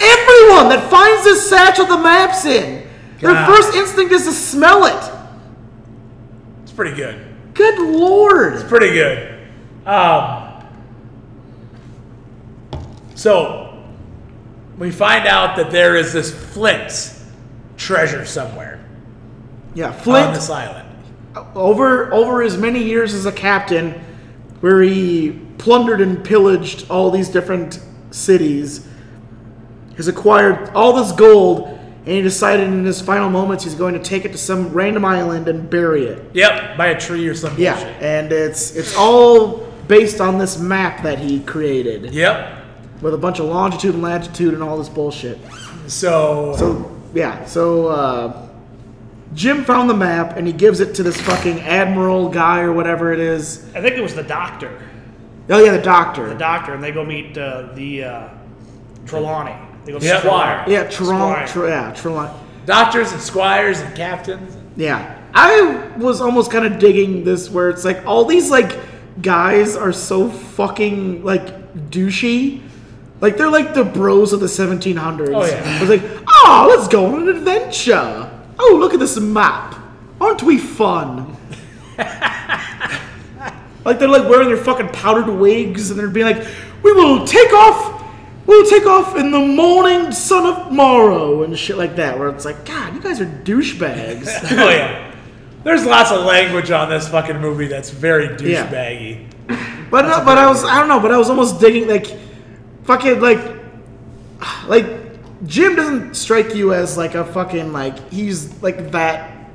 Speaker 1: Everyone that finds this satchel the map's in, their
Speaker 2: God.
Speaker 1: first instinct is to smell it.
Speaker 2: It's pretty good.
Speaker 1: Good lord.
Speaker 2: Pretty good. Um, so we find out that there is this Flint's treasure somewhere
Speaker 1: Yeah,
Speaker 2: on
Speaker 1: Flint
Speaker 2: this island.
Speaker 1: over over his many years as a captain, where he plundered and pillaged all these different cities, has acquired all this gold, and he decided in his final moments he's going to take it to some random island and bury it.
Speaker 2: Yep, by a tree or some
Speaker 1: Yeah,
Speaker 2: bullshit.
Speaker 1: and it's it's all based on this map that he created
Speaker 2: Yep.
Speaker 1: with a bunch of longitude and latitude and all this bullshit.
Speaker 2: So,
Speaker 1: So yeah, so uh, Jim found the map and he gives it to this fucking admiral guy or whatever it is.
Speaker 4: I think it was the doctor.
Speaker 1: Oh yeah, the doctor.
Speaker 4: The doctor, and they go meet uh, the uh, Trelawney. They go
Speaker 2: Yeah.
Speaker 4: Squire.
Speaker 1: yeah, Toronto.
Speaker 4: Squire.
Speaker 1: yeah, Toronto.
Speaker 2: doctors and squires and captains.
Speaker 1: Yeah, I was almost kind of digging this where it's like all these like guys are so fucking like douchey. Like they're like the bros of the 1700s.
Speaker 2: Oh, yeah.
Speaker 1: I was like, oh, let's go on an adventure. Oh, look at this map. Aren't we fun? like they're like wearing their fucking powdered wigs and they're being like, we will take off. We'll take off in the morning, sun of morrow, and shit like that. Where it's like, God, you guys are douchebags.
Speaker 2: Oh yeah. There's lots of language on this fucking movie that's very douchebaggy.
Speaker 1: But no, but I was I don't know, but I was almost digging like fucking like like Jim doesn't strike you as like a fucking like he's like that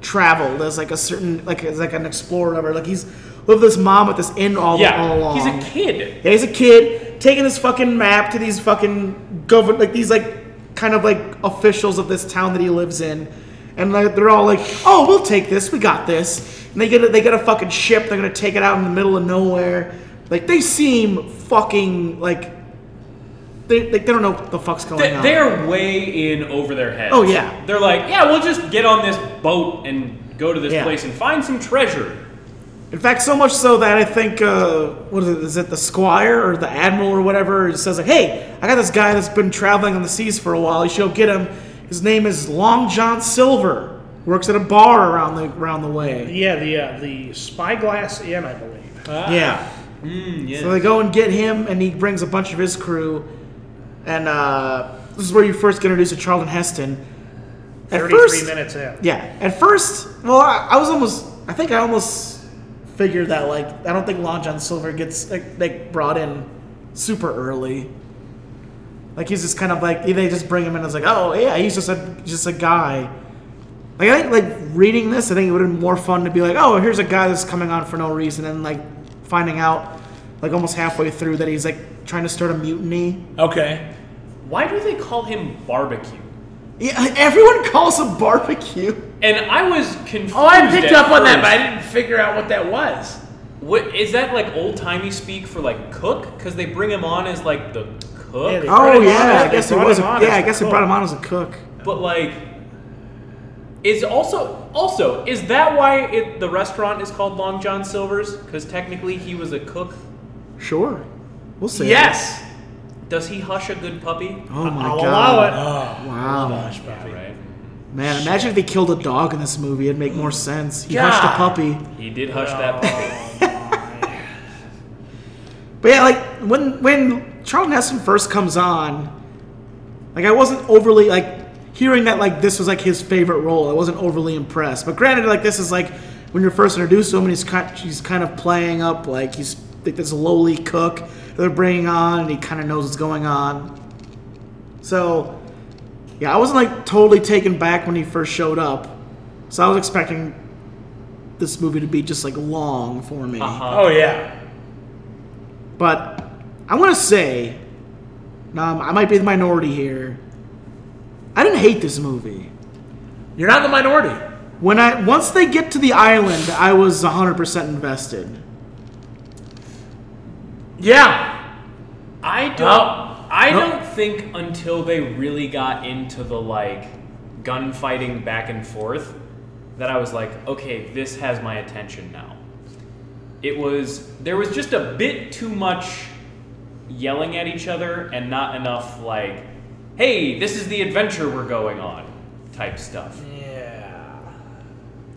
Speaker 1: traveled as like a certain like as like an explorer or whatever. Like he's with this mom at this inn all, all
Speaker 3: Yeah,
Speaker 1: along.
Speaker 3: he's a kid.
Speaker 1: Yeah, he's a kid taking this fucking map to these fucking govern like these like kind of like officials of this town that he lives in, and like, they're all like, "Oh, we'll take this. We got this." And they get a, they get a fucking ship. They're gonna take it out in the middle of nowhere. Like they seem fucking like they like they don't know what the fuck's going
Speaker 3: They,
Speaker 1: on.
Speaker 3: they're way in over their heads.
Speaker 1: Oh, yeah.
Speaker 3: They're like, yeah, we'll just get on this boat and go to this
Speaker 1: Yeah.
Speaker 3: place and find some treasure.
Speaker 1: In fact, so much so that I think, uh, what is it? Is it the squire or the admiral or whatever? It says like, "Hey, I got this guy that's been traveling on the seas for a while. You should go get him. His name is Long John Silver. Works at a bar around the around the way.
Speaker 4: Yeah, the uh, the Spyglass Inn, I believe. Uh,
Speaker 1: yeah. So they go and get him, and he brings a bunch of his crew. And uh, this is where you first get introduced to Charlton Heston. At
Speaker 4: Thirty-three
Speaker 1: first-
Speaker 4: minutes in.
Speaker 1: Yeah. At first, well, I, I was almost. I think I almost figured that like I don't think Long John Silver gets like, like brought in super early. Like he's just kind of like they just bring him in as like oh yeah he's just a just a guy. Like I think like reading this, I think it would have been more fun to be like oh here's a guy that's coming on for no reason and like finding out like almost halfway through that he's like trying to start a mutiny.
Speaker 2: Okay.
Speaker 3: Why do they call him barbecue?
Speaker 1: Yeah, everyone calls him barbecue.
Speaker 3: And I was confused.
Speaker 2: Oh, I picked
Speaker 3: at
Speaker 2: up on that, but
Speaker 3: first.
Speaker 2: I didn't figure out what that was.
Speaker 3: What is that like old timey speak for like cook? Because they bring him on as like the cook,
Speaker 4: Yeah, they- brought
Speaker 1: Oh
Speaker 4: him on
Speaker 1: yeah,
Speaker 4: as-
Speaker 1: I
Speaker 4: they
Speaker 1: guess it
Speaker 4: brought
Speaker 1: was.
Speaker 4: him
Speaker 1: a-
Speaker 4: on
Speaker 1: Yeah,
Speaker 4: as
Speaker 1: I
Speaker 4: the
Speaker 1: guess they
Speaker 4: cook.
Speaker 1: brought him on as a cook.
Speaker 3: but like is also also is that why it, the restaurant is called Long John Silver's? Because technically he was a cook.
Speaker 1: Sure, we'll see.
Speaker 2: Yes.
Speaker 3: Does he hush a good puppy?
Speaker 1: Oh my
Speaker 4: I'll
Speaker 1: god.
Speaker 4: allow it.
Speaker 2: Oh,
Speaker 1: Wow,
Speaker 3: Right.
Speaker 1: man! Imagine if they killed a dog in this movie; it'd make more sense. He
Speaker 2: God.
Speaker 1: hushed a puppy.
Speaker 3: He did hush that puppy.
Speaker 1: But yeah, like when when Charlton Heston first comes on, like I wasn't overly like hearing that like this was like his favorite role. I wasn't overly impressed. But granted, like this is like when you're first introduced to him, and he's kind he's kind of playing up like he's like this lowly cook that they're bringing on, and he kind of knows what's going on. So yeah, I wasn't like totally taken back when he first showed up. So I was expecting this movie to be just like long for me.
Speaker 2: Oh yeah.
Speaker 1: But I want to say, um, I might be the minority here. I didn't hate this movie.
Speaker 2: You're not in the minority.
Speaker 1: When I once they get to the island, I was 100% invested.
Speaker 2: Yeah.
Speaker 3: I don't.
Speaker 2: No.
Speaker 3: I
Speaker 2: No.
Speaker 3: don't think until they really got into the like gunfighting back and forth that I was like, okay, this has my attention now. It was there was just a bit too much yelling at each other and not enough like, hey, this is the adventure we're going on type stuff.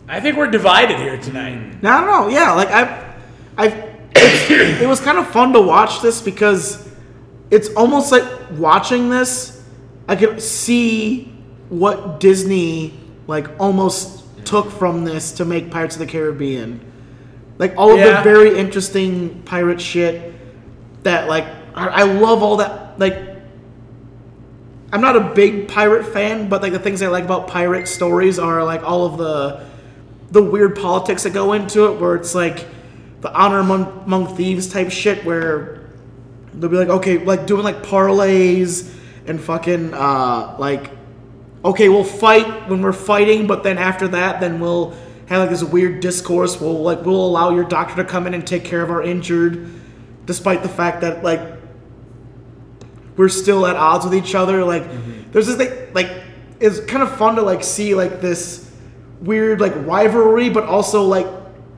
Speaker 2: I think we're divided here tonight.
Speaker 1: No, I don't know. Yeah, like I, I, it's- it was kind of fun to watch this because it's almost like watching this. I could see what Disney like almost took from this to make Pirates of the Caribbean, like all of the
Speaker 2: Yeah.
Speaker 1: very interesting pirate shit. That like I, I love all that like. I'm not a big pirate fan, but like the things I like about pirate stories are like all of the the weird politics that go into it, where it's like the honor among, among thieves type shit, where they'll be like, okay, like doing like parlays and fucking uh, like, okay, we'll fight when we're fighting, but then after that, then we'll have like this weird discourse. We'll like we'll allow your doctor to come in and take care of our injured, despite the fact that like we're still at odds with each other. Like there's this thing like it's kind of fun to like see like this weird like rivalry, but also like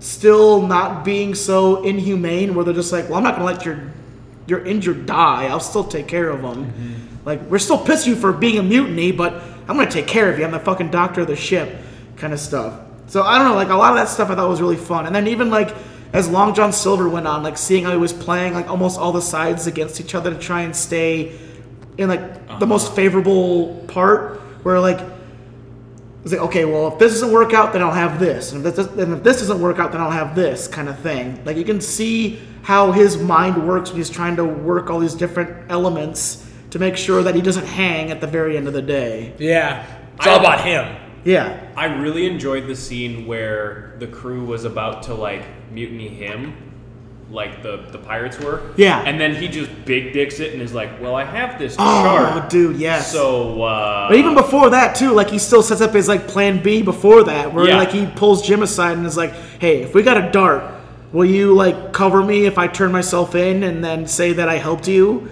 Speaker 1: still not being so inhumane where they're just like, well, I'm not gonna let your your injured die. I'll still take care of them. Like we're still pissed you for being a mutiny, but I'm gonna take care of you. I'm the fucking doctor of the ship, kind of stuff. So I don't know, like a lot of that stuff I thought was really fun. And then even like as Long John Silver went on, like seeing how he was playing like almost all the sides against each other to try and stay in like the most favorable part, where like it's like, okay, well, if this doesn't work out, then I'll have this, and if this, and if this doesn't work out, then I'll have this kind of thing. Like you can see how his mind works when he's trying to work all these different elements to make sure that he doesn't hang at the very end of the day.
Speaker 2: Yeah. It's all about him.
Speaker 1: Yeah,
Speaker 3: I really enjoyed the scene where the crew was about to like mutiny him, like the, the pirates were.
Speaker 1: Yeah.
Speaker 3: And then he just big dicks it and is like, "Well, I have this
Speaker 1: Oh,
Speaker 3: chart,
Speaker 1: dude, yes.
Speaker 3: So, uh,
Speaker 1: But even before that, too, like he still sets up his like plan B before that, where
Speaker 3: Yeah.
Speaker 1: like he pulls Jim aside and is like, "Hey, if we got a dart, will you like cover me if I turn myself in and then say that I helped you,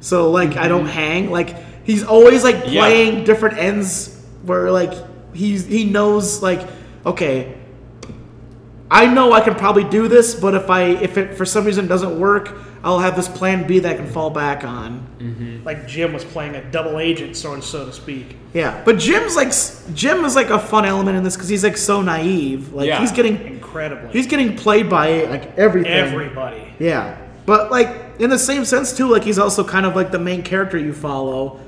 Speaker 1: so like I don't hang?" Like he's always like
Speaker 3: Mm-hmm. Yeah.
Speaker 1: playing different ends where like he's he knows like okay, I know I can probably do this, but if I if it for some reason doesn't work, I'll have this plan B that I can fall back on.
Speaker 4: Like Jim was playing a double agent, so so to speak.
Speaker 1: Yeah, but Jim's like s- Jim is like a fun element in this because he's like so naive. Like
Speaker 3: Yeah.
Speaker 1: he's getting
Speaker 4: Incredibly.
Speaker 1: he's getting played by like everything.
Speaker 4: Everybody.
Speaker 1: Yeah, but like in the same sense too. Like he's also kind of like the main character you follow,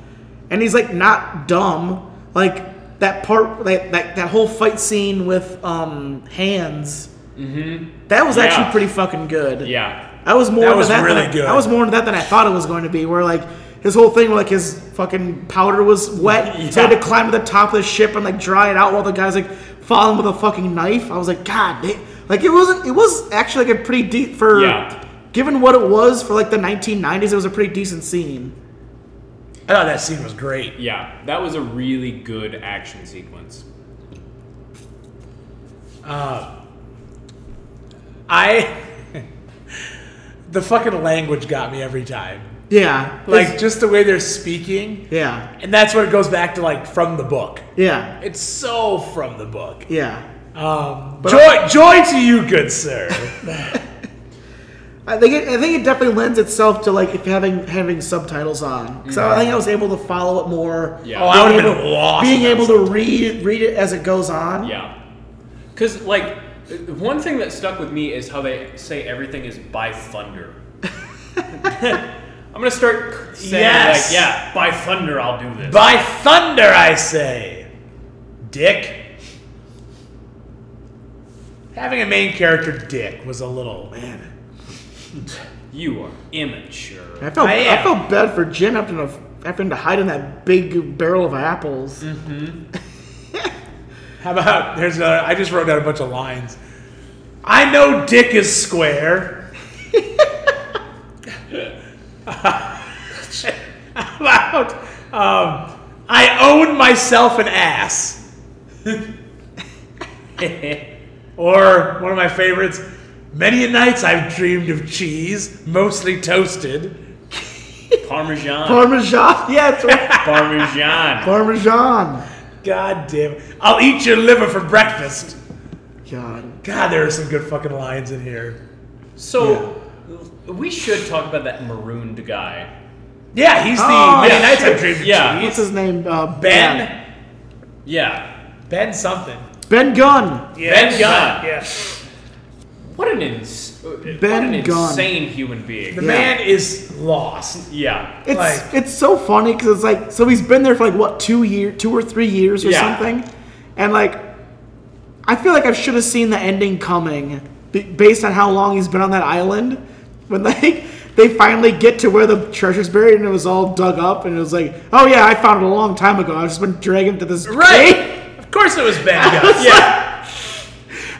Speaker 1: and he's like not dumb. Like that part, like that that whole fight scene with um hands. Mm-hmm. That was
Speaker 3: Yeah.
Speaker 1: actually pretty fucking good.
Speaker 3: yeah,
Speaker 1: I was more
Speaker 2: That
Speaker 1: into
Speaker 2: was
Speaker 1: that than
Speaker 2: really
Speaker 1: I-
Speaker 2: good.
Speaker 1: I was more into that than I thought it was going to be. Where like his whole thing, like his fucking powder was wet, so he had to climb to the top of the ship and like dry it out while the guys like following with a fucking knife. I was like, God, da- like it wasn't. It was actually like a pretty deep for
Speaker 3: Yeah.
Speaker 1: given what it was for like the 1990s. It was a pretty decent scene.
Speaker 2: I thought that scene was great.
Speaker 3: yeah, that was a really good action sequence.
Speaker 2: I the fucking language got me every time.
Speaker 1: Yeah,
Speaker 2: Like
Speaker 1: It's-
Speaker 2: just the way they're speaking,
Speaker 1: yeah,
Speaker 2: and that's what it goes back to like from the book.
Speaker 1: yeah,
Speaker 2: It's so from the book.
Speaker 1: yeah.
Speaker 2: Um, joy, joy to you, good sir.
Speaker 1: I think it, I think it definitely lends itself to like if having having subtitles on. So
Speaker 2: Mm-hmm.
Speaker 1: I think I was able to follow it more.
Speaker 3: Yeah.
Speaker 2: Oh, I would have
Speaker 1: Being
Speaker 2: been
Speaker 1: able-
Speaker 2: lost.
Speaker 1: being able to read read it as it goes on.
Speaker 3: Yeah. Because, like, one thing that stuck with me is how they say everything is by thunder. I'm going to start saying,
Speaker 2: Yes.
Speaker 3: like, yeah, by thunder, I'll do this.
Speaker 2: by thunder, I say, Dick. Having a main character, Dick, was a little man.
Speaker 3: you are immature.
Speaker 1: I felt
Speaker 2: I
Speaker 1: I,
Speaker 2: am.
Speaker 1: felt bad for Jim having to having to hide in that big barrel of apples.
Speaker 2: How about there's another? I just wrote down a bunch of lines. I know Dick is square. How about um, I own myself an ass. or one of my favorites. Many a nights I've dreamed of cheese, mostly toasted.
Speaker 3: Parmesan.
Speaker 1: Parmesan, yeah, it's right.
Speaker 3: Parmesan.
Speaker 1: Parmesan.
Speaker 2: God damn. I'll eat your liver for breakfast.
Speaker 1: God.
Speaker 2: God, there are some good fucking lines in here.
Speaker 3: So we should talk about that marooned guy.
Speaker 2: Yeah, he's the
Speaker 1: Oh,
Speaker 2: Many
Speaker 1: yeah,
Speaker 2: Nights I've Dreamed of
Speaker 3: Yeah.
Speaker 1: What's his name? Uh,
Speaker 2: Ben.
Speaker 1: Ben.
Speaker 3: Yeah.
Speaker 2: Ben something.
Speaker 1: Ben Gunn.
Speaker 3: Ben Gunn.
Speaker 4: Yes.
Speaker 3: What an, ins- what
Speaker 1: Ben
Speaker 3: an
Speaker 1: Gunn.
Speaker 3: insane human being.
Speaker 2: The
Speaker 1: Yeah.
Speaker 2: man is lost.
Speaker 3: Yeah.
Speaker 1: It's
Speaker 2: Like-
Speaker 1: it's so funny because it's like so he's been there for like what two year two or three years or
Speaker 3: Yeah.
Speaker 1: something, and like I feel like I should have seen the ending coming b- based on how long he's been on that island. When like they finally get to where the treasure's buried and it was all dug up and it was like oh yeah I found it a long time ago I've just been dragging it to this day."
Speaker 2: Of course it was Ben Gunn.
Speaker 3: Yeah.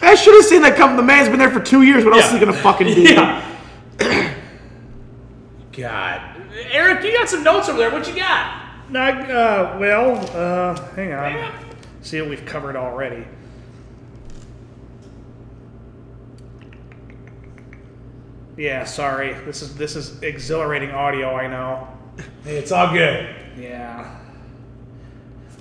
Speaker 1: I should have seen that come. The man's been there for two years. What else is he
Speaker 3: Yeah.
Speaker 1: gonna fucking do?
Speaker 3: Yeah.
Speaker 2: God. Eric, you got some notes over there. What you got?
Speaker 4: No, uh, well, uh, hang on. See what we've covered already. Yeah, sorry. This is this is exhilarating audio. I know.
Speaker 2: Hey, it's all good.
Speaker 4: Yeah.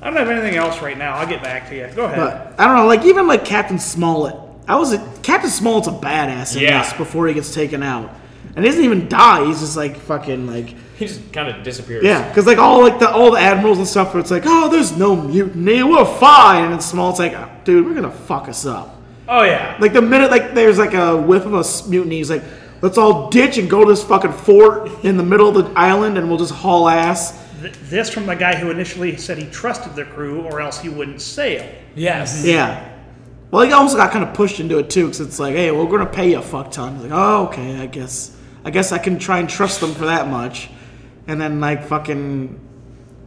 Speaker 4: I don't have anything else right now. I'll get back to you. Go ahead.
Speaker 1: But I don't know, like even like Captain Smollett. I was a, Captain Smollett's a badass in
Speaker 3: Yeah.
Speaker 1: this before he gets taken out, and he doesn't even die. He's just like fucking like
Speaker 3: He just kind of disappears.
Speaker 1: yeah, because like all like the all the admirals and stuff where it's like oh there's no mutiny, we're fine, and then Smollett's like "Ah, dude we're gonna fuck us up.
Speaker 2: Oh yeah.
Speaker 1: Like the minute like there's like a whiff of a s- mutiny, he's like let's all ditch and go to this fucking fort in the middle of the island and we'll just haul ass.
Speaker 4: Th- this from the guy who initially said he trusted the crew, or else he wouldn't sail.
Speaker 2: Yes.
Speaker 1: Yeah. Well, he also got kind of pushed into it too, because it's like, hey, we're gonna pay you a fuck ton. He's like, oh, okay, I guess, I guess I can try and trust them for that much. And then like fucking,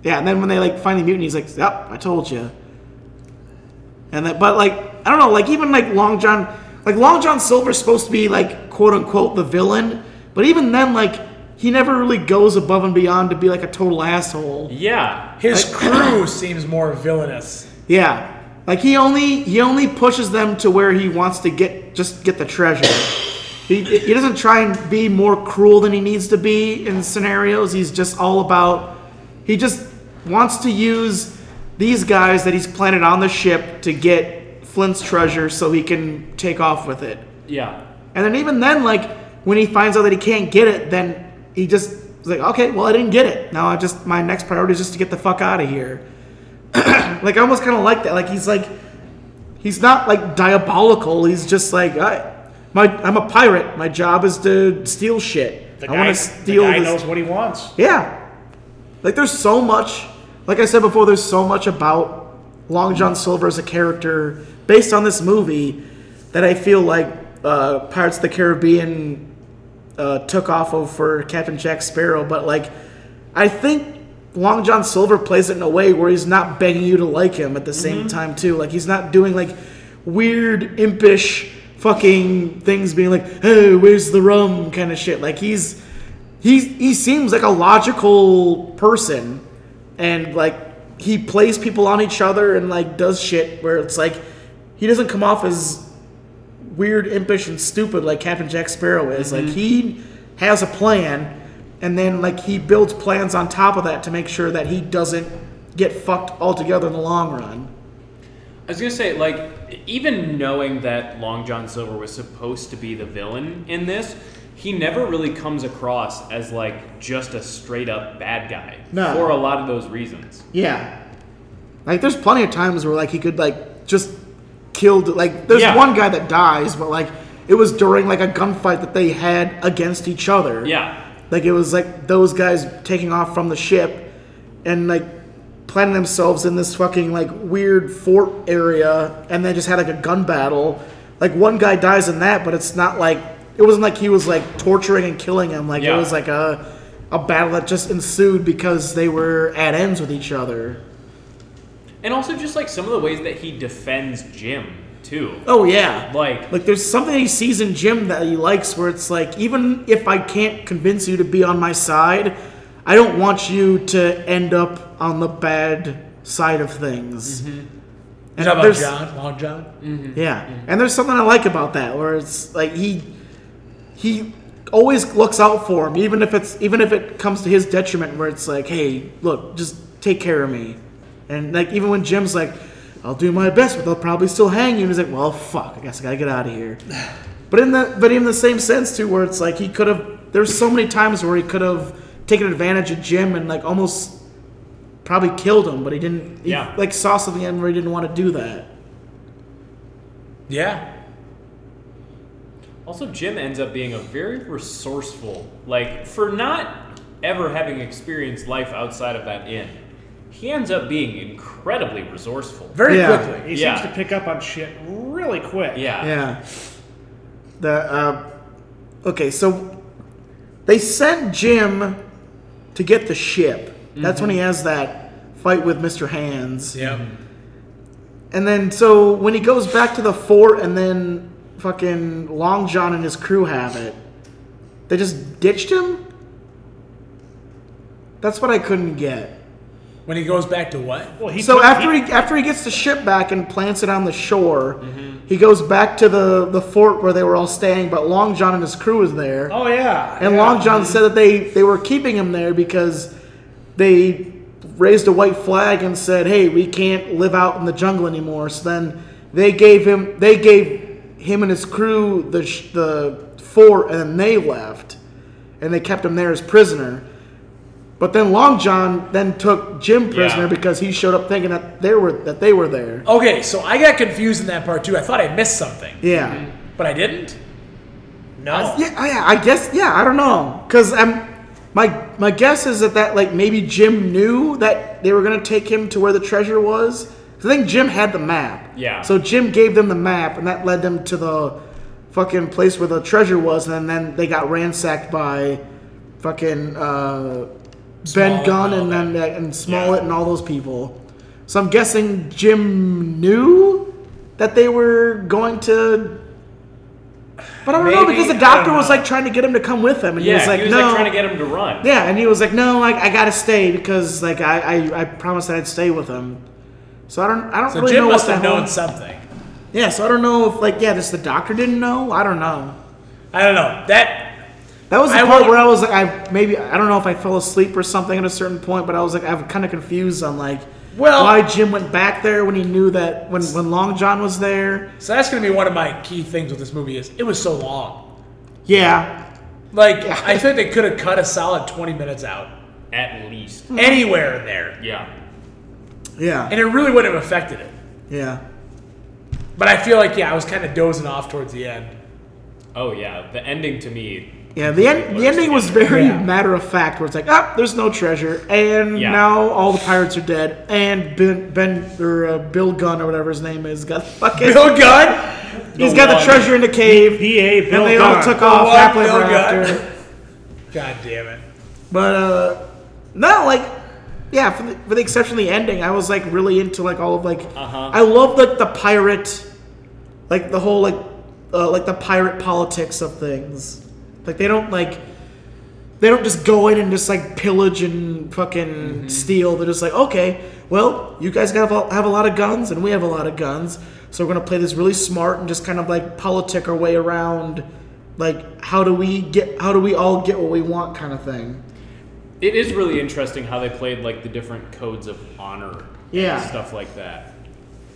Speaker 1: yeah. And then when they like finally mutiny, he's like, yep, I told you. And that, but like, I don't know, like even like Long John, like Long John Silver's supposed to be like quote unquote the villain, but even then, like he never really goes above and beyond to be like a total asshole.
Speaker 3: Yeah.
Speaker 2: His crew seems more villainous.
Speaker 1: Yeah. Like he only he only pushes them to where he wants to get just get the treasure. he he doesn't try and be more cruel than he needs to be in scenarios. He's just all about he just wants to use these guys that he's planted on the ship to get Flint's treasure so he can take off with it.
Speaker 3: Yeah.
Speaker 1: And then even then, like when he finds out that he can't get it, then he just is like, okay, well I didn't get it. Now I just my next priority is just to get the fuck out of here. like I almost kind of like that. Like he's like, he's not like diabolical. He's just like, I, my I'm a pirate. My job is to steal shit.
Speaker 4: The
Speaker 1: I want
Speaker 4: guy-
Speaker 1: to steal.
Speaker 4: The guy
Speaker 1: this-
Speaker 4: knows what he wants.
Speaker 1: yeah. Like there's so much like I said before, there's so much about Long John Silver as a character based on this movie that I feel like uh, Pirates of the Caribbean uh, took off of for Captain Jack Sparrow, but like I think Long John Silver plays it in a way where he's not begging you to like him at the same time too. Like he's not doing like weird impish fucking things being like, "Hey, where's the rum?" kind of shit. Like he's he he seems like a logical person and like he plays people on each other and like does shit where it's like he doesn't come off as weird, impish, and stupid like Captain Jack Sparrow is. Like he has a plan, and then like he builds plans on top of that to make sure that he doesn't get fucked altogether in the long run.
Speaker 3: I was gonna say, like, even knowing that Long John Silver was supposed to be the villain in this, he never really comes across as like just a straight up bad guy
Speaker 1: No.
Speaker 3: for a lot of those reasons.
Speaker 1: Yeah. Like there's plenty of times where like he could like just kill like there's
Speaker 3: Yeah.
Speaker 1: one guy that dies, but like it was during like a gunfight that they had against each other.
Speaker 3: Yeah,
Speaker 1: Like it was like those guys taking off from the ship and like planting themselves in this fucking like weird fort area and they just had like a gun battle. Like one guy dies in that, but it's not like it wasn't like he was like torturing and killing him. Like it
Speaker 3: Yeah.
Speaker 1: was like a a battle that just ensued because they were at ends with each other.
Speaker 3: and also just like some of the ways that he defends Jim too.
Speaker 1: Oh yeah.
Speaker 3: Like,
Speaker 1: Like there's something he sees in Jim that he likes where it's like even if I can't convince you to be on my side, I don't want you to end up on the bad side of things.
Speaker 2: You
Speaker 1: And
Speaker 2: know about
Speaker 1: there's- Mm.
Speaker 2: John? Long John?
Speaker 1: yeah. And there's something I like about that where it's like he he always looks out for him even if it's even if it comes to his detriment where it's like, "Hey, look, just take care of me." And like even when Jim's like, I'll do my best, but they'll probably still hang you. And he's like, well, fuck, I guess I gotta get out of here. But in the but in the same sense too, where it's like he could have. There's so many times where he could have taken advantage of Jim and like almost probably killed him, but he didn't. He,
Speaker 3: Yeah.
Speaker 1: Like saw something in him where he didn't want to do that.
Speaker 2: Yeah.
Speaker 3: Also, Jim ends up being a very resourceful, like, for not ever having experienced life outside of that inn, he ends up being incredibly resourceful.
Speaker 4: Very
Speaker 1: Yeah.
Speaker 4: quickly. He
Speaker 3: Yeah.
Speaker 4: seems to pick up on shit really quick.
Speaker 3: yeah.
Speaker 1: Yeah. The uh, okay, so they sent Jim to get the ship. That's when he has that fight with Mr. Hands.
Speaker 2: Yeah.
Speaker 1: And then so when he goes back to the fort and then fucking Long John and his crew have it. They just ditched him? That's what I couldn't get.
Speaker 2: When he goes back to what?
Speaker 4: Well, he
Speaker 1: so
Speaker 4: took-
Speaker 1: after he, after he gets the ship back and plants it on the shore, he goes back to the, the fort where they were all staying, but Long John and his crew is there.
Speaker 4: Oh yeah.
Speaker 1: and
Speaker 4: yeah.
Speaker 1: Long John said that they, they were keeping him there because they raised a white flag and said, "Hey, we can't live out in the jungle anymore." So then they gave him they gave him and his crew the sh- the fort, and then they left, and they kept him there as prisoner. But then Long John then took Jim prisoner
Speaker 3: Yeah.
Speaker 1: because he showed up thinking that they were that they were there.
Speaker 2: Okay, so I got confused in that part too. I thought I missed something,
Speaker 1: Yeah.
Speaker 2: but I didn't.
Speaker 4: No.
Speaker 1: Oh. Yeah, I, I guess. Yeah, I don't know, cause I'm my my guess is that that like maybe Jim knew that they were gonna take him to where the treasure was. 'Cause I think Jim had the map.
Speaker 3: Yeah.
Speaker 1: So Jim gave them the map, and that led them to the fucking place where the treasure was, and then they got ransacked by fucking uh, Ben
Speaker 2: Smollett
Speaker 1: Gunn
Speaker 2: and all
Speaker 1: and then that- and Smollett and all those people. So I'm guessing Jim knew that they were going to. But I don't know
Speaker 3: Maybe,
Speaker 1: because the
Speaker 3: I
Speaker 1: doctor
Speaker 3: don't
Speaker 1: was
Speaker 3: know.
Speaker 1: like trying to get him to come with him, and he
Speaker 3: Yeah,
Speaker 1: was like, "No."
Speaker 3: trying to get him to run.
Speaker 1: yeah, and he was like, "No, like I gotta stay because like I I, I promised I'd stay with him." So I don't I don't
Speaker 2: So
Speaker 1: really
Speaker 2: Jim
Speaker 1: know
Speaker 2: must
Speaker 1: what
Speaker 2: have
Speaker 1: that
Speaker 2: known
Speaker 1: whole-
Speaker 2: something.
Speaker 1: Yeah, so I don't know if like yeah, this the doctor didn't know. I don't know.
Speaker 2: I don't know. That
Speaker 1: That was the
Speaker 2: I
Speaker 1: part
Speaker 2: won't-
Speaker 1: where I was like, I maybe I don't know if I fell asleep or something at a certain point, but I was like, I'm kind of confused on like
Speaker 2: Well-
Speaker 1: why Jim went back there when he knew that when when Long John was there.
Speaker 2: so that's gonna be one of my key things with this movie is it was so long.
Speaker 1: Yeah,
Speaker 2: Like I think they could have cut a solid twenty minutes out
Speaker 3: At least.
Speaker 1: Hmm.
Speaker 2: anywhere in there,
Speaker 3: Yeah.
Speaker 1: yeah,
Speaker 2: and it really wouldn't have affected it.
Speaker 1: yeah.
Speaker 2: But I feel like yeah, I was kind of dozing off towards the end.
Speaker 3: Oh, yeah. The ending to me.
Speaker 1: Yeah, the, end, the ending was very
Speaker 2: Yeah.
Speaker 1: matter of fact, where it's like, ah, there's no treasure, and
Speaker 3: Yeah.
Speaker 1: now all the pirates are dead, and Ben, ben or uh, Bill Gunn or whatever his name is got the fucking,
Speaker 2: Bill Gunn.
Speaker 1: he's got the
Speaker 3: one.
Speaker 1: treasure in the cave,
Speaker 4: B.A. Bill
Speaker 1: and they all
Speaker 4: Gunn.
Speaker 1: took
Speaker 2: The
Speaker 1: off
Speaker 2: one
Speaker 1: happily
Speaker 2: Bill
Speaker 1: ever
Speaker 2: Gunn.
Speaker 1: after.
Speaker 2: God damn it.
Speaker 1: But uh no, like yeah, for the, for the exception of the ending, I was like really into like all of like
Speaker 3: Uh-huh.
Speaker 1: I love like the pirate, like the whole like uh, like the pirate politics of things. Like they don't like they don't just go in and just like pillage and fucking steal. They're just like okay, well you guys have a, have a lot of guns and we have a lot of guns, so we're gonna play this really smart and just kind of like politic our way around. Like how do we get how do we all get what we want kind of thing.
Speaker 3: It is really interesting how they played, like, the different codes of honor.
Speaker 1: Yeah.
Speaker 3: And stuff like that.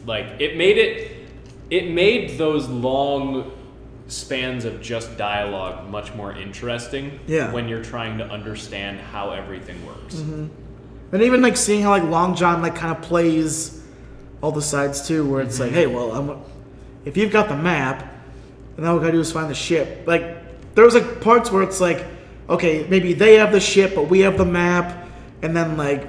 Speaker 3: Like, it made it. It made those long spans of just dialogue much more interesting
Speaker 1: Yeah.
Speaker 3: when you're trying to understand how everything works.
Speaker 1: And even like seeing how like Long John like kind of plays all the sides too, where it's like, hey, well, I'm, if you've got the map, then all we gotta do is find the ship. Like there was like parts where it's like, okay, maybe they have the ship, but we have the map, and then like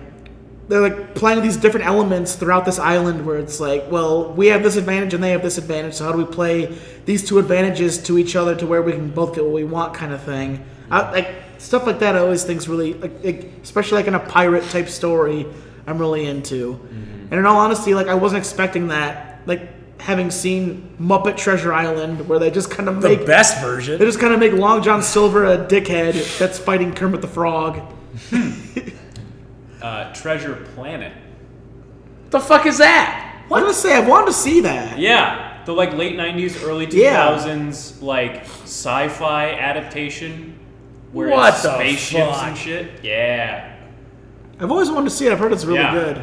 Speaker 1: they're like playing these different elements throughout this island where it's like, well, we have this advantage and they have this advantage, so how do we play these two advantages to each other to where we can both get what we want kind of thing. I, like stuff like that I always think's really like, like especially like in a pirate type story, I'm really into.
Speaker 2: Mm-hmm.
Speaker 1: And in all honesty, like I wasn't expecting that. Like having seen Muppet Treasure Island where they just kind of
Speaker 2: The
Speaker 1: make
Speaker 2: best version.
Speaker 1: they just kind of make Long John Silver a dickhead that's fighting Kermit the Frog.
Speaker 3: Uh, Treasure Planet.
Speaker 2: the fuck is that?
Speaker 1: What? I was gonna say I wanted to see that.
Speaker 3: Yeah, the like late '90s, early
Speaker 1: Yeah.
Speaker 3: 2000s, like sci-fi adaptation where
Speaker 2: What
Speaker 3: it's
Speaker 2: the
Speaker 3: spaceships
Speaker 2: fuck?
Speaker 3: and shit. Yeah,
Speaker 1: I've always wanted to see it. I've heard it's really
Speaker 3: Yeah.
Speaker 1: good.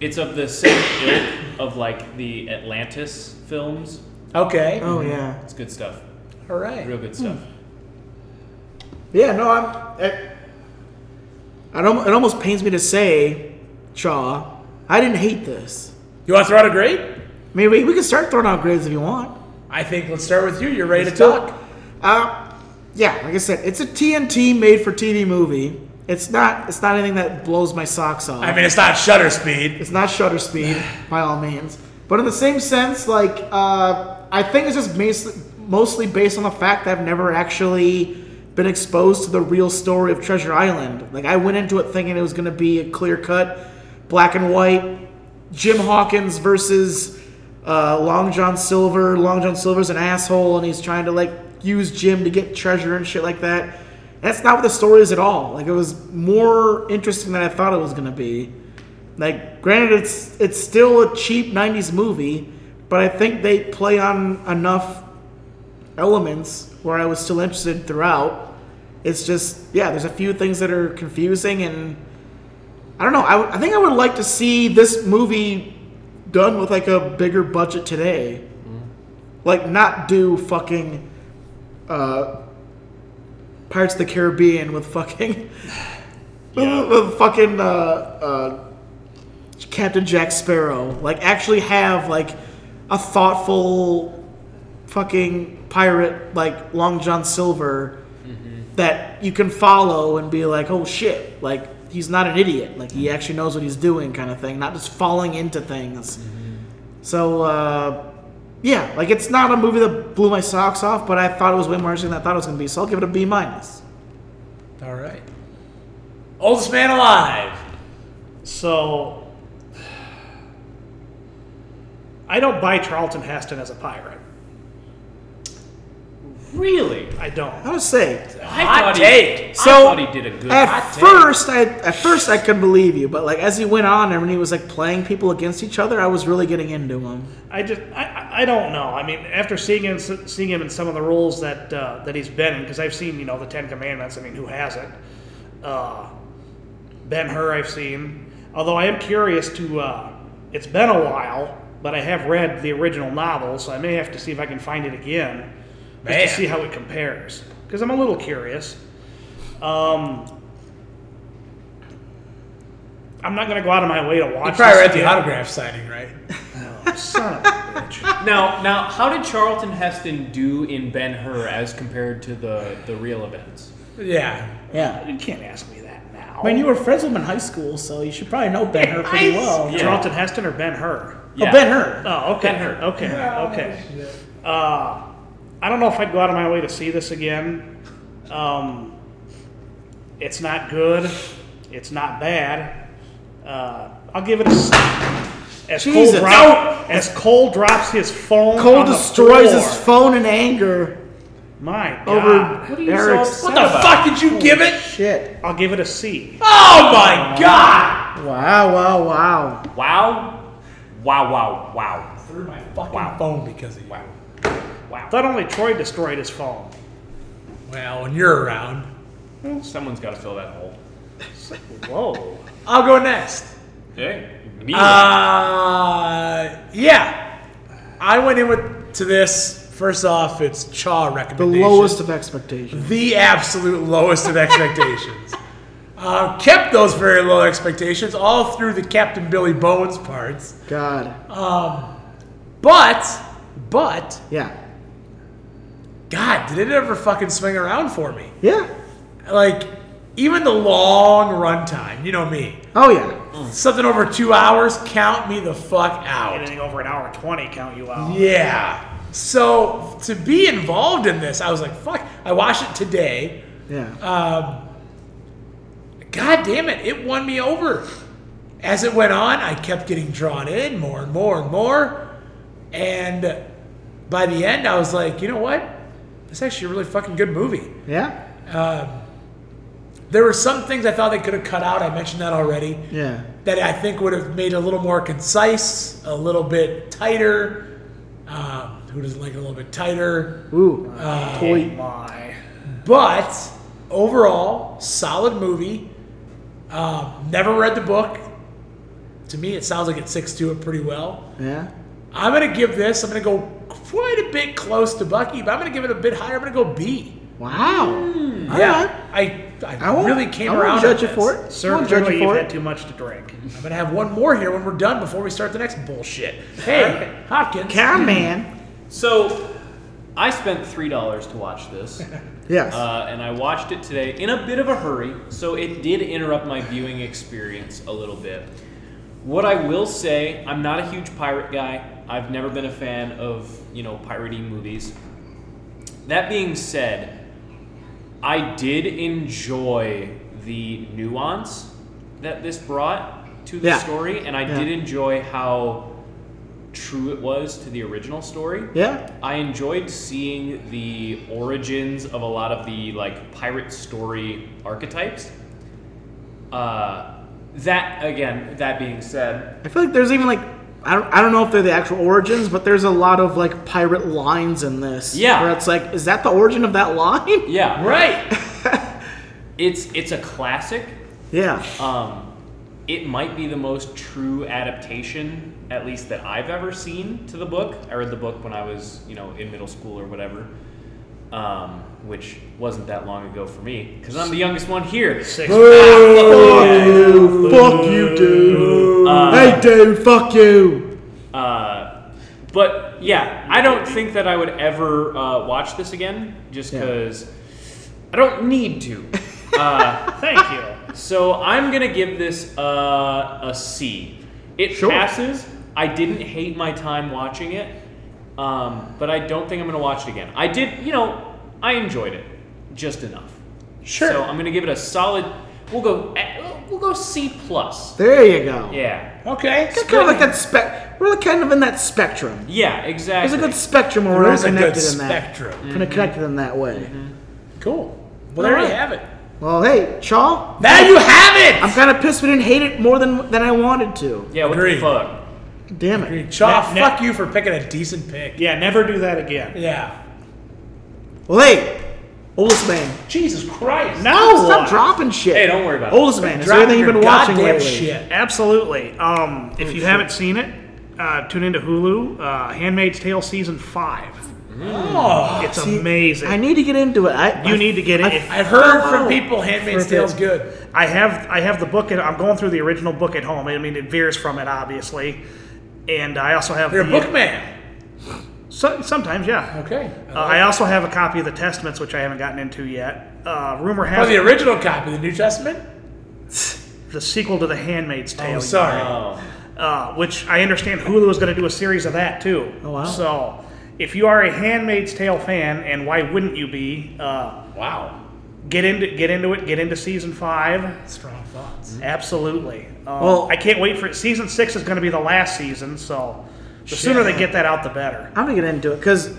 Speaker 3: It's of the same ilk of like the Atlantis films.
Speaker 2: Okay.
Speaker 1: Oh yeah.
Speaker 3: It's good stuff.
Speaker 2: All right.
Speaker 3: Real good stuff.
Speaker 1: Yeah. No, I'm. It, it almo- it almost pains me to say, Shaw, I didn't hate this.
Speaker 2: You want to throw out a grade?
Speaker 1: I mean, we, we can start throwing out grades if you want.
Speaker 2: I think let's start with you. You're ready
Speaker 1: Let's
Speaker 2: to
Speaker 1: do it.
Speaker 2: talk.
Speaker 1: Uh, yeah, like I said, it's a TNT made for TV movie. It's not it's not anything that blows my socks off.
Speaker 2: I mean, it's not shutter speed.
Speaker 1: it's not shutter speed by all means, but in the same sense, like uh, I think it's just mostly mostly based on the fact that I've never actually been exposed to the real story of Treasure Island. Like I went into it thinking it was going to be a clear cut, black and white, Jim Hawkins versus uh, Long John Silver. Long John Silver's an asshole, and he's trying to like use Jim to get treasure and shit like that. That's not what the story is at all. Like it was more interesting than I thought it was gonna be. Like, granted, it's it's still a cheap '90s movie, but I think they play on enough elements where I was still interested throughout. It's just, yeah, there's a few things that are confusing, and I don't know. I, would- I think I would like to see this movie done with like a bigger budget today, like not do fucking uh, Pirates of the Caribbean with fucking with, with fucking uh, uh, Captain Jack Sparrow. Like actually have like a thoughtful fucking pirate like Long John Silver that you can follow and be like, oh shit, like he's not an idiot. Like he actually knows what he's doing, kind of thing. Not just falling into things. So. uh yeah, like it's not a movie that blew my socks off, but I thought it was way more interesting than I thought it was gonna be, so I'll give it a B minus.
Speaker 2: All right. Oldest man alive.
Speaker 4: So I don't buy Charlton Heston as a pirate.
Speaker 3: Really?
Speaker 4: I don't.
Speaker 1: I would say
Speaker 3: I
Speaker 2: Hot
Speaker 3: thought He,
Speaker 2: take.
Speaker 1: So,
Speaker 3: I thought he did a good
Speaker 1: At
Speaker 3: hot take.
Speaker 1: first, I at first I couldn't believe you, but like as he went on and when he was like playing people against each other, I was really getting into him.
Speaker 4: I just I- I, I don't know. I mean, after seeing him seeing him in some of the roles that uh, that he's been in, because I've seen you know the Ten Commandments. I mean, who hasn't? Uh, ben Hur, I've seen. Although I am curious to, uh, it's been a while, but I have read the original novel, so I may have to see if I can find it again, just
Speaker 2: Man.
Speaker 4: to see how it compares. Because I'm a little curious. Um, I'm not going to go out of my way to watch.
Speaker 2: You probably
Speaker 4: this
Speaker 2: read the
Speaker 4: again.
Speaker 2: autograph signing, right?
Speaker 4: Son of a bitch.
Speaker 3: Now, now, how did Charlton Heston do in Ben Hur as compared to the the real events?
Speaker 2: Yeah.
Speaker 1: Yeah,
Speaker 4: You can't ask me that now.
Speaker 1: I mean you were friends with him in high school, so you should probably know Ben Hur pretty well.
Speaker 3: Yeah.
Speaker 4: Charlton Heston or Ben Hur?
Speaker 1: Oh, Ben Hur.
Speaker 4: Oh, okay.
Speaker 3: Ben Hur.
Speaker 4: Okay. Okay. Uh, I don't know if I'd go out of my way to see this again. Um, it's not good. It's not bad. Uh, I'll give it a. s- As Cole,
Speaker 1: Jesus.
Speaker 4: drop, as Cole drops his phone,
Speaker 1: Cole
Speaker 4: on the
Speaker 1: destroys his
Speaker 4: floor.
Speaker 1: phone in anger
Speaker 4: My
Speaker 1: over
Speaker 4: God.
Speaker 1: Eric's
Speaker 3: What the fuck did you give it?
Speaker 1: shit.
Speaker 4: I'll give it a C.
Speaker 3: Oh my god!
Speaker 1: Wow, wow, wow.
Speaker 3: Wow. Wow, wow, wow.
Speaker 2: Through my fucking
Speaker 3: Wow.
Speaker 2: phone because of you. Wow.
Speaker 3: Wow.
Speaker 4: Thought only Troy destroyed his phone.
Speaker 2: Well, when you're around,
Speaker 3: Someone's got to fill that hole.
Speaker 4: Whoa.
Speaker 2: I'll go next.
Speaker 3: Hey, me.
Speaker 2: Uh, yeah. I went in with to this. First off, it's Chaw
Speaker 1: The
Speaker 2: recommendation.
Speaker 1: lowest of expectations.
Speaker 2: the absolute lowest of expectations. Uh, kept those very low expectations all through the Captain Billy Bones parts.
Speaker 1: God.
Speaker 2: But, but,
Speaker 1: Yeah.
Speaker 2: God, did it ever fucking swing around for me?
Speaker 1: Yeah.
Speaker 2: Like, even the long runtime, you know me.
Speaker 1: Oh yeah.
Speaker 2: Something over two hours, count me the fuck out.
Speaker 4: Anything over an hour twenty count you out.
Speaker 2: Yeah. So, to be involved in this, I was like, fuck. I watched it today.
Speaker 1: Yeah.
Speaker 2: um, God damn it, it won me over. As it went on, I kept getting drawn in more and more and more. And by the end, I was like, you know what? This is actually a really fucking good movie.
Speaker 1: yeah.
Speaker 2: Um, there were some things I thought they could have cut out. I mentioned that already.
Speaker 1: Yeah.
Speaker 2: That I think would have made it a little more concise, a little bit tighter. Um, who doesn't like it a little bit tighter?
Speaker 1: Ooh. Toy.
Speaker 4: Oh My.
Speaker 2: But overall, solid movie. Um, never read the book. to me, it sounds like it sticks to it pretty well.
Speaker 1: Yeah.
Speaker 2: I'm going to give this, I'm going to go quite a bit close to Bucky, but I'm going to give it a bit higher. I'm going to go B.
Speaker 1: Wow.
Speaker 2: Hmm. Yeah. I, I,
Speaker 1: I won't,
Speaker 2: really came
Speaker 1: I won't
Speaker 2: around.
Speaker 1: judge
Speaker 2: on
Speaker 1: you for
Speaker 2: this.
Speaker 1: it. I
Speaker 4: Sir,
Speaker 1: won't judge you
Speaker 4: clearly you've
Speaker 1: for
Speaker 4: had
Speaker 1: it.
Speaker 4: too much to drink.
Speaker 2: I'm going to have one more here when we're done before we start the next bullshit. Hey, Hopkins.
Speaker 1: Come man.
Speaker 3: So, I spent three dollars to watch this,
Speaker 1: Yes.
Speaker 3: uh, and I watched it today in a bit of a hurry, so it did interrupt my viewing experience a little bit. What I will say, I'm not a huge pirate guy. I've never been a fan of you know piratey movies. That being said, I did enjoy the nuance that this brought to the
Speaker 1: Yeah.
Speaker 3: story, and I
Speaker 1: Yeah.
Speaker 3: did enjoy how true it was to the original story.
Speaker 1: yeah.
Speaker 3: I enjoyed seeing the origins of a lot of the like pirate story archetypes. Uh, that again, that being said,
Speaker 1: I feel like there's even like I don't, I don't know if they're the actual origins, but there's a lot of like pirate lines in this.
Speaker 3: Yeah.
Speaker 1: Where it's like, is that the origin of that line?
Speaker 3: yeah,
Speaker 2: Right.
Speaker 3: it's it's a classic.
Speaker 1: Yeah.
Speaker 3: Um, it might be the most true adaptation, at least that I've ever seen to the book. I read the book when I was, you know, in middle school or whatever, um, which wasn't that long ago for me because I'm the youngest one here.
Speaker 4: Six.
Speaker 1: fuck you, dude.
Speaker 3: Uh,
Speaker 1: hey, dude. Fuck you.
Speaker 3: Uh, but yeah, I don't think that I would ever uh, watch this again, just
Speaker 1: Yeah.
Speaker 3: because I don't need to. Uh,
Speaker 4: Thank you.
Speaker 3: so I'm gonna give this uh, a C. It passes. I didn't hate my time watching it, um, but I don't think I'm gonna watch it again. I did, you know, I enjoyed it just enough.
Speaker 2: Sure.
Speaker 3: So I'm gonna give it a solid. We'll go. eh, We'll go C plus.
Speaker 1: There you go.
Speaker 3: Yeah.
Speaker 2: Okay.
Speaker 1: It's kind of like that spec. We're like kind of in that spectrum.
Speaker 3: Yeah.
Speaker 1: There's
Speaker 3: Exactly. Mm-hmm.
Speaker 1: a good spectrum where we're
Speaker 2: There's a good
Speaker 1: connected in that.
Speaker 2: spectrum.
Speaker 1: Kind of connected in that way.
Speaker 2: Cool. Well, there
Speaker 1: All
Speaker 2: you
Speaker 1: right.
Speaker 2: have it.
Speaker 1: Well, hey, Chaw.
Speaker 2: Now you have it.
Speaker 1: I'm kind of pissed we didn't hate it more than than I wanted to.
Speaker 3: yeah. What
Speaker 2: Agreed.
Speaker 3: the fuck?
Speaker 1: Damn it.
Speaker 2: Agreed. Chaw,
Speaker 4: Net- net-
Speaker 2: fuck you for picking a decent pick.
Speaker 4: Yeah, never do that again.
Speaker 2: Yeah.
Speaker 1: Well, hey, oldest man.
Speaker 2: Jesus Christ.
Speaker 4: Now
Speaker 1: Stop
Speaker 4: what?
Speaker 1: dropping shit.
Speaker 3: Hey, don't worry about it.
Speaker 1: Oldest man. Is there
Speaker 2: Dropping
Speaker 1: anything you've
Speaker 2: your
Speaker 1: been watching
Speaker 2: goddamn
Speaker 1: lately?
Speaker 2: shit.
Speaker 4: Absolutely. Um,
Speaker 1: Oh,
Speaker 4: if you haven't seen it, uh, tune into Hulu. Uh, Handmaid's Tale season five.
Speaker 2: Oh.
Speaker 4: It's
Speaker 1: See,
Speaker 4: amazing.
Speaker 1: I need to get into it. I,
Speaker 4: you
Speaker 1: I-
Speaker 4: need to get it.
Speaker 1: I-
Speaker 4: If-
Speaker 2: I've heard from people Handmaid's
Speaker 1: Oh, Perfect.
Speaker 2: Tale's good.
Speaker 4: I have I have the book. At, I'm going through the original book at home. I mean, it veers from it obviously, and I also have
Speaker 2: You're a
Speaker 4: the,
Speaker 2: book man.
Speaker 4: So, sometimes, yeah.
Speaker 2: Okay.
Speaker 4: Uh, I also have a copy of the Testaments, which I haven't gotten into yet. Uh,
Speaker 1: Oh,
Speaker 4: rumor
Speaker 2: Or
Speaker 4: has
Speaker 2: the
Speaker 4: it,
Speaker 2: original copy, the New Testament?
Speaker 4: the sequel to The Handmaid's Tale.
Speaker 2: Oh, sorry.
Speaker 3: Oh.
Speaker 4: uh, which I understand Hulu is going to do a series of that too.
Speaker 1: Oh, wow.
Speaker 4: So, if you are a Handmaid's Tale fan, and why wouldn't you be? Uh,
Speaker 3: Wow.
Speaker 4: get into get into it. Get into season five.
Speaker 2: Strong thoughts.
Speaker 4: Absolutely. Um,
Speaker 1: Mm-hmm. Well-
Speaker 4: I can't wait for it. Season six is going to be the last season, so the sooner they get that out, the better.
Speaker 1: I'm gonna get into it because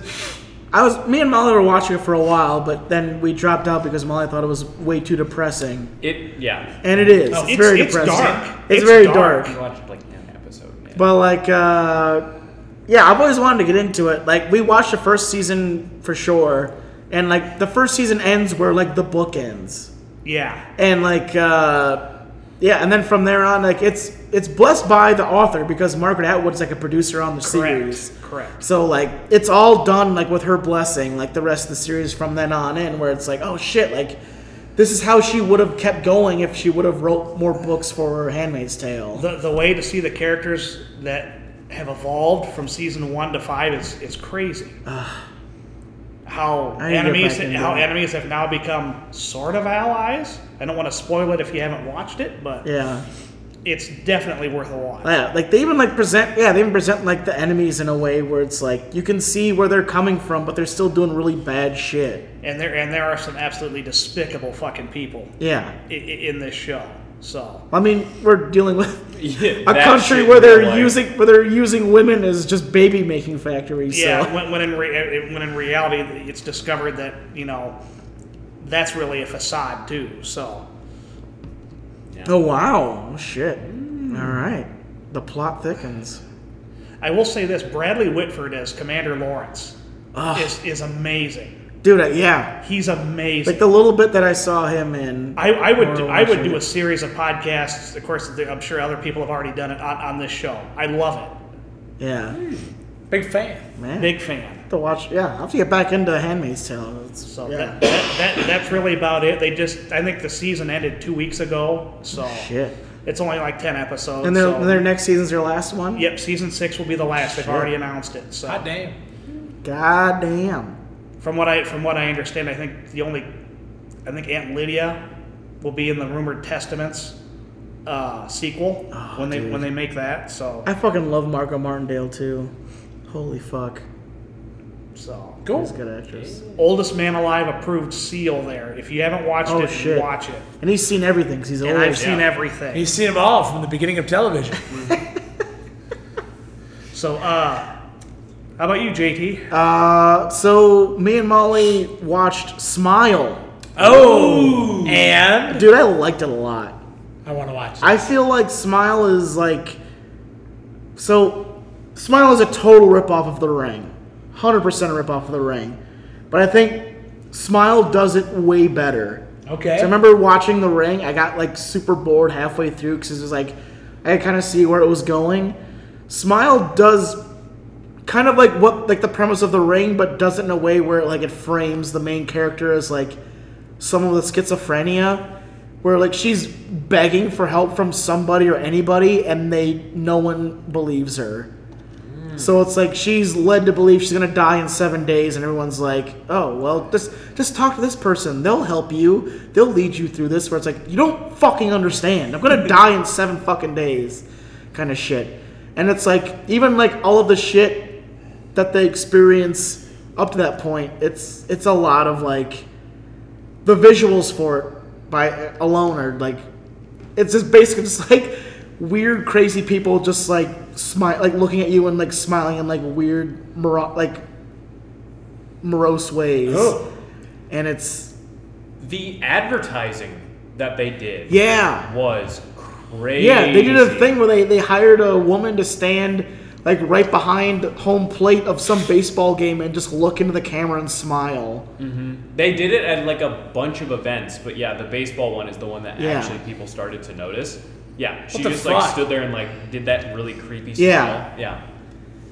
Speaker 1: I was me and Molly were watching it for a while, but then we dropped out because Molly thought it was way too depressing,
Speaker 3: It yeah.
Speaker 1: and it is. it's,
Speaker 4: it's-
Speaker 1: very
Speaker 4: it's
Speaker 1: depressing.
Speaker 4: dark.
Speaker 1: It's,
Speaker 4: It's
Speaker 1: very
Speaker 4: dark.
Speaker 1: dark.
Speaker 3: We watched like an episode. man.
Speaker 1: But like, uh, yeah, I've always wanted to get into it. Like, we watched the first season for sure, and like the first season ends where like the book ends.
Speaker 4: Yeah.
Speaker 1: and like uh, yeah, and then from there on, like it's it's blessed by the author because Margaret Atwood's like a producer on the series.
Speaker 4: Correct.
Speaker 1: So like it's all done like with her blessing, like the rest of the series from then on in, where it's like oh shit, like this is how she would have kept going if she would have wrote more books for Handmaid's Tale.
Speaker 4: The the way to see the characters that have evolved from season one to five is is crazy. how
Speaker 1: I need to get
Speaker 4: enemies
Speaker 1: back into
Speaker 4: how
Speaker 1: it.
Speaker 4: enemies have now become sort of allies. I don't want to spoil it if you haven't watched it, but
Speaker 1: Yeah, Oh,
Speaker 4: it's definitely worth a watch.
Speaker 1: yeah. Like they even like present, yeah, they even present like the enemies in a way where it's like you can see where they're coming from, but they're still doing really bad shit.
Speaker 4: and there and there are some absolutely despicable fucking people
Speaker 1: Yeah.
Speaker 4: in, in this show. So
Speaker 1: I mean, we're dealing with
Speaker 3: Yeah,
Speaker 1: a
Speaker 3: that
Speaker 1: country
Speaker 3: shit
Speaker 1: where
Speaker 3: in
Speaker 1: they're
Speaker 3: real life.
Speaker 1: using where they're using women as just baby making factories.
Speaker 4: yeah,
Speaker 1: so.
Speaker 4: when, when in re- when in reality, it's discovered that you know that's really a facade too. So
Speaker 1: Oh wow! Shit.
Speaker 4: Mm.
Speaker 1: All right. The plot thickens.
Speaker 4: I will say this: Bradley Whitford as Commander Lawrence
Speaker 1: Ugh.
Speaker 4: is is amazing.
Speaker 1: Dude, I, yeah.
Speaker 4: He's amazing.
Speaker 1: Like the little bit that I saw him in.
Speaker 4: I, I would do,
Speaker 1: Or
Speaker 4: I would
Speaker 1: watching
Speaker 4: do a
Speaker 1: it.
Speaker 4: series of podcasts. Of course, I'm sure other people have already done it on, on this show. I love
Speaker 1: Yeah.
Speaker 2: Big fan.
Speaker 4: it.
Speaker 1: Man.
Speaker 4: Big fan.
Speaker 1: to watch. Yeah, I have to get back into Handmaid's Tale. It's-
Speaker 4: So
Speaker 1: yeah.
Speaker 4: that, that, that that's really about it. They just I think the season ended two weeks ago. So
Speaker 1: Shit.
Speaker 4: it's only like ten episodes.
Speaker 1: And their,
Speaker 4: so-
Speaker 1: and their next season's their last one?
Speaker 4: Yep, season six will be the last. They've
Speaker 1: Shit.
Speaker 4: already announced it. So
Speaker 2: God damn.
Speaker 1: God damn.
Speaker 4: from what I from what I understand, I think the only I think Aunt Lydia will be in the rumored Testaments uh, sequel
Speaker 1: Ah,
Speaker 4: when they when they make that. So
Speaker 1: I fucking love Marco Martindale too. Holy fuck.
Speaker 4: so
Speaker 2: Cool.
Speaker 1: She's a good actress.
Speaker 4: oldest man alive approved seal there. If you haven't watched
Speaker 1: Oh,
Speaker 4: it,
Speaker 1: shit.
Speaker 4: watch it.
Speaker 1: And he's seen everything 'cause he's
Speaker 4: And
Speaker 1: old.
Speaker 4: I've seen everything.
Speaker 2: He's seen them all from the beginning of television.
Speaker 4: so uh, how about you, JT?
Speaker 1: Uh, so me and Molly watched Smile.
Speaker 2: Oh, and
Speaker 1: Dude, I liked it a lot.
Speaker 2: I want to watch. it.
Speaker 1: I feel like Smile is like. So, Smile is a total ripoff of The Ring. 100% a ripoff of The Ring. But I think Smile does it way better.
Speaker 2: Okay.
Speaker 1: So I remember watching The Ring. I got like super bored halfway through because it was like I kind of see where it was going. Smile does kind of like what like the premise of The Ring, but does it in a way where like it frames the main character as like someone with schizophrenia, where like she's begging for help from somebody or anybody, and they no one believes her. So it's like she's led to believe she's gonna die in seven days, and everyone's like, "Oh, well, just just talk to this person. They'll help you. They'll lead you through this." Where it's like, "You don't fucking understand. I'm gonna die in seven fucking days," kind of shit. And it's like even like all of the shit that they experience up to that point, it's it's a lot of like the visuals for it by alone are like it's just basically just like weird crazy people just like smile like looking at you and like smiling in like weird moro- like morose ways
Speaker 2: Oh.
Speaker 1: and it's
Speaker 3: The advertising that they did
Speaker 1: yeah
Speaker 3: was crazy.
Speaker 1: yeah they did a thing where they they hired a woman to stand like right behind home plate of some baseball game and just look into the camera and smile
Speaker 3: They did it at like a bunch of events, but yeah, the baseball one is the one that
Speaker 1: Yeah.
Speaker 3: actually people started to notice. Yeah, she
Speaker 2: the
Speaker 3: just
Speaker 2: fuck?
Speaker 3: like stood there and like did that really creepy smile.
Speaker 1: Yeah.
Speaker 3: yeah.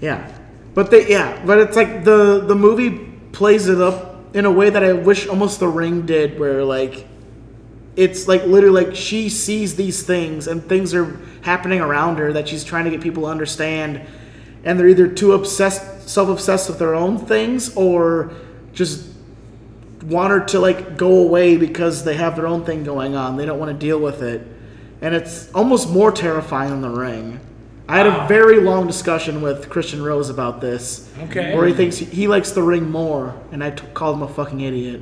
Speaker 1: Yeah, but they yeah, but it's like the the movie plays it up in a way that I wish almost The Ring did, where like it's like literally like she sees these things and things are happening around her that she's trying to get people to understand, and they're either too obsessed, self obsessed with their own things, or just want her to like go away because they have their own thing going on. They don't want to deal with it. And it's almost more terrifying than the ring. I had a very long discussion with Christian Rose about this.
Speaker 2: Okay.
Speaker 1: Where he thinks he, he likes the ring more, and I t- called him a fucking idiot.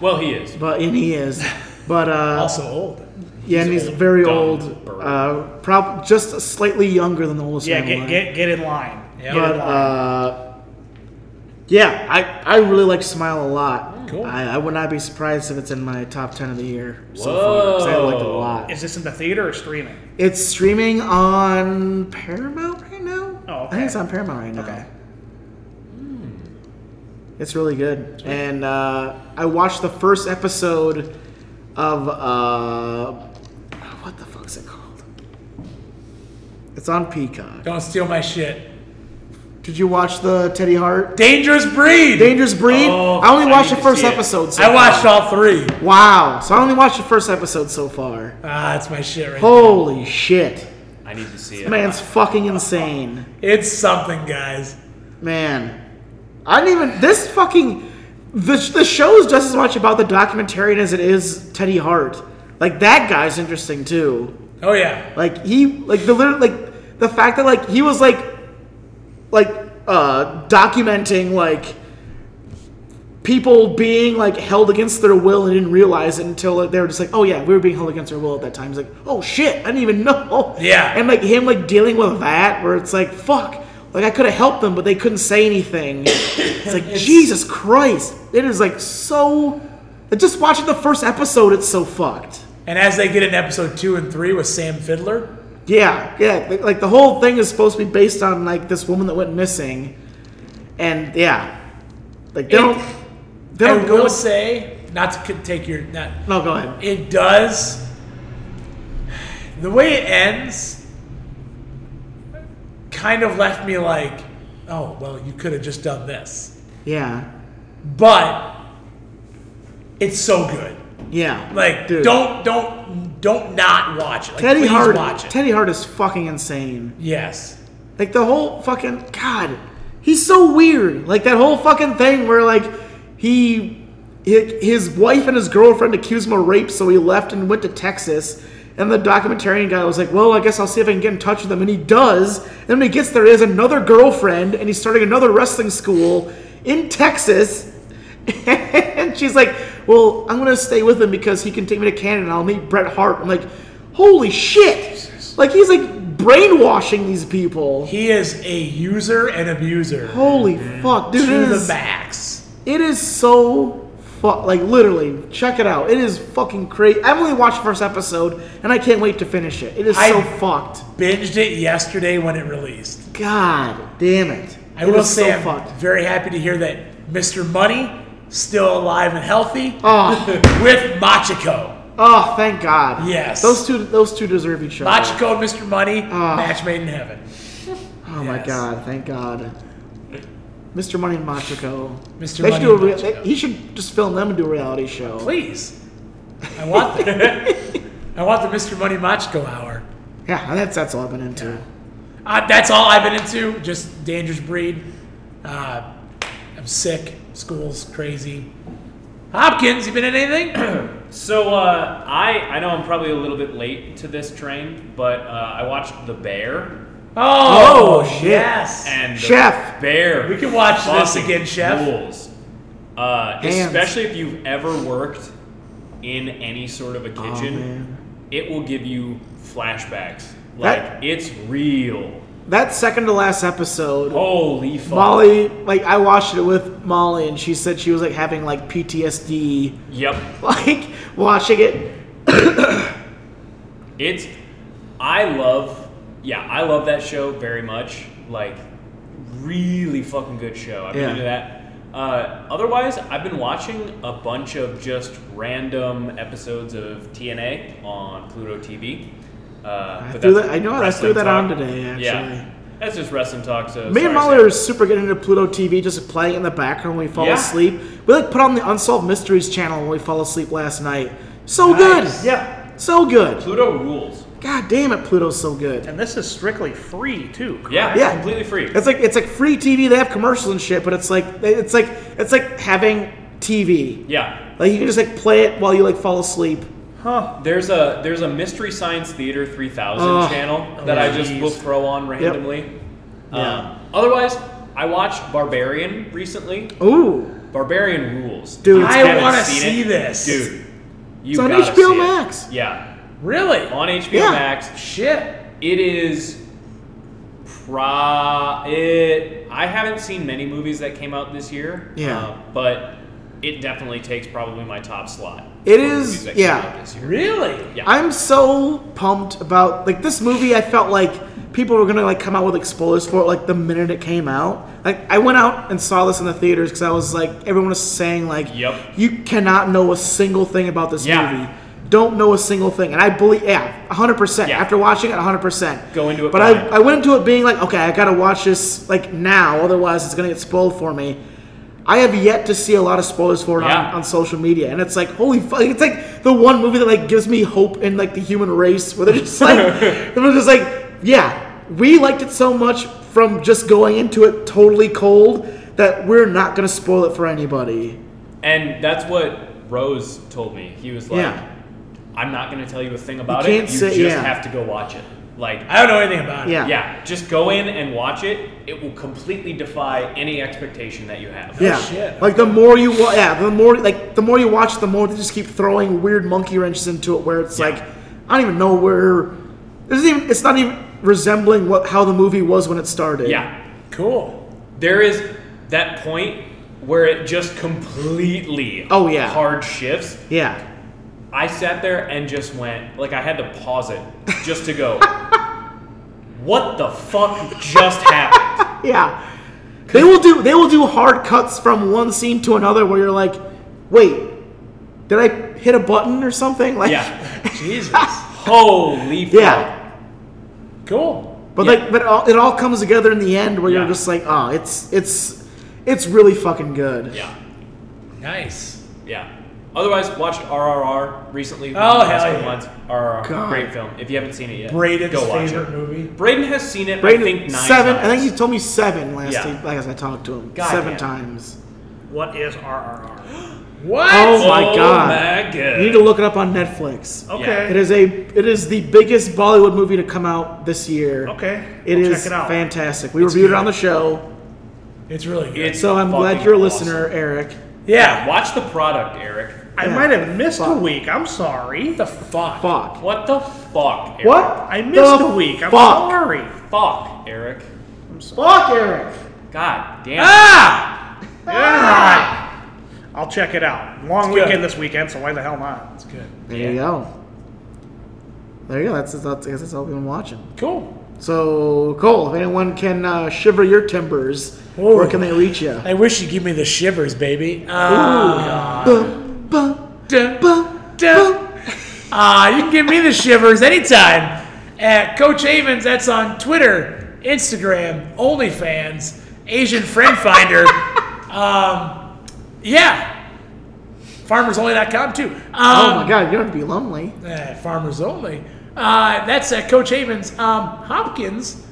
Speaker 3: Well, he is.
Speaker 1: But and he is. But uh
Speaker 2: also old.
Speaker 1: yeah, and he's very
Speaker 3: dumb
Speaker 1: old.
Speaker 3: bird.
Speaker 1: Uh prob- just slightly younger than the oldest
Speaker 4: Yeah,
Speaker 1: man
Speaker 4: get
Speaker 1: alive.
Speaker 4: get get in line.
Speaker 2: Yeah.
Speaker 4: Get
Speaker 1: But
Speaker 4: in line.
Speaker 1: uh, yeah, I, I really like Smile a lot.
Speaker 2: Cool.
Speaker 1: I, I would not be surprised if it's in my top ten of the year so far.
Speaker 3: Whoa.
Speaker 1: 'cause I liked it a lot.
Speaker 4: Is this in the theater or streaming?
Speaker 1: It's streaming on Paramount right now.
Speaker 4: Oh,
Speaker 1: I think
Speaker 4: okay.
Speaker 1: it's on Paramount right now. Hmm.
Speaker 4: Okay.
Speaker 1: It's really good, and uh, I watched the first episode of uh, what the fuck's it called? It's on Peacock.
Speaker 2: Don't steal my shit.
Speaker 1: Did you watch the Teddy Hart?
Speaker 2: Dangerous breed.
Speaker 1: Dangerous Breed.
Speaker 3: Oh,
Speaker 1: I only
Speaker 3: I
Speaker 1: watched
Speaker 3: need
Speaker 1: the
Speaker 3: to
Speaker 1: first
Speaker 3: see it.
Speaker 1: episode. So
Speaker 2: I watched all three.
Speaker 1: Far. Wow. So I only watched the first episode so far.
Speaker 2: Ah, that's my shit right
Speaker 1: Holy shit!
Speaker 3: I need to see it.
Speaker 1: Man's fucking insane.
Speaker 2: there. It's something, guys.
Speaker 1: Man, I didn't even. This fucking. The, the show is just as much about the documentarian as it is Teddy Hart. Like that guy's interesting too.
Speaker 2: Oh yeah.
Speaker 1: Like he like the literal like the fact that like he was like like uh documenting like people being like held against their will and didn't realize it until like, they were just like, oh yeah, we were being held against our will at that time. It's like, oh shit, I didn't even know.
Speaker 2: Yeah.
Speaker 1: And like him like dealing with that where it's like, fuck. Like I could have helped them, but they couldn't say anything. It's like Jesus Christ! It is like so. Like just watching the first episode, it's so fucked.
Speaker 2: And as they get in episode two and three with Sam Fiddler,
Speaker 1: Yeah, yeah. Like, like the whole thing is supposed to be based on like this woman that went missing, and yeah, like they
Speaker 2: It-
Speaker 1: don't. They
Speaker 2: I
Speaker 1: don't go
Speaker 2: will
Speaker 1: with-
Speaker 2: say, not to c- take your, not,
Speaker 1: No, go ahead.
Speaker 2: it does. The way it ends kind of left me like, oh, well, you could have just done this.
Speaker 1: Yeah.
Speaker 2: But it's so good.
Speaker 1: Yeah.
Speaker 2: Like,
Speaker 1: Dude.
Speaker 2: don't, don't, don't not watch it. Like,
Speaker 1: Teddy
Speaker 2: please
Speaker 1: Hart.
Speaker 2: watch it.
Speaker 1: Teddy Hart is fucking insane.
Speaker 2: yes.
Speaker 1: Like the whole fucking God, he's so weird. Like that whole fucking thing where like he, hi- his wife and his girlfriend accused him of rape, so he left and went to Texas. And the documentarian guy was like, "Well, I guess I'll see if I can get in touch with him." And he does. And when he gets there, he has another girlfriend, and he's starting another wrestling school in Texas. and she's like, "Well, I'm gonna stay with him because he can take me to Canada, and I'll meet Bret Hart." I'm like, "Holy shit!" Like he's like brainwashing these people.
Speaker 2: He is a user and abuser
Speaker 1: Holy fuck, dude!
Speaker 2: to
Speaker 1: It
Speaker 2: the
Speaker 1: is,
Speaker 2: max.
Speaker 1: it is so fuck. Like literally, check it out. It is fucking crazy. I only watched the first episode, and I can't wait to finish it. It is
Speaker 2: I-
Speaker 1: so fucked.
Speaker 2: Binged it yesterday when it released.
Speaker 1: God damn it!
Speaker 2: I
Speaker 1: It
Speaker 2: will
Speaker 1: is
Speaker 2: say
Speaker 1: so
Speaker 2: I'm
Speaker 1: fucked.
Speaker 2: very happy to hear that Mr. Money still alive and healthy
Speaker 1: Oh,
Speaker 2: with Machiko.
Speaker 1: oh, thank God.
Speaker 2: Yes.
Speaker 1: Those two, those two deserve each other.
Speaker 2: Machiko and Mr. Money,
Speaker 1: Ah.
Speaker 2: match made in heaven.
Speaker 1: Oh my
Speaker 2: Yes.
Speaker 1: god, thank god. Mr. Money and Machiko.
Speaker 2: Mr.
Speaker 1: They should
Speaker 2: Money
Speaker 1: do a
Speaker 2: and
Speaker 1: rea-
Speaker 2: Machiko.
Speaker 1: they- he should just film them and do a reality show.
Speaker 2: Please. I want that. I want the Mr. Money Machiko hour.
Speaker 1: Yeah, that's that's all I've been into.
Speaker 2: Uh, that's all I've been into. Just dangerous breed. Uh, I'm sick. School's crazy. Hopkins, you been in anything?
Speaker 3: So uh, I I know I'm probably a little bit late to this train, but uh, I watched The Bear
Speaker 2: Oh,
Speaker 1: shit.
Speaker 2: yes.
Speaker 3: and The
Speaker 1: Chef.
Speaker 3: Bear.
Speaker 2: We can watch this
Speaker 3: fucking
Speaker 2: again, Chef.
Speaker 3: Rules. Uh,
Speaker 1: Hands.
Speaker 3: especially if you've ever worked in any sort of a kitchen,
Speaker 1: man.
Speaker 3: it will give you flashbacks. Like
Speaker 1: That-
Speaker 3: it's real.
Speaker 1: That second to last episode,
Speaker 3: Holy fuck!
Speaker 1: Molly, like I watched it with Molly, and she said she was like having like PTSD,
Speaker 3: Yep.
Speaker 1: like watching it.
Speaker 3: It's I love yeah, I love that show very much. Like really fucking good show. I've been
Speaker 1: Yeah.
Speaker 3: into that. Uh, otherwise, I've been watching a bunch of just random episodes of TNA on Pluto TV. Uh, but
Speaker 1: threw
Speaker 3: that's
Speaker 1: that- I know, I
Speaker 3: wrestling
Speaker 1: threw that on
Speaker 3: talk.
Speaker 1: today, actually.
Speaker 3: Yeah, that's just wrestling talk. So
Speaker 1: Me and
Speaker 3: sorry,
Speaker 1: Molly
Speaker 3: Sam.
Speaker 1: are super getting into Pluto TV, just playing it in the background when we fall
Speaker 3: Yeah.
Speaker 1: asleep. We like put on the Unsolved Mysteries channel when we fall asleep last night. So
Speaker 3: Nice.
Speaker 1: good, so good.
Speaker 3: Pluto rules.
Speaker 1: God damn it, Pluto's so good.
Speaker 4: And this is strictly free too. correct?
Speaker 3: Yeah,
Speaker 1: Yeah.
Speaker 3: completely free.
Speaker 1: It's like it's like free TV. They have commercials and shit, but it's like it's like it's like having TV.
Speaker 3: yeah,
Speaker 1: Like you can just like play it while you like fall asleep.
Speaker 3: There's a there's a Mystery Science Theater 3000
Speaker 1: Oh.
Speaker 3: channel that I just will throw on randomly. Um, otherwise, I watched Barbarian recently.
Speaker 1: Ooh,
Speaker 3: Barbarian rules.
Speaker 1: Dude,
Speaker 3: You
Speaker 1: I
Speaker 3: haven't
Speaker 2: wanna
Speaker 3: seen
Speaker 2: see
Speaker 3: it?
Speaker 2: this.
Speaker 3: dude. You
Speaker 1: It's on
Speaker 3: gotta
Speaker 1: HBO
Speaker 3: see it.
Speaker 1: Max.
Speaker 3: Yeah,
Speaker 2: Really?
Speaker 3: on HBO
Speaker 1: Yeah.
Speaker 3: Max.
Speaker 2: Shit.
Speaker 3: It is. Pro. It. I haven't seen many movies that came out this year.
Speaker 1: Yeah.
Speaker 3: uh, but it definitely takes probably my top slot.
Speaker 1: it
Speaker 3: movies
Speaker 1: is.
Speaker 3: that came out
Speaker 1: Yeah,
Speaker 3: this year.
Speaker 2: Really?
Speaker 1: I'm so pumped about like this movie. I felt like people were gonna like come out with like spoilers for it like the minute it came out. Like I went out and saw this in the theaters because I was like everyone was saying like
Speaker 3: Yep.
Speaker 1: you cannot know a single thing about this
Speaker 3: Yeah.
Speaker 1: movie. Don't know a single thing, and I believe yeah, 100%.
Speaker 3: Yeah.
Speaker 1: After watching it, 100%.
Speaker 3: Go into it
Speaker 1: but I,
Speaker 3: blind.
Speaker 1: I went into it being like, okay, I gotta watch this like now, otherwise it's gonna get spoiled for me. I have yet to see a lot of spoilers for it
Speaker 3: Yeah.
Speaker 1: on, on social media, and it's like holy fuck! It's like the one movie that like gives me hope in like the human race, where they're just like, they're just like, yeah, we liked it so much from just going into it totally cold that we're not gonna spoil it for anybody.
Speaker 3: And that's what Rose told me. He was like,
Speaker 1: Yeah.
Speaker 3: I'm not going to tell you a thing about
Speaker 1: can't
Speaker 3: it. You
Speaker 1: say-
Speaker 3: just
Speaker 1: yeah.
Speaker 3: have to go watch it. Like,
Speaker 2: I don't know anything about it.
Speaker 1: Yeah,
Speaker 3: Uh, yeah, just go in and watch it. It will completely defy any expectation that you have.
Speaker 1: Yeah.
Speaker 2: shit.
Speaker 1: Like the more you wa- yeah, the more like the more you watch, the more they just keep throwing weird monkey wrenches into it where it's like I don't even know where there's even it's not even resembling what how the movie was when it started.
Speaker 3: Yeah.
Speaker 2: Cool.
Speaker 3: There is that point where it just completely
Speaker 1: Oh, yeah.
Speaker 3: hard shifts.
Speaker 1: Yeah.
Speaker 3: I sat there and just went, like, I had to pause it just to go, what the fuck just happened?
Speaker 1: Yeah. They will do they will do hard cuts from one scene to another where you're like, wait, did I hit a button or something? Like
Speaker 3: Yeah. Jesus. Holy fuck.
Speaker 1: Yeah.
Speaker 3: Cool.
Speaker 1: But
Speaker 3: Yeah.
Speaker 1: like but it all, it all comes together in the end where
Speaker 3: Yeah.
Speaker 1: you're just like, oh, it's it's it's really fucking good.
Speaker 3: Yeah.
Speaker 2: Nice.
Speaker 3: Yeah. Otherwise, watched RRR recently.
Speaker 2: Oh, hell
Speaker 3: Last couple
Speaker 2: yeah.
Speaker 3: months. RRR.
Speaker 1: God.
Speaker 3: Great film. If you haven't seen it yet,
Speaker 2: Braden's
Speaker 3: go watch
Speaker 2: favorite
Speaker 3: it.
Speaker 2: movie.
Speaker 3: Braden has seen it,
Speaker 1: Brayden,
Speaker 3: I think, nine
Speaker 1: seven.
Speaker 3: times.
Speaker 1: I think you told me seven last
Speaker 3: Yeah.
Speaker 1: time. Like as I talked to him,
Speaker 3: God
Speaker 1: seven
Speaker 3: damn.
Speaker 1: times.
Speaker 4: What is RRR?
Speaker 2: What?
Speaker 1: Oh my
Speaker 3: Oh
Speaker 1: god!
Speaker 3: my
Speaker 1: You need
Speaker 3: god.
Speaker 1: to look it up on Netflix.
Speaker 4: Okay.
Speaker 1: It is a. It is the biggest Bollywood movie to come out this year.
Speaker 4: Okay.
Speaker 1: It
Speaker 4: I'll
Speaker 1: is
Speaker 4: check it out.
Speaker 1: fantastic. We reviewed it on the show,
Speaker 2: It's really good.
Speaker 3: It's
Speaker 1: so I'm glad
Speaker 3: fucking
Speaker 1: you're a
Speaker 3: awesome.
Speaker 1: listener, Eric.
Speaker 2: yeah.
Speaker 3: Watch the product, Eric.
Speaker 4: I
Speaker 1: Yeah.
Speaker 4: might have missed a week. I'm sorry.
Speaker 2: What the fuck?
Speaker 1: Fuck.
Speaker 3: What the fuck, Eric?
Speaker 1: What?
Speaker 4: I missed
Speaker 1: the
Speaker 4: a week. I'm
Speaker 1: fuck.
Speaker 4: sorry.
Speaker 3: Fuck, Eric.
Speaker 1: Fuck, Eric.
Speaker 3: God damn.
Speaker 2: Ah!
Speaker 4: Yeah. I'll check it out. Long
Speaker 2: good.
Speaker 4: weekend this weekend, so why the hell not?
Speaker 2: That's good.
Speaker 1: There you go. There you go. That's that's, I guess that's all we've been watching.
Speaker 2: Cool.
Speaker 1: So Cole, if anyone can uh, shiver your timbers, where
Speaker 2: Ooh.
Speaker 1: can they reach you?
Speaker 2: I wish you'd give me the shivers, baby. Uh,
Speaker 1: Bum, bum,
Speaker 2: Duh.
Speaker 1: bum, bum.
Speaker 2: Uh, you can give me the shivers anytime at Coach Havens. That's on Twitter, Instagram, OnlyFans, Asian Friend Finder. um, yeah. FarmersOnly.com too. Um,
Speaker 1: Oh my god, you're gonna be lonely.
Speaker 2: eh, farmers Only. Uh, that's at Coach Havens. Um, Hopkins,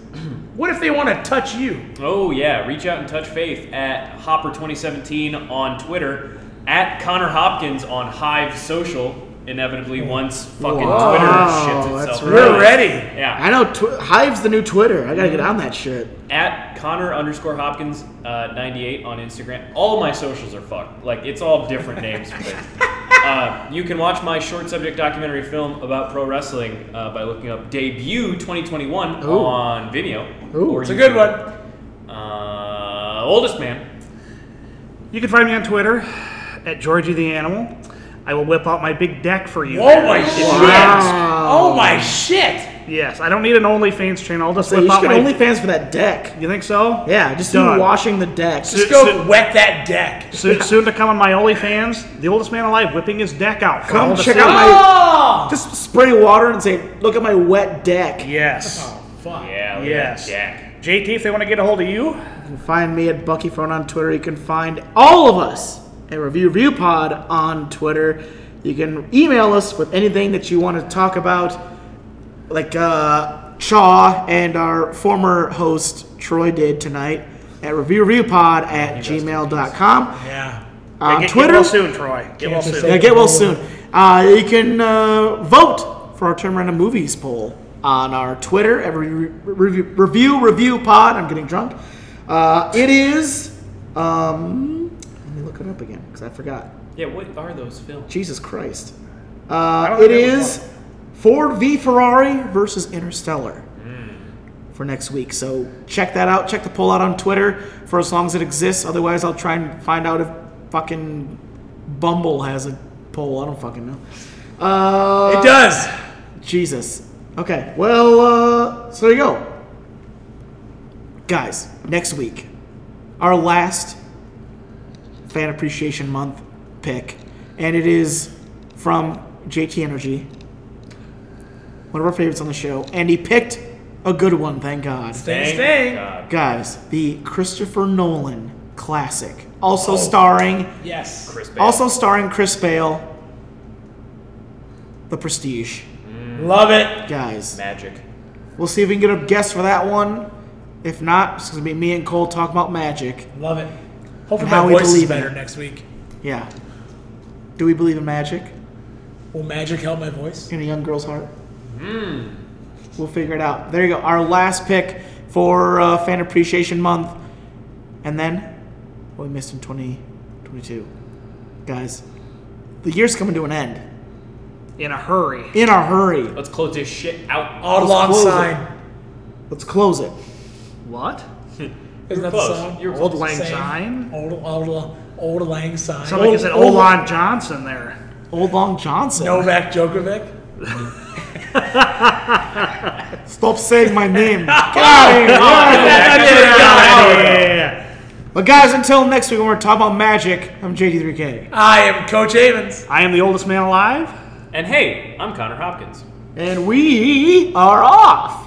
Speaker 2: what if they want to touch you?
Speaker 3: Oh yeah, reach out and touch Faith at Hopper 2017 on Twitter, at Connor Hopkins on Hive Social. Inevitably, once fucking
Speaker 1: Wow,
Speaker 3: Twitter shits
Speaker 1: that's
Speaker 3: itself.
Speaker 1: really-
Speaker 2: We're ready.
Speaker 3: Yeah,
Speaker 1: I know tw- Hive's the new Twitter. I gotta get on that shit.
Speaker 3: at Connor underscore Hopkins uh, 98 on Instagram. All my socials are fucked. Like it's all different names for things. Uh, you can watch my short subject documentary film about pro wrestling uh, by looking up debut 2021
Speaker 1: Ooh.
Speaker 3: on Vimeo.
Speaker 1: Ooh,
Speaker 3: Or
Speaker 1: it's
Speaker 2: It's a good
Speaker 3: YouTube.
Speaker 2: one.
Speaker 3: Uh, oldest man.
Speaker 4: You can find me on Twitter at Georgie the Animal. I will whip out my big deck for you.
Speaker 2: Oh my shit.
Speaker 1: Wow.
Speaker 2: Oh my shit.
Speaker 4: Yes, I don't need an OnlyFans channel. I'll just
Speaker 1: So
Speaker 4: whip
Speaker 1: you should
Speaker 4: out
Speaker 1: get
Speaker 4: my.
Speaker 1: OnlyFans for that deck.
Speaker 4: you think so?
Speaker 1: Yeah, just
Speaker 4: Done.
Speaker 1: you washing the deck.
Speaker 2: Just go wet that deck.
Speaker 4: Soon, soon to come on my OnlyFans, the oldest man alive whipping his deck out. for all
Speaker 1: Come
Speaker 4: to
Speaker 1: check
Speaker 4: see.
Speaker 1: out my.
Speaker 2: Oh!
Speaker 1: Just spray water and say, "Look at my wet deck."
Speaker 4: Yes.
Speaker 2: Fuck.
Speaker 3: Yeah, we
Speaker 4: Yes.
Speaker 3: got Jack.
Speaker 4: JT, if they want to get a hold of you,
Speaker 1: You can find me at BuckyFront on Twitter. You can find all of us at Review Review Pod on Twitter. You can email us with anything that you want to talk about, like uh, Chaw and our former host Troy did tonight at reviewreviewpod at gmail.com.
Speaker 2: Yeah.
Speaker 4: yeah,
Speaker 1: On
Speaker 4: get, get
Speaker 1: Twitter,
Speaker 4: well soon, Troy. Get well
Speaker 2: just
Speaker 4: soon.
Speaker 2: say-
Speaker 1: yeah, get well soon. Uh, you can uh, vote for our Turn Around to Movies poll on our Twitter, every review, review, review pod. I'm getting drunk. Uh, it is. Um, let me look it up again because I forgot.
Speaker 3: Yeah, what are those films?
Speaker 1: Jesus Christ.
Speaker 4: don't
Speaker 1: Uh,
Speaker 4: think
Speaker 1: it
Speaker 4: I have
Speaker 1: is Ford v Ferrari versus Interstellar
Speaker 4: Hmm.
Speaker 1: for next week. So check that out. Check the poll out on Twitter for as long as it exists. Otherwise, I'll try and find out if fucking Bumble has a poll. I don't fucking know. Uh,
Speaker 2: It does.
Speaker 1: Jesus. Okay. Well, uh, so there you go. Guys, next week, our last Fan Appreciation Month pick, and it is from JT Energy, one of our favorites on the show, and he picked a good one, thank God.
Speaker 2: Thanks, thanks.
Speaker 3: God.
Speaker 1: Guys, the Christopher Nolan classic, also starring,
Speaker 2: Yes.
Speaker 3: Chris Bale.
Speaker 1: also starring Chris Bale, The Prestige.
Speaker 2: Love it.
Speaker 1: Guys,
Speaker 3: magic.
Speaker 1: We'll see if we can get a guess for that one. If not, it's gonna be me and Cole talking about magic.
Speaker 2: Love it. Hopefully
Speaker 1: Now
Speaker 2: my
Speaker 1: we
Speaker 2: voice is
Speaker 1: believe in
Speaker 2: better
Speaker 1: it.
Speaker 2: next week.
Speaker 1: Yeah. Do we believe in magic
Speaker 2: Will magic help my voice?
Speaker 1: in a young girl's heart? We'll figure it out. There you go. Our last pick for uh, Fan Appreciation Month, and then what we missed in 2022, guys. The year's coming to an end
Speaker 4: In a hurry.
Speaker 1: in a hurry.
Speaker 3: Let's close this shit out.
Speaker 2: Odd long
Speaker 1: close it.
Speaker 2: sign.
Speaker 1: Let's close it.
Speaker 4: What?
Speaker 2: Isn't that
Speaker 3: close.
Speaker 2: the song?
Speaker 3: You're
Speaker 4: Old Lang
Speaker 2: Same.
Speaker 4: Syne?
Speaker 2: Old, old, old, Lang Syne.
Speaker 4: Sounds like it's an
Speaker 2: Old-
Speaker 4: Olon Johnson there.
Speaker 1: Old Long Johnson.
Speaker 2: Novak Djokovic.
Speaker 1: Stop saying my name.
Speaker 2: That- that- that-
Speaker 4: Yeah,
Speaker 2: that-
Speaker 4: yeah, yeah.
Speaker 1: But guys, until next week when we're talking about magic, I'm JD3K.
Speaker 2: I am Coach Havens.
Speaker 4: I am the oldest man alive.
Speaker 3: And hey, I'm Connor Hopkins.
Speaker 1: And we are off.